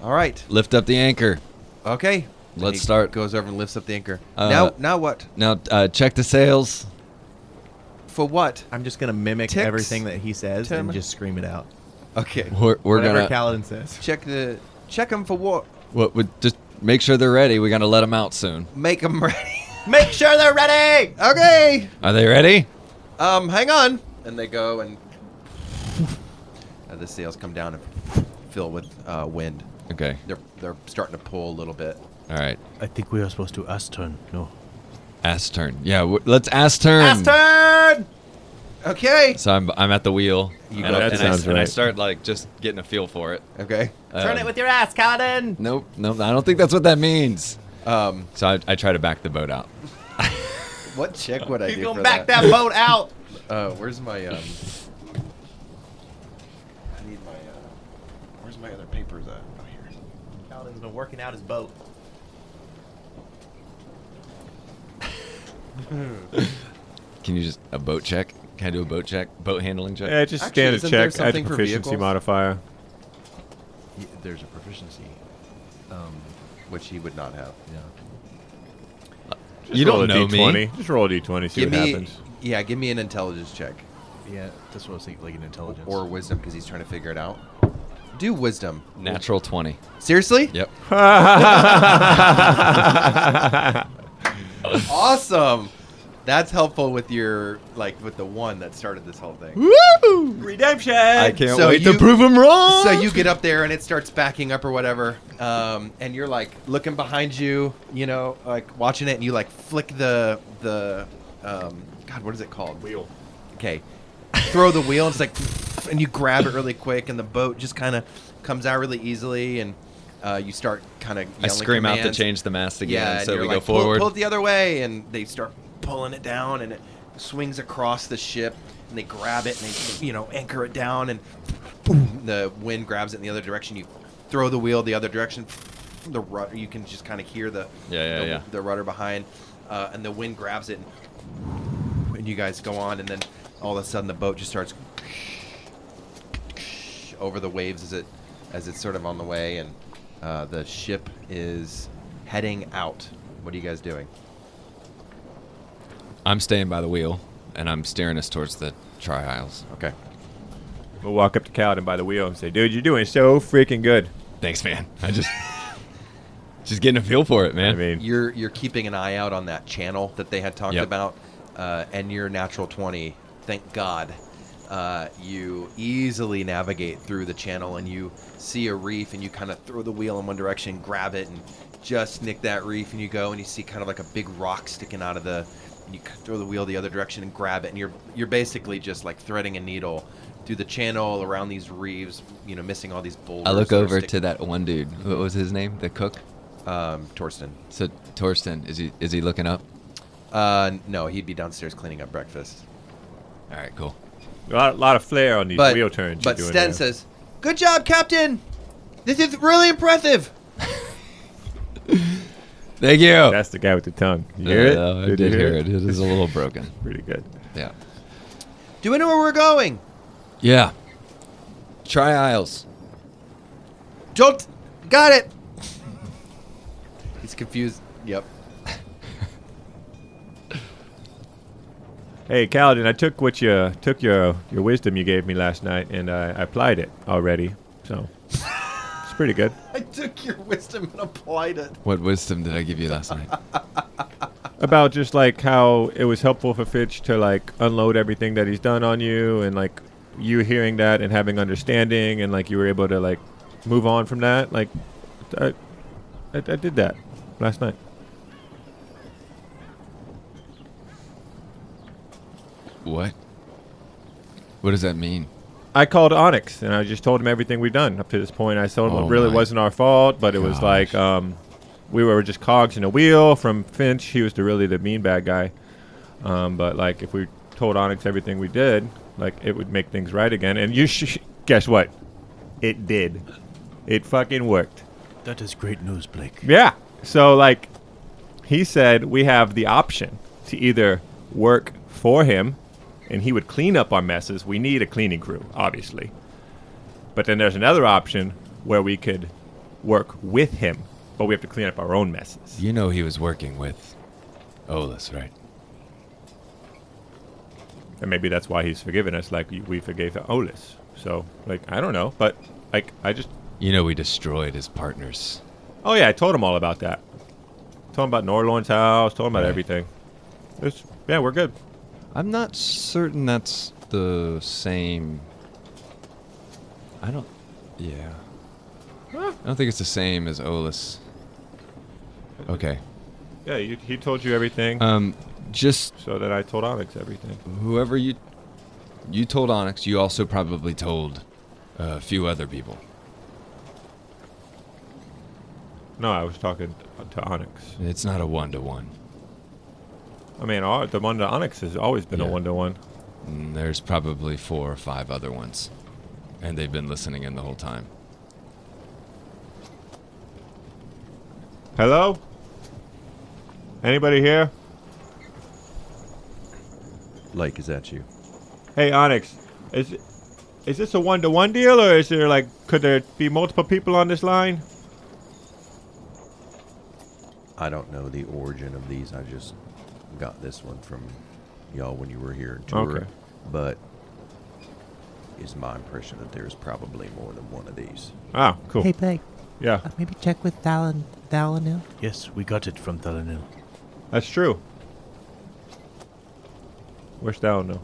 All right.
Lift up the anchor.
Okay. And
Let's
he
start.
Goes over and lifts up the anchor.
Uh,
now, now what?
Now uh, check the sails.
For what?
I'm just gonna mimic
Ticks.
everything that he says
Tim.
and just scream it out.
Okay.
We're, we're
Whatever
gonna
Kaladin says.
Check the check them for what?
what, what, just make sure they're ready. We're gonna let them out soon.
Make them ready.
Make sure they're ready.
okay.
Are they ready?
Um, hang on. And they go and uh, the sails come down and fill with uh, wind.
Okay.
They're they're starting to pull a little bit.
All right.
I think we are supposed to ask turn. No.
Ass turn. Yeah. W- let's ass
Last
turn.
turn. Okay.
So I'm, I'm at the wheel.
You
and
go
I,
up to
and, I,
the- That sounds
and I
right.
start like just getting a feel for it.
Okay.
Um,
your ass, Kaladin.
Nope. Nope. I don't think that's what that means.
Um,
So I, I try to back the boat out.
what check would I do for
boat out.
Uh, where's my um? I need my. Uh, where's my other papers at? Oh, here.
Kaladin's been working out his boat.
Can you just a boat check? Can I do a boat check? Boat handling check?
Yeah, just
Actually,
standard
isn't there
check. Add
something for
proficiency
vehicles?
modifier.
Y- There's a proficiency. Um,
Which he would not have.
yeah.
Just
You
roll
don't
a
know me.
D20. Just roll a d20. See
give
what
me.
happens.
Yeah, give me an intelligence check
Yeah, that's what I was thinking, like an intelligence.
or wisdom because he's trying to figure it out. Do wisdom.
Natural 20.
Seriously?
Yep.
Awesome. That's helpful with your like with the one that started this whole thing.
Redemption.
I can't
So
wait
you-
to prove him wrong.
So you get up there and it starts backing up or whatever, um, and you're like looking behind you, you know, like watching it, and you like flick the the um, God, what is it called? Wheel. Okay. Throw the wheel. And it's like, and you grab it really quick, and the boat just kind of comes out really easily, and uh, you start kind of.
I scream out to change the mast again,
Yeah, and
so
you're
we go
like, "Pull-
forward.
Pull, it the other way, and they start pulling it down, and it swings across the ship, and they grab it, and they you know anchor it down, and boom, the wind grabs it in the other direction. You throw the wheel the other direction, the rudder. You can just kind of hear the
Yeah, yeah,
the,
yeah.
the rudder behind, uh, and the wind grabs it, and, and you guys go on, and then all of a sudden the boat just starts over the waves as it as it's sort of on the way, and uh, the ship is heading out. What are you guys doing?
I'm staying by the wheel and I'm steering us towards the tri aisles.
Okay. We'll walk up to Kaladin by the wheel and say, "Dude, you're doing so freaking good."
Thanks, man. I just just getting a feel for it, man.
I mean,
You're you're keeping an eye out on that channel that they had talked
Yep.
about, uh, and your natural twenty. Thank God, uh, you easily navigate through the channel, and you see a reef, and you kind of throw the wheel in one direction, grab it, and just nick that reef, and you go, and you see kind of like a big rock sticking out of the. And you c- throw the wheel the other direction and grab it, and you're you're basically just like threading a needle through the channel around these reefs, you know, missing all these boulders.
I look
that are
over to
sticking-
that one dude. What was his name? The cook.
um, Torsten.
So Torsten, is he is he looking up?
Uh, no, he'd be downstairs cleaning up breakfast.
All right, cool.
a lot, lot of flair on these
But
wheel turns.
but
you're doing
Sten
there.
says, "Good job, Captain. This is really impressive."
Thank you.
"That's the guy with the tongue." You hear it?
Uh, I did hear it. It is a little broken.
Pretty good.
Yeah.
Do we know where we're going?
Yeah. Tri aisles.
Jolt, got it. He's confused. Yep.
Hey, Kaladin, I took what you took your your wisdom you gave me last night, and uh, I, I applied it already. So it's pretty good.
I took your wisdom and applied it.
What wisdom did I give you last night?
About just like how it was helpful for Fitch to like unload everything that he's done on you, and like you hearing that and having understanding, and like you were able to like move on from that. Like I, I, I did that last night.
What? What does that mean?
I called Onyx and I just told him everything we've done up to this point. I told him
Oh
it really
my
wasn't our fault, but it was
gosh.
like um, we were just cogs in a wheel. From Finch, he was the, really the mean bad guy. Um, but like if we told Onyx everything we did, like it would make things right again. And you sh- guess what? It did. It fucking worked.
That is great news, Blake.
Yeah. So like he said we have the option to either work for him and he would clean up our messes. We need a cleaning crew, obviously. But then there's another option where we could work with him, but we have to clean up our own messes.
You know he was working with Olus, right?
And maybe that's why he's forgiven us like we forgave Olus. So, like I don't know, but like I just
You know we destroyed his partners.
Oh yeah, I told him all about that. Told him about Norlorn's house, told him about everything. It's, yeah, we're good.
I'm not certain that's the same. I don't. Yeah. I don't think it's the same as Olus. Okay.
Yeah, you, he told you everything.
Um, just
So then I told Onyx everything.
whoever you you told Onyx, you also probably told uh, a few other people.
No, I was talking to Onyx.
It's not a one to one.
I mean, all, the one to Onyx has always been a
Yeah.
one to one.
Mm, There's probably four or five other ones, and they've been listening in the whole time.
Hello? Anybody here?
Like is at you.
Hey, Onyx, is is this a one to one deal, or is there like could there be multiple people on this line?
I don't know the origin of these. I just got this one from y'all when you were here in tour.
Okay.
But it's my impression that there's probably more than one of these.
Oh, cool.
Hey, Blake,
Yeah,
uh, maybe check with Dallin, Dalinil.
Yes, we got it from Thalanil.
that's true. Where's Dallin now?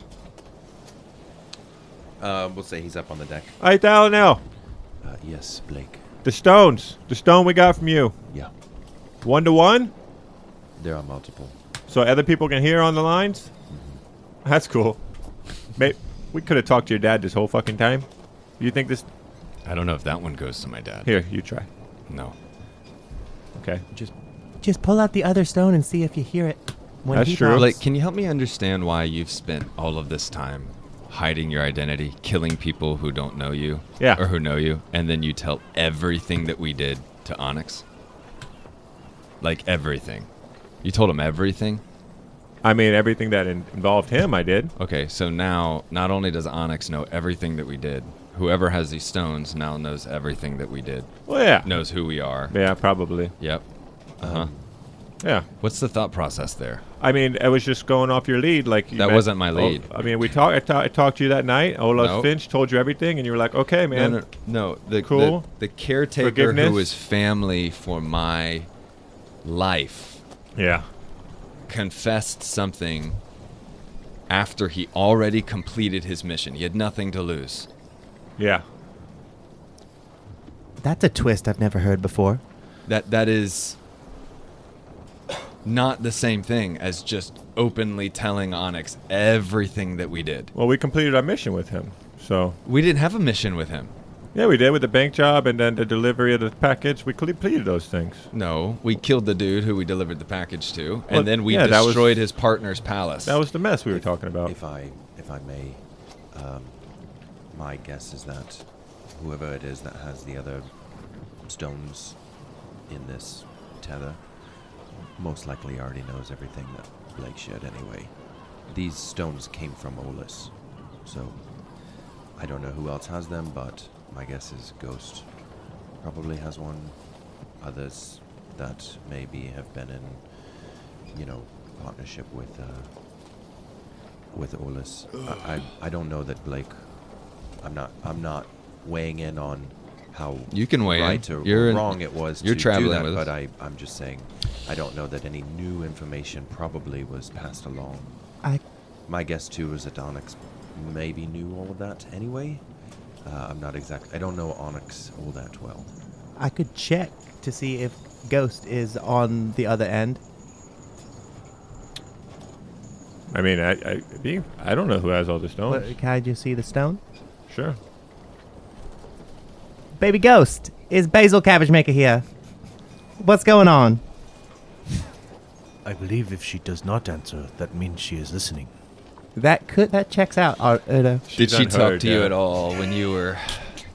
Uh, we'll say he's up on the deck.
Hey, Dallin now.
Uh, yes, Blake.
The stones. The stone we got from you.
Yeah,
One to one.
there are multiple.
So other people can hear on the lines? That's cool. Mate, we could have talked to your dad this whole fucking time. You think this.
I don't know if that one goes to my dad.
Here, you try.
No.
Okay.
Just pull out the other stone and see if you hear it. When
That's
he
true.
drops.
Blake, can you help me understand why you've spent all of this time hiding your identity, killing people who don't know you,
Yeah.
or who know you, and then you tell everything that we did to Onyx? Like everything. You told him everything?
I mean, everything that in- involved him, I did.
Okay, so now not only does Onyx know everything that we did, whoever has these stones now knows everything that we did,
Well, yeah.
knows who we are.
Yeah, probably.
Yep. Uh huh.
Yeah.
What's the thought process there?
I mean, I was just going off your lead. Like you
That
met-
wasn't my
Oh,
lead.
I mean, we talked. I, ta- I talked to you that night. Olaf
Nope.
Finch told you everything, and you were like, "Okay, man."
no, no, no. The,
Cool.
The, the caretaker
Forgiveness.
who is family for my life
Yeah.
confessed something after he already completed his mission. He had nothing to lose.
Yeah.
That's a twist I've never heard before.
That that is not the same thing as just openly telling Onyx everything that we did.
Well, we completed our mission with him. So
We didn't have a mission with him.
yeah, we did with the bank job and then the delivery of the package. We completed those things.
No, we killed the dude who we delivered the package to, and
Well,
then we
yeah, that was-
destroyed his partner's palace.
That was the mess we were talking about.
If I, if I may, um, my guess is that whoever it is that has the other stones in this tether most likely already knows everything that Blake shared anyway. These stones came from Olus, so I don't know who else has them, but my guess is Ghost probably has one. Others that maybe have been in, you know, partnership with. Uh, with Olus. I, I I don't know that Blake. I'm not I'm not weighing in on how
You can weigh in.
right or
You're in-
wrong it was.
you're
to
traveling
do that,
with us.
but I I'm just saying I don't know that any new information probably was passed along.
I
My guess too is that Onyx maybe knew all of that anyway. Uh, I'm not exact. I don't know Onyx all that well.
I could
check to see if Ghost is on the other end.
I mean, I, I, being- I don't know who has all the
What,
stones.
can I just see the stone?
Sure.
Baby Ghost, is Basil Cabbage Maker here? What's going on?
I believe if she does not answer, that means she is listening.
That could that checks out, Ar- Erdo.
did she talk
unheard,
to you
yeah.
at all when you were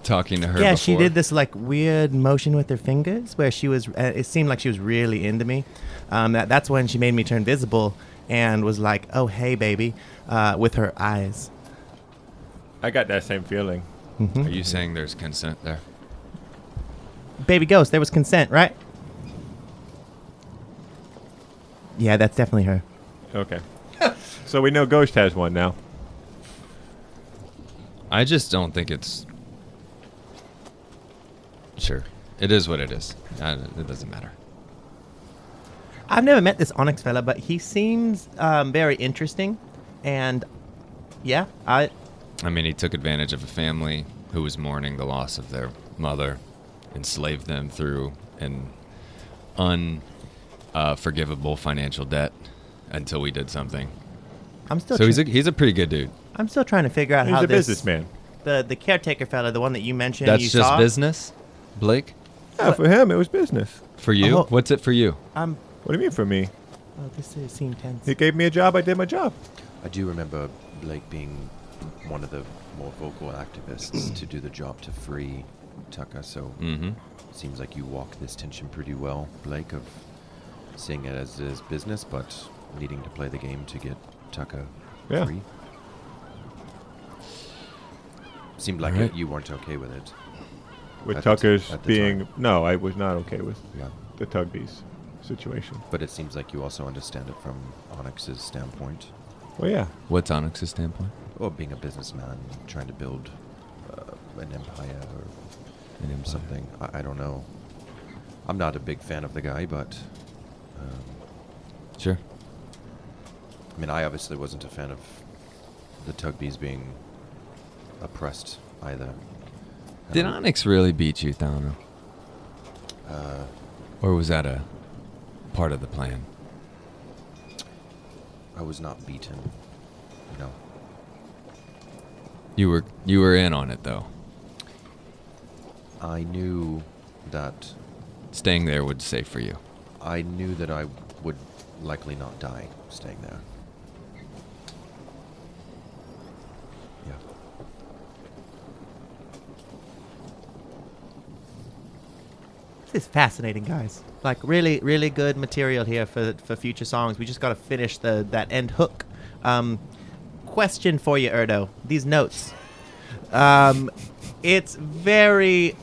talking to her?
yeah, she
before?
did this like weird motion with her fingers where she was. Uh, it seemed like she was really into me. Um, that, that's when she made me turn visible and was like, "Oh hey, baby," uh, with her eyes.
I got that same feeling.
hmm
Are you saying there's consent there?
Baby Ghost, there was consent, right? Yeah, that's definitely her.
Okay. so we know Ghost has one now.
I just don't think it's. Sure, it is what it is. I, it doesn't matter.
I've never met this Onyx fella, but he seems um, very interesting, and yeah, I
I mean, he took advantage of a family who was mourning the loss of their mother, enslaved them through an unforgivable uh, forgivable financial debt until we did something.
I'm still
So he's
tr-
a, he's a pretty good dude.
I'm still trying to figure out
He's
how
a
this
businessman.
the the caretaker fella, the one that you mentioned,
That's
you
just
saw,
business, Blake.
Yeah, for him, it was business.
For you,
Oh.
what's it for you?
Um,
What do you mean for me?
oh, this is, seemed tense.
He gave me a job. I did my job.
I do remember Blake being one of the more vocal activists to do the job to free Tucker. So
Mm-hmm.
Seems like you walk this tension pretty well, Blake, of seeing it as his business, but needing to play the game to get Tucker
Yeah.
free. Seemed like
Alright.
it, you weren't okay with it.
With
At the t-
Tucker's
at the
being
time.
no, I was not okay with
Yeah.
the Tugbees situation.
But it seems like you also understand it from Onyx's standpoint.
Well, yeah.
What's Onyx's standpoint?
Or being a businessman, trying to build uh, an empire or
An empire.
something. I, I don't know. I'm not a big fan of the guy, but. Um,
Sure.
I mean, I obviously wasn't a fan of the Tugbees being oppressed either.
Did
Um,
Onyx really beat you, Thano?
Uh,
Or was that a part of the plan?
I was not beaten. No.
You were you were in on it though.
I knew that.
Staying there would save for you.
I knew that I would likely not die staying there. Yeah.
This is fascinating, guys. Like really, really good material here for for future songs. We just got to finish the that end hook. Um, question for you, Erdo. These notes. Um, it's very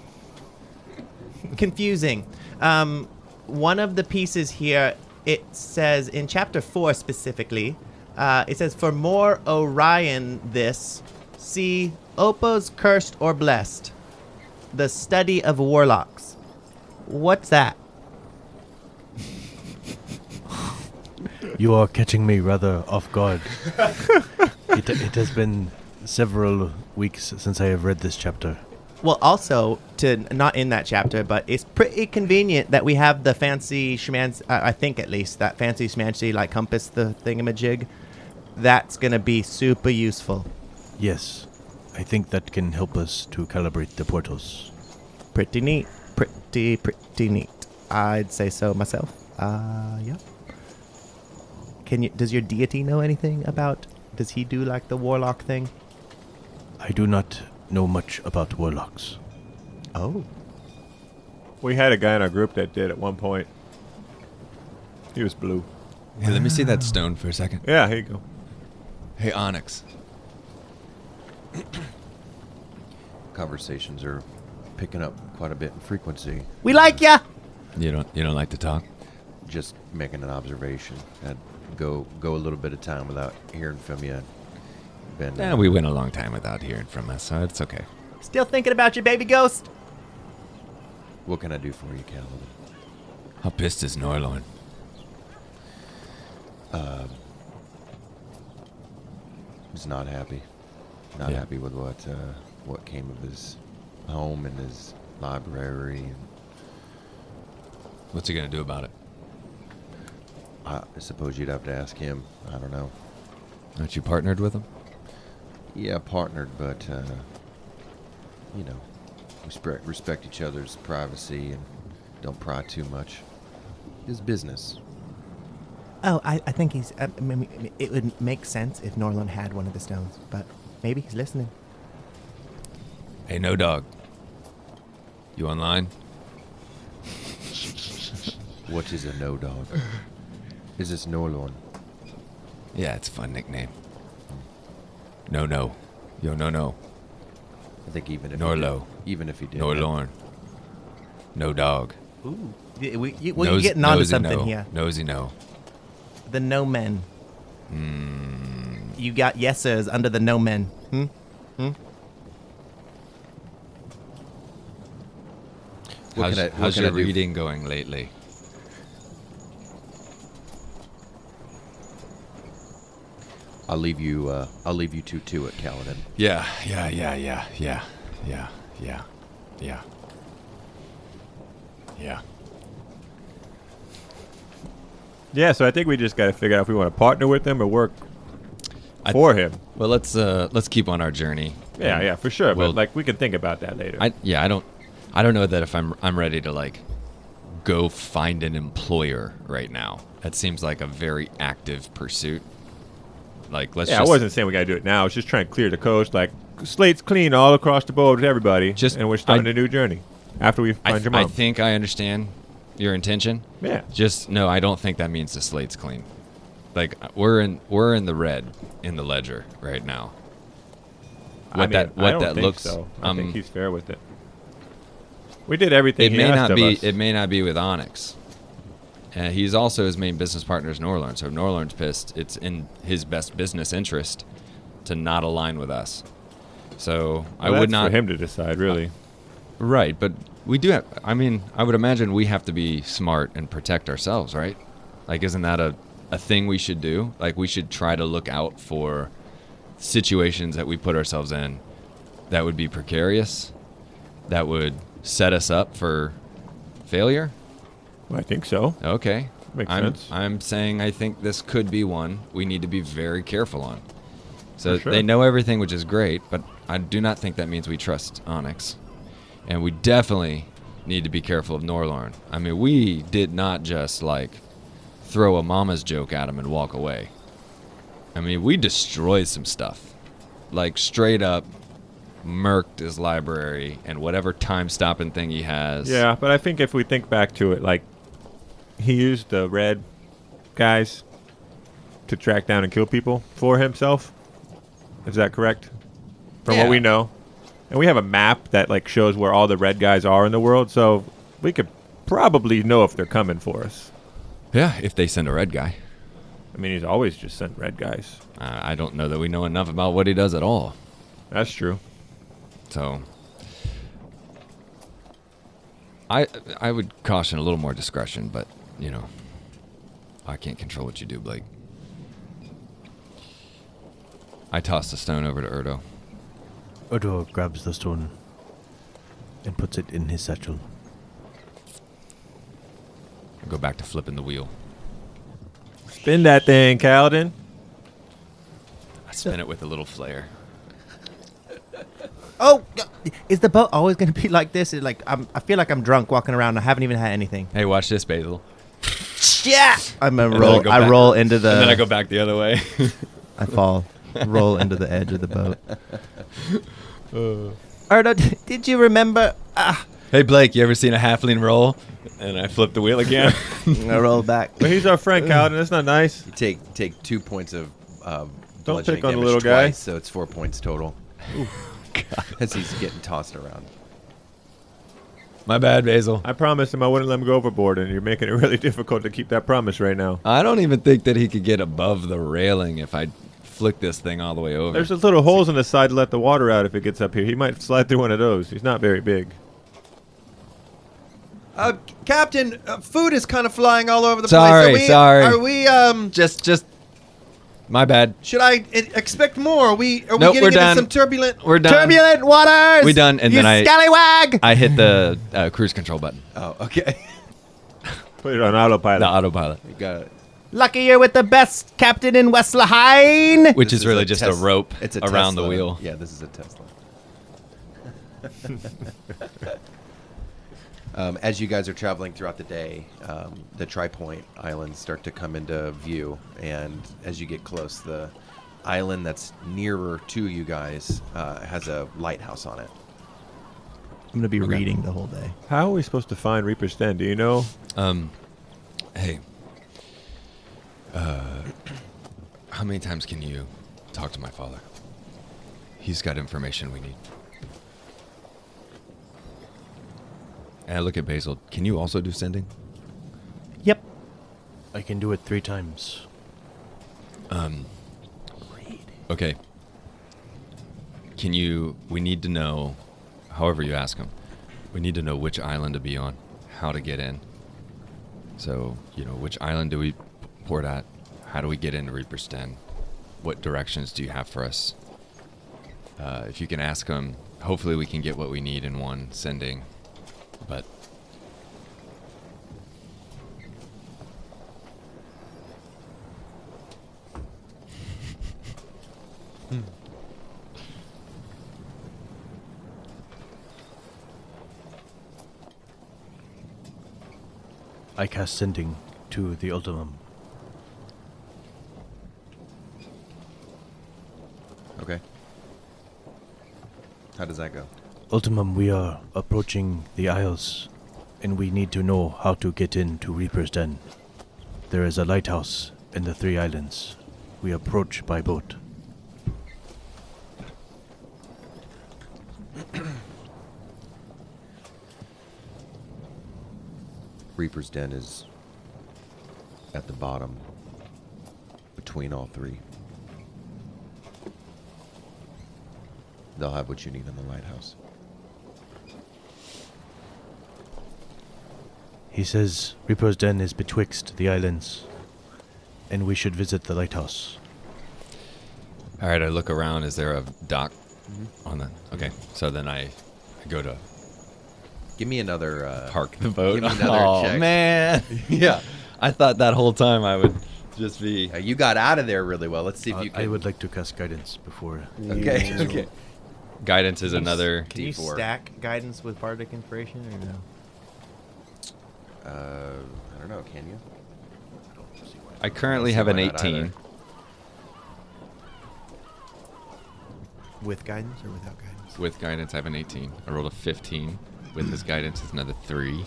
confusing. Um, one of the pieces here it says in chapter four specifically, uh, it says, For more Orion, this, see Opo's Cursed or Blessed, the study of warlocks. What's that?
You are catching me rather off guard. it, it has been several weeks since I have read this chapter.
Well, also to not in that chapter, but it's pretty convenient that we have the fancy schmancy. Uh, I think at least that fancy schmancy like compass, the thingamajig. That's gonna be super useful.
Yes, I think that can help us to calibrate the portals.
Pretty neat. Pretty pretty neat. I'd say so myself. Uh, yeah. Can you? Does your deity know anything about? Does he do like the warlock thing?
I do not know much about warlocks.
Oh,
We had a guy in our group that did at one point. He was blue.
Hey, let me see that stone for a second.
Yeah, here you go.
Hey, Onyx.
Conversations are picking up quite a bit in frequency.
we like ya.
You don't you don't like to talk?
Just making an observation. I'd go go a little bit of time without hearing from you. Been,
Yeah, we went a long time without hearing from us, so it's okay.
Still thinking about your baby ghost.
What can I do for you, Calvin?
How pissed is Norlorn?
He's not happy. Not
Yeah.
happy with what uh, what came of his home and his library. And
What's he gonna do about it?
I suppose you'd have to ask him. I don't know.
Aren't you partnered with him?
Yeah, partnered, but uh, you know, we spre- respect each other's privacy and don't pry too much. His business.
Oh, I, I think he's.
I mean, it would make sense if Norlon had one of the stones, but maybe he's listening.
Hey, no dog. You online?
What is a no dog? Is this Norlorn?
Yeah, it's a fun nickname. No, no. Yo, no, no.
I think even if
Norlo.
He did, even if he did,
Norlorn. No dog.
Ooh, Y- we, you, well,
Nose-
you're getting onto
nosy
something
no.
here.
Nosy no.
The no men.
Hmm.
You got yesers under the no men. Hmm?
What
how's
can I- what
how's
can
your
I do?
reading going lately?
I'll leave you. Uh, I'll leave you two to it, Kaladin.
Yeah, yeah, yeah, yeah, yeah, yeah, yeah, yeah. Yeah.
Yeah, so I think we just got to figure out if we want to partner with him or work for him.
Well, let's uh let's keep on our journey.
Yeah, yeah, for sure.
Well-
but like, we can think about that later.
I yeah, I don't I don't know that if I'm I'm ready to like go find an employer right now. That seems like a very active pursuit. Like let's
yeah,
just
I wasn't saying we got to do it now. I was just trying to clear the coast. Like, slate's clean all across the board with everybody.
Just-
and we're starting
I-
a new journey after we
I,
find your
I
mom.
think I understand your intention.
yeah.
Just no, I don't think that means the slate's clean. Like we're in we're in the red in the ledger right now.
I
What
mean,
that
I
what
don't
that
think
looks
So. I
um,
think he's fair with it. We did everything.
it
he
may
asked
not
of
be
us.
it may not be with Onyx. Uh, he's also his main business partner is Norlorn. So if Norlorn's pissed, it's in his best business interest to not align with us. So I
Well,
would
that's
not
for him to decide, really.
right, but we do have. I mean, I would imagine we have to be smart and protect ourselves, right? Like, isn't that a a thing we should do? Like, we should try to look out for situations that we put ourselves in that would be precarious, that would set us up for failure.
Well, I think so.
Okay.
Makes
I'm,
sense.
I'm saying I think this could be one we need to be very careful on. So
For sure.
they know everything, which is great, but I do not think that means we trust Onyx. And we definitely need to be careful of Norlorn. I mean, we did not just like throw a mama's joke at him and walk away. I mean, we destroyed some stuff. Like straight up murked his library and whatever time stopping thing he has.
Yeah, but I think if we think back to it, like he used the red guys to track down and kill people for himself. Is that correct? From
Yeah.
what we know, and we have a map that like shows where all the red guys are in the world, so we could probably know if they're coming for us.
Yeah, if they send a red guy.
I mean, he's always just sent red guys.
Uh, I don't know that we know enough about what he does at all.
That's true.
So I I would caution a little more discretion, but you know, I can't control what you do, Blake. I tossed a stone over to Erdo.
Odor grabs the stone and puts it in his satchel.
I go back to flipping the wheel.
Spin that thing, Calden.
I spin it with a little flair.
Oh, g- is the boat always going to be like this? It, like I'm, I feel like I'm drunk walking around. I haven't even had anything.
Hey, watch this, Basil.
Yeah. I'm a
then I
roll.
go
I,
back.
roll into the.
and then I go back the other way.
I fall. roll into the edge of the boat. Erdo, d- did you remember? Ah,
hey, Blake, you ever seen a halfling roll? And I flip the wheel again.
I roll back.
But he's our friend, Calden. That's not nice.
You take take two points of uh,
Don't
bludgeoning
pick on the
damage
little guy.
twice, so it's four points total. As he's getting tossed around.
My bad, Basil.
I promised him I wouldn't let him go overboard, and you're making it really difficult to keep that promise right now.
I don't even think that he could get above the railing if I flick this thing all the way over.
There's just little holes in the side to let the water out if it gets up here. He might slide through one of those. He's not very big.
Uh, Captain, uh, food is kind of flying all over the
Sorry,
place. Are we,
sorry.
Are we? Um,
just, just. My bad.
should I e- expect more? Are we? Are we
Nope,
getting
we're
into
done.
some turbulent?
We're done.
Turbulent waters.
We done, and
you
then I-
scallywag.
I hit the uh, cruise control button,
Oh, okay.
Put it on autopilot.
the autopilot,
You got it.
Lucky you're with the best captain in West Lahine.
which
This
is really
a
just
Tes-
a rope
It's a
around
Tesla.
the wheel.
Yeah, this is a Tesla. um, as you guys are traveling throughout the day, um, the Tripoint Islands start to come into view, and as you get close, the island that's nearer to you guys uh, has a lighthouse on it.
I'm gonna be reading the whole day.
How are we supposed to find Reaper's Den? Do you know?
Um, hey, uh, how many times can you talk to my father? He's got information we need. And I look at Basil. Can you also do sending?
Yep.
I can do it three times.
Um. Okay. Can you? We need to know. However, you ask him. We need to know which island to be on, how to get in. So you know, which island do we p- port at? How do we get into Reaper's Den? What directions do you have for us? Uh, if you can ask him, hopefully we can get what we need in one sending. But
I cast sending to the ultimum.
Okay. How does that go?
Ultimum, we are approaching the Isles, and we need to know how to get into Reaper's Den. There is a lighthouse in the Three Islands. We approach by boat.
Reaper's Den is at the bottom between all three. They'll have what you need in the lighthouse.
He says Reaper's Den is betwixt the islands, and we should visit the lighthouse.
all right, I look around. Is there a dock on the? Okay, so then I, I go to
Give me another uh,
park the
Give
boat.
me another
oh
check.
man,
Yeah,
I thought that whole time I would just be.
Uh, you got out of there really well. Let's see if
Uh,
you can.
I would like to cast guidance before.
Okay, okay.
Guidance is another.
Can you D4.
stack guidance with bardic inspiration or no?
Uh, I don't know. Can you?
I currently
see
have
why
an
not either.
18.
With guidance or without guidance?
With guidance, I have an 18. I rolled a 15. With his guidance, it's another three.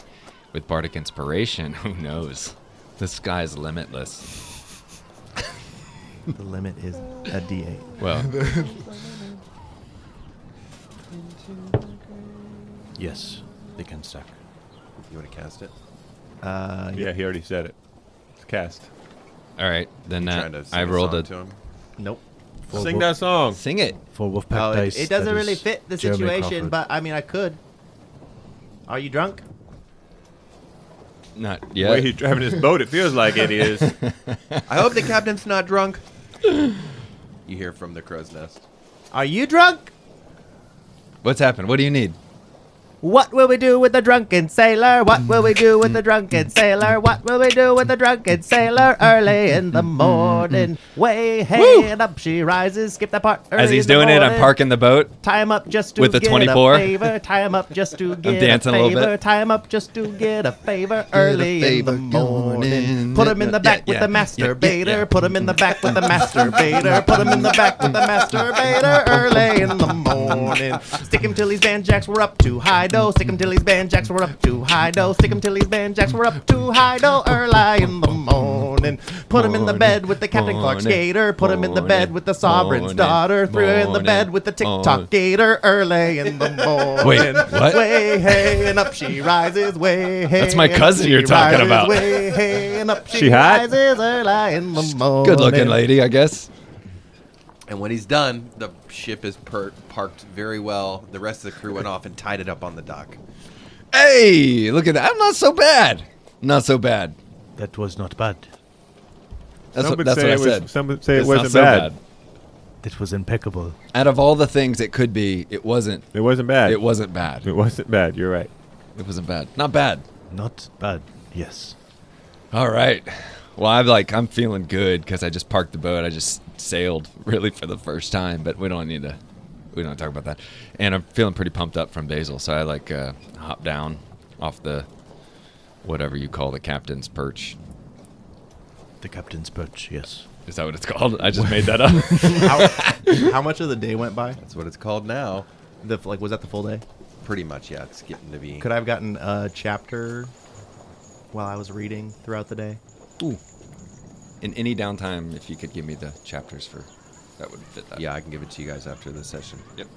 With bardic inspiration, who knows? The sky is limitless.
The limit is a D8.
Well,
Yes, they can stack.
You want to cast it?
Uh,
Uh,
Yeah, he already said it. cast.
All right, then
Trying
that
to sing
I rolled
song
a
to him.
Nope.
For
Sing
Wolf-
that song.
sing it.
For Wolfpack
Oh, it,
Dice.
it doesn't
that
really
is
fit the
Jeremy
situation,
Crawford.
but I mean, I could. Are you drunk?
Not
The
yet.
way he's driving his boat, it feels like it is.
I hope the captain's not drunk. you hear from the crow's nest.
Are you drunk?
What's happened? What do you need?
What will we do with the drunken sailor? What will we do with the
Mm.
drunken sailor? What will we do with the drunken sailor? Early in
Mm.
the morning, way hey and up she rises. Skip that part. Early
As he's
in the
doing it, I'm
morning.
parking the boat.
Tie him up just to
With the
get
24.
a favor. Tie him up just to get
dancing
a
a
favor.
little bit.
Tie him up just to get a favor early
favor
in the morning.
morning.
Put him in
Yeah,
the back with
yeah,
the
yeah, yeah,
masturbator.
yeah.
Put him in the back with the masturbator. Put him in the back with the masturbator early in the morning. Stick him till his band jacks were up too high dough. Stick him till his band jacks were up too high dough. Stick him till his band jacks were up too high dough early in the morning. Put him in the bed with the Captain Clark
Morning.
skater. Put him in the bed with the sovereign's
Morning.
daughter. Threw her in the
Morning.
bed with the TikTok
Morning.
gator early in the morning.
Wait, what?
Way hey and up she rises. Way hey.
That's my
and up
cousin
she
you're talking
rises.
about.
Way hey and up she,
She hot?
rises early in the morning.
Good looking lady, I guess.
And when he's done, the ship is per- parked very well. The rest of the crew went off and tied it up on the dock.
Hey, look at that. I'm not so bad. Not so bad.
That was not bad.
That's,
Some
what,
would
that's
say
what I
it was-
said.
some would say it
It's not
wasn't
so
bad.
That was impeccable.
Out of all the things it could be, it wasn't.
It wasn't bad.
It wasn't bad.
It wasn't bad. You're right.
It wasn't bad. Not bad.
Not bad. Yes.
All right. Well, I'm like I'm feeling good because I just parked the boat. I just sailed really for the first time, but we don't need to. We don't talk about that. And I'm feeling pretty pumped up from Basil, so I like uh, hop down off the whatever you call the captain's perch.
The captain's perch. Yes.
Is that what it's called? I just made that up.
How, how much of the day went by?
That's what it's called now.
The f- like was that the full day?
Pretty much, yeah. It's getting to be.
Could I have gotten a chapter while I was reading throughout the day?
In any downtime, if you could give me the chapters for, that would fit that.
Yeah, I can give it to you guys after the session.
Yep.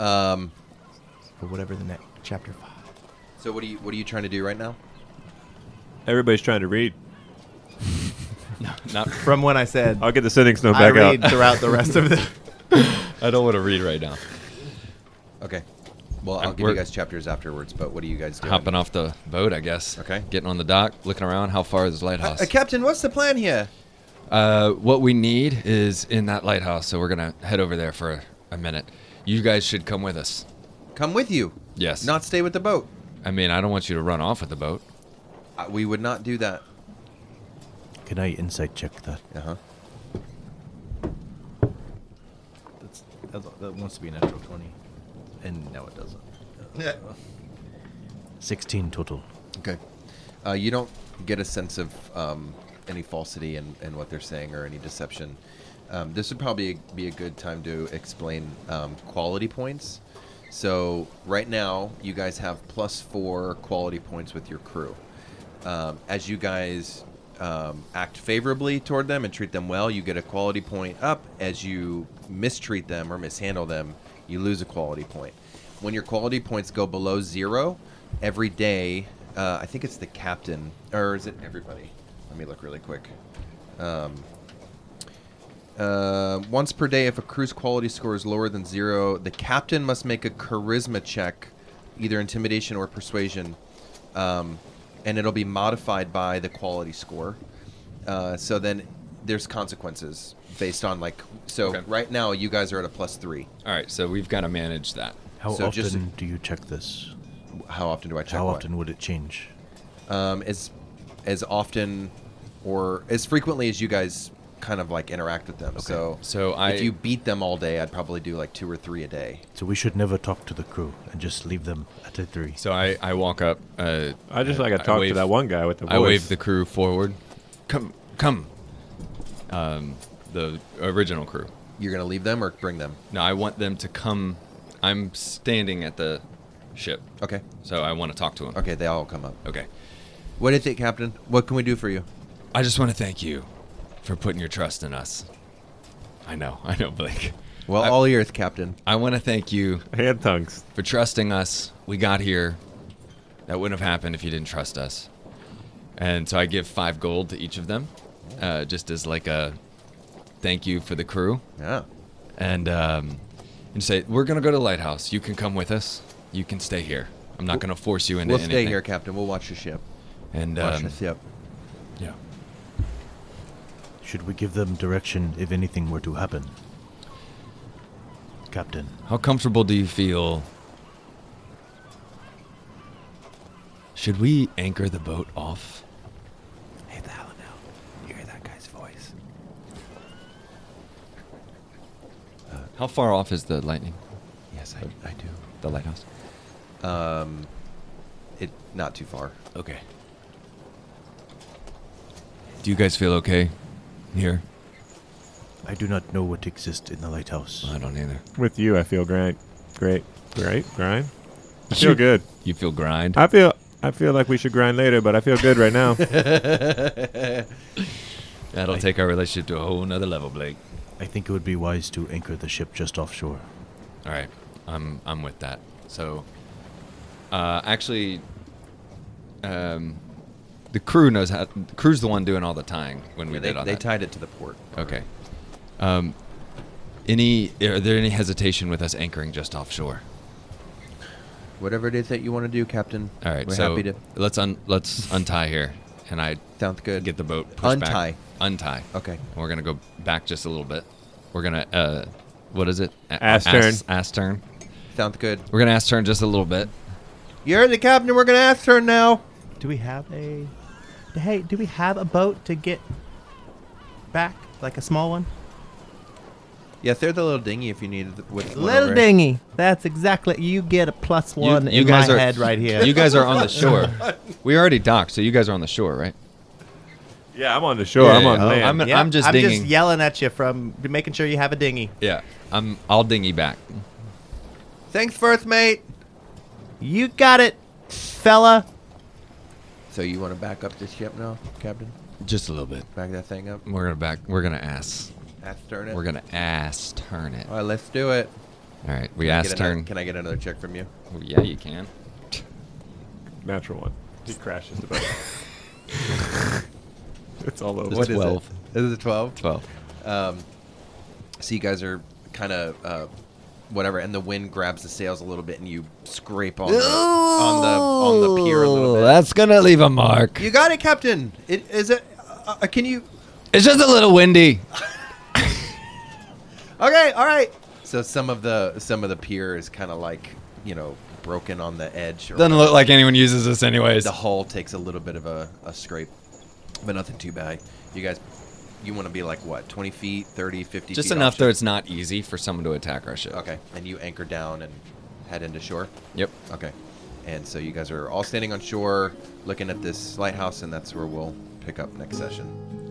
Um,
Or whatever the next chapter five.
so what are you what are you trying to do right now?
Everybody's trying to read.
Not.
From when I said
I'll get the sitting snow
I
back out.
read throughout the rest of the
I don't want to read right now.
Okay. Well,
Um,
I'll give you
we're-
guys chapters afterwards. But what are you guys doing?
Hopping off the boat, I guess.
Okay.
Getting on the dock, looking around. How far is the
Uh,
lighthouse?
uh, Captain, what's the plan here?
Uh, what we need is in that lighthouse, so we're gonna head over there for a, a minute. You guys should come with us.
Come with you.
Yes.
Not stay with the boat.
I mean, I don't want you to run off with the boat.
Uh, we would not do that.
Can I insight check that?
Uh
Uh-huh.
huh.
That's, that's, that wants to be a natural 20. And no, it doesn't.
Sixteen total.
Okay. Uh, you don't get a sense of um, any falsity in, in what they're saying or any deception. Um, this would probably be a good time to explain um, quality points. So, right now, you guys have plus four quality points with your crew. Um, as you guys um, act favorably toward them and treat them well, you get a quality point up. As you mistreat them or mishandle them, you lose a quality point. When your quality points go below zero, every day, uh, I think it's the captain, or is it everybody? Let me look really quick. Um, uh, once per day, if a crew's quality score is lower than zero, the captain must make a charisma check, either intimidation or persuasion, um, and it'll be modified by the quality score. Uh, so then there's consequences based on like so
Okay.
right now you guys are at a plus three
All right, so we've got to manage that.
How
So
often
just-
do you check this?
how often do i check
How
what?
often would it change?
um, as as often or as frequently as you guys kind of like interact with them. So
So I-
if you beat them all day, I'd probably do like two or three a day.
So we should never talk to the crew and just leave them at a three.
So I, I walk up. Uh,
I just like to talk to
wave-
that one guy with the voice.
I wave the crew forward. Come, come. Um, the original crew.
You're gonna leave them or bring them?
No, I want them to come. I'm standing at the ship,
Okay.
so I want to talk to them.
Okay, they all come up.
Okay.
What do you think, Captain? What can we do for you?
I just want to thank you for putting your trust in us. I know, I know, Blake.
Well,
I-
all ears, Captain.
I want to thank you
hand tongues.
for trusting us. We got here. That wouldn't have happened if you didn't trust us. And so I give five gold to each of them, uh, just as like a thank you for the crew.
Yeah.
And um, and say we're gonna go to lighthouse. You can come with us. You can stay here. I'm not gonna force you into
We'll
anything.
stay here, Captain. We'll watch the ship.
And
Watch
um,
the ship.
yeah.
Should we give them direction if anything were to happen? Captain,
How comfortable do you feel? Should we anchor the boat off?
Hey, the hell now. You hear that guy's voice?
Uh, How far off is the lightning?
Yes, I, I do.
The lighthouse.
Um, it not too far.
Okay.
Do you guys feel okay here?
I do not know what exists in the lighthouse.
I don't either.
With you, I feel great, great, great, grind. I feel good.
You feel grind?
I feel. I feel like we should grind later, but I feel good right now.
That'll take our relationship to a whole nother level, Blake.
I think it would be wise to anchor the ship just offshore.
All right, I'm I'm with that. So, uh, actually, um, the crew knows how. The crew's the one doing all the tying when we
Yeah, they,
did on
they
that.
tied it to the port.
Okay. Um, any are there any hesitation with us anchoring just offshore?
Whatever it is that you want to do, Captain.
All right,
We're
so
happy to.
let's un let's untie here, and I
Sounds good.
get the boat pushed back.
Untie.
Untie.
Okay.
And we're gonna go back just a little bit. We're gonna uh, what is it? A-
Ass turn.
Ass, ass turn.
Sounds good.
We're gonna ass turn just a little bit.
You're the captain. We're gonna ask her now.
Do we have a? Hey, do we have a boat to get back? Like a small one?
Yes, there's a little dinghy if you need it with one
Little
over.
dinghy. That's exactly. You get a plus one in my head right here.
You guys are on the shore. we already docked, so you guys are on the shore, right?
yeah, I'm on the shore.
Yeah,
I'm on
yeah,
land.
Oh, I'm-
Yep,
just
I'm
dinging.
just yelling at you from making sure you have a dinghy.
Yeah. I'm. I'll dinghy back.
Thanks, first mate.
You got it, fella.
So you want to back up this ship now, Captain?
Just a little bit.
Back that thing up.
We're gonna back. We're gonna ass.
Ask turn it.
We're gonna ass turn it.
All right, let's do it.
All right. We
Get
ass
another-
turn.
can I get another check from you?
Oh, yeah, you can.
Natural one. He crashes the boat. it's all over.
What is it? 12.
This is a twelve.
Twelve.
Um, so you guys are kind of uh, whatever, and the wind grabs the sails a little bit, and you scrape on the, on the on the pier a little bit.
That's gonna leave a mark.
You got it, Captain. It is it. Uh, uh, can you?
It's just a little windy.
Okay, all right. So some of the some of the pier is kind of like you know broken on the edge. Or
Doesn't look like anyone uses this anyways.
the hull takes a little bit of a, a scrape, but nothing too bad. You guys, you want to be like what, 20 feet, 30, 50
Just
feet
enough that
offshore?
it's not easy for someone to attack our ship.
Okay, and you anchor down and head into shore.
Yep.
Okay, and so you guys are all standing on shore, looking at this lighthouse, and that's where we'll pick up next session.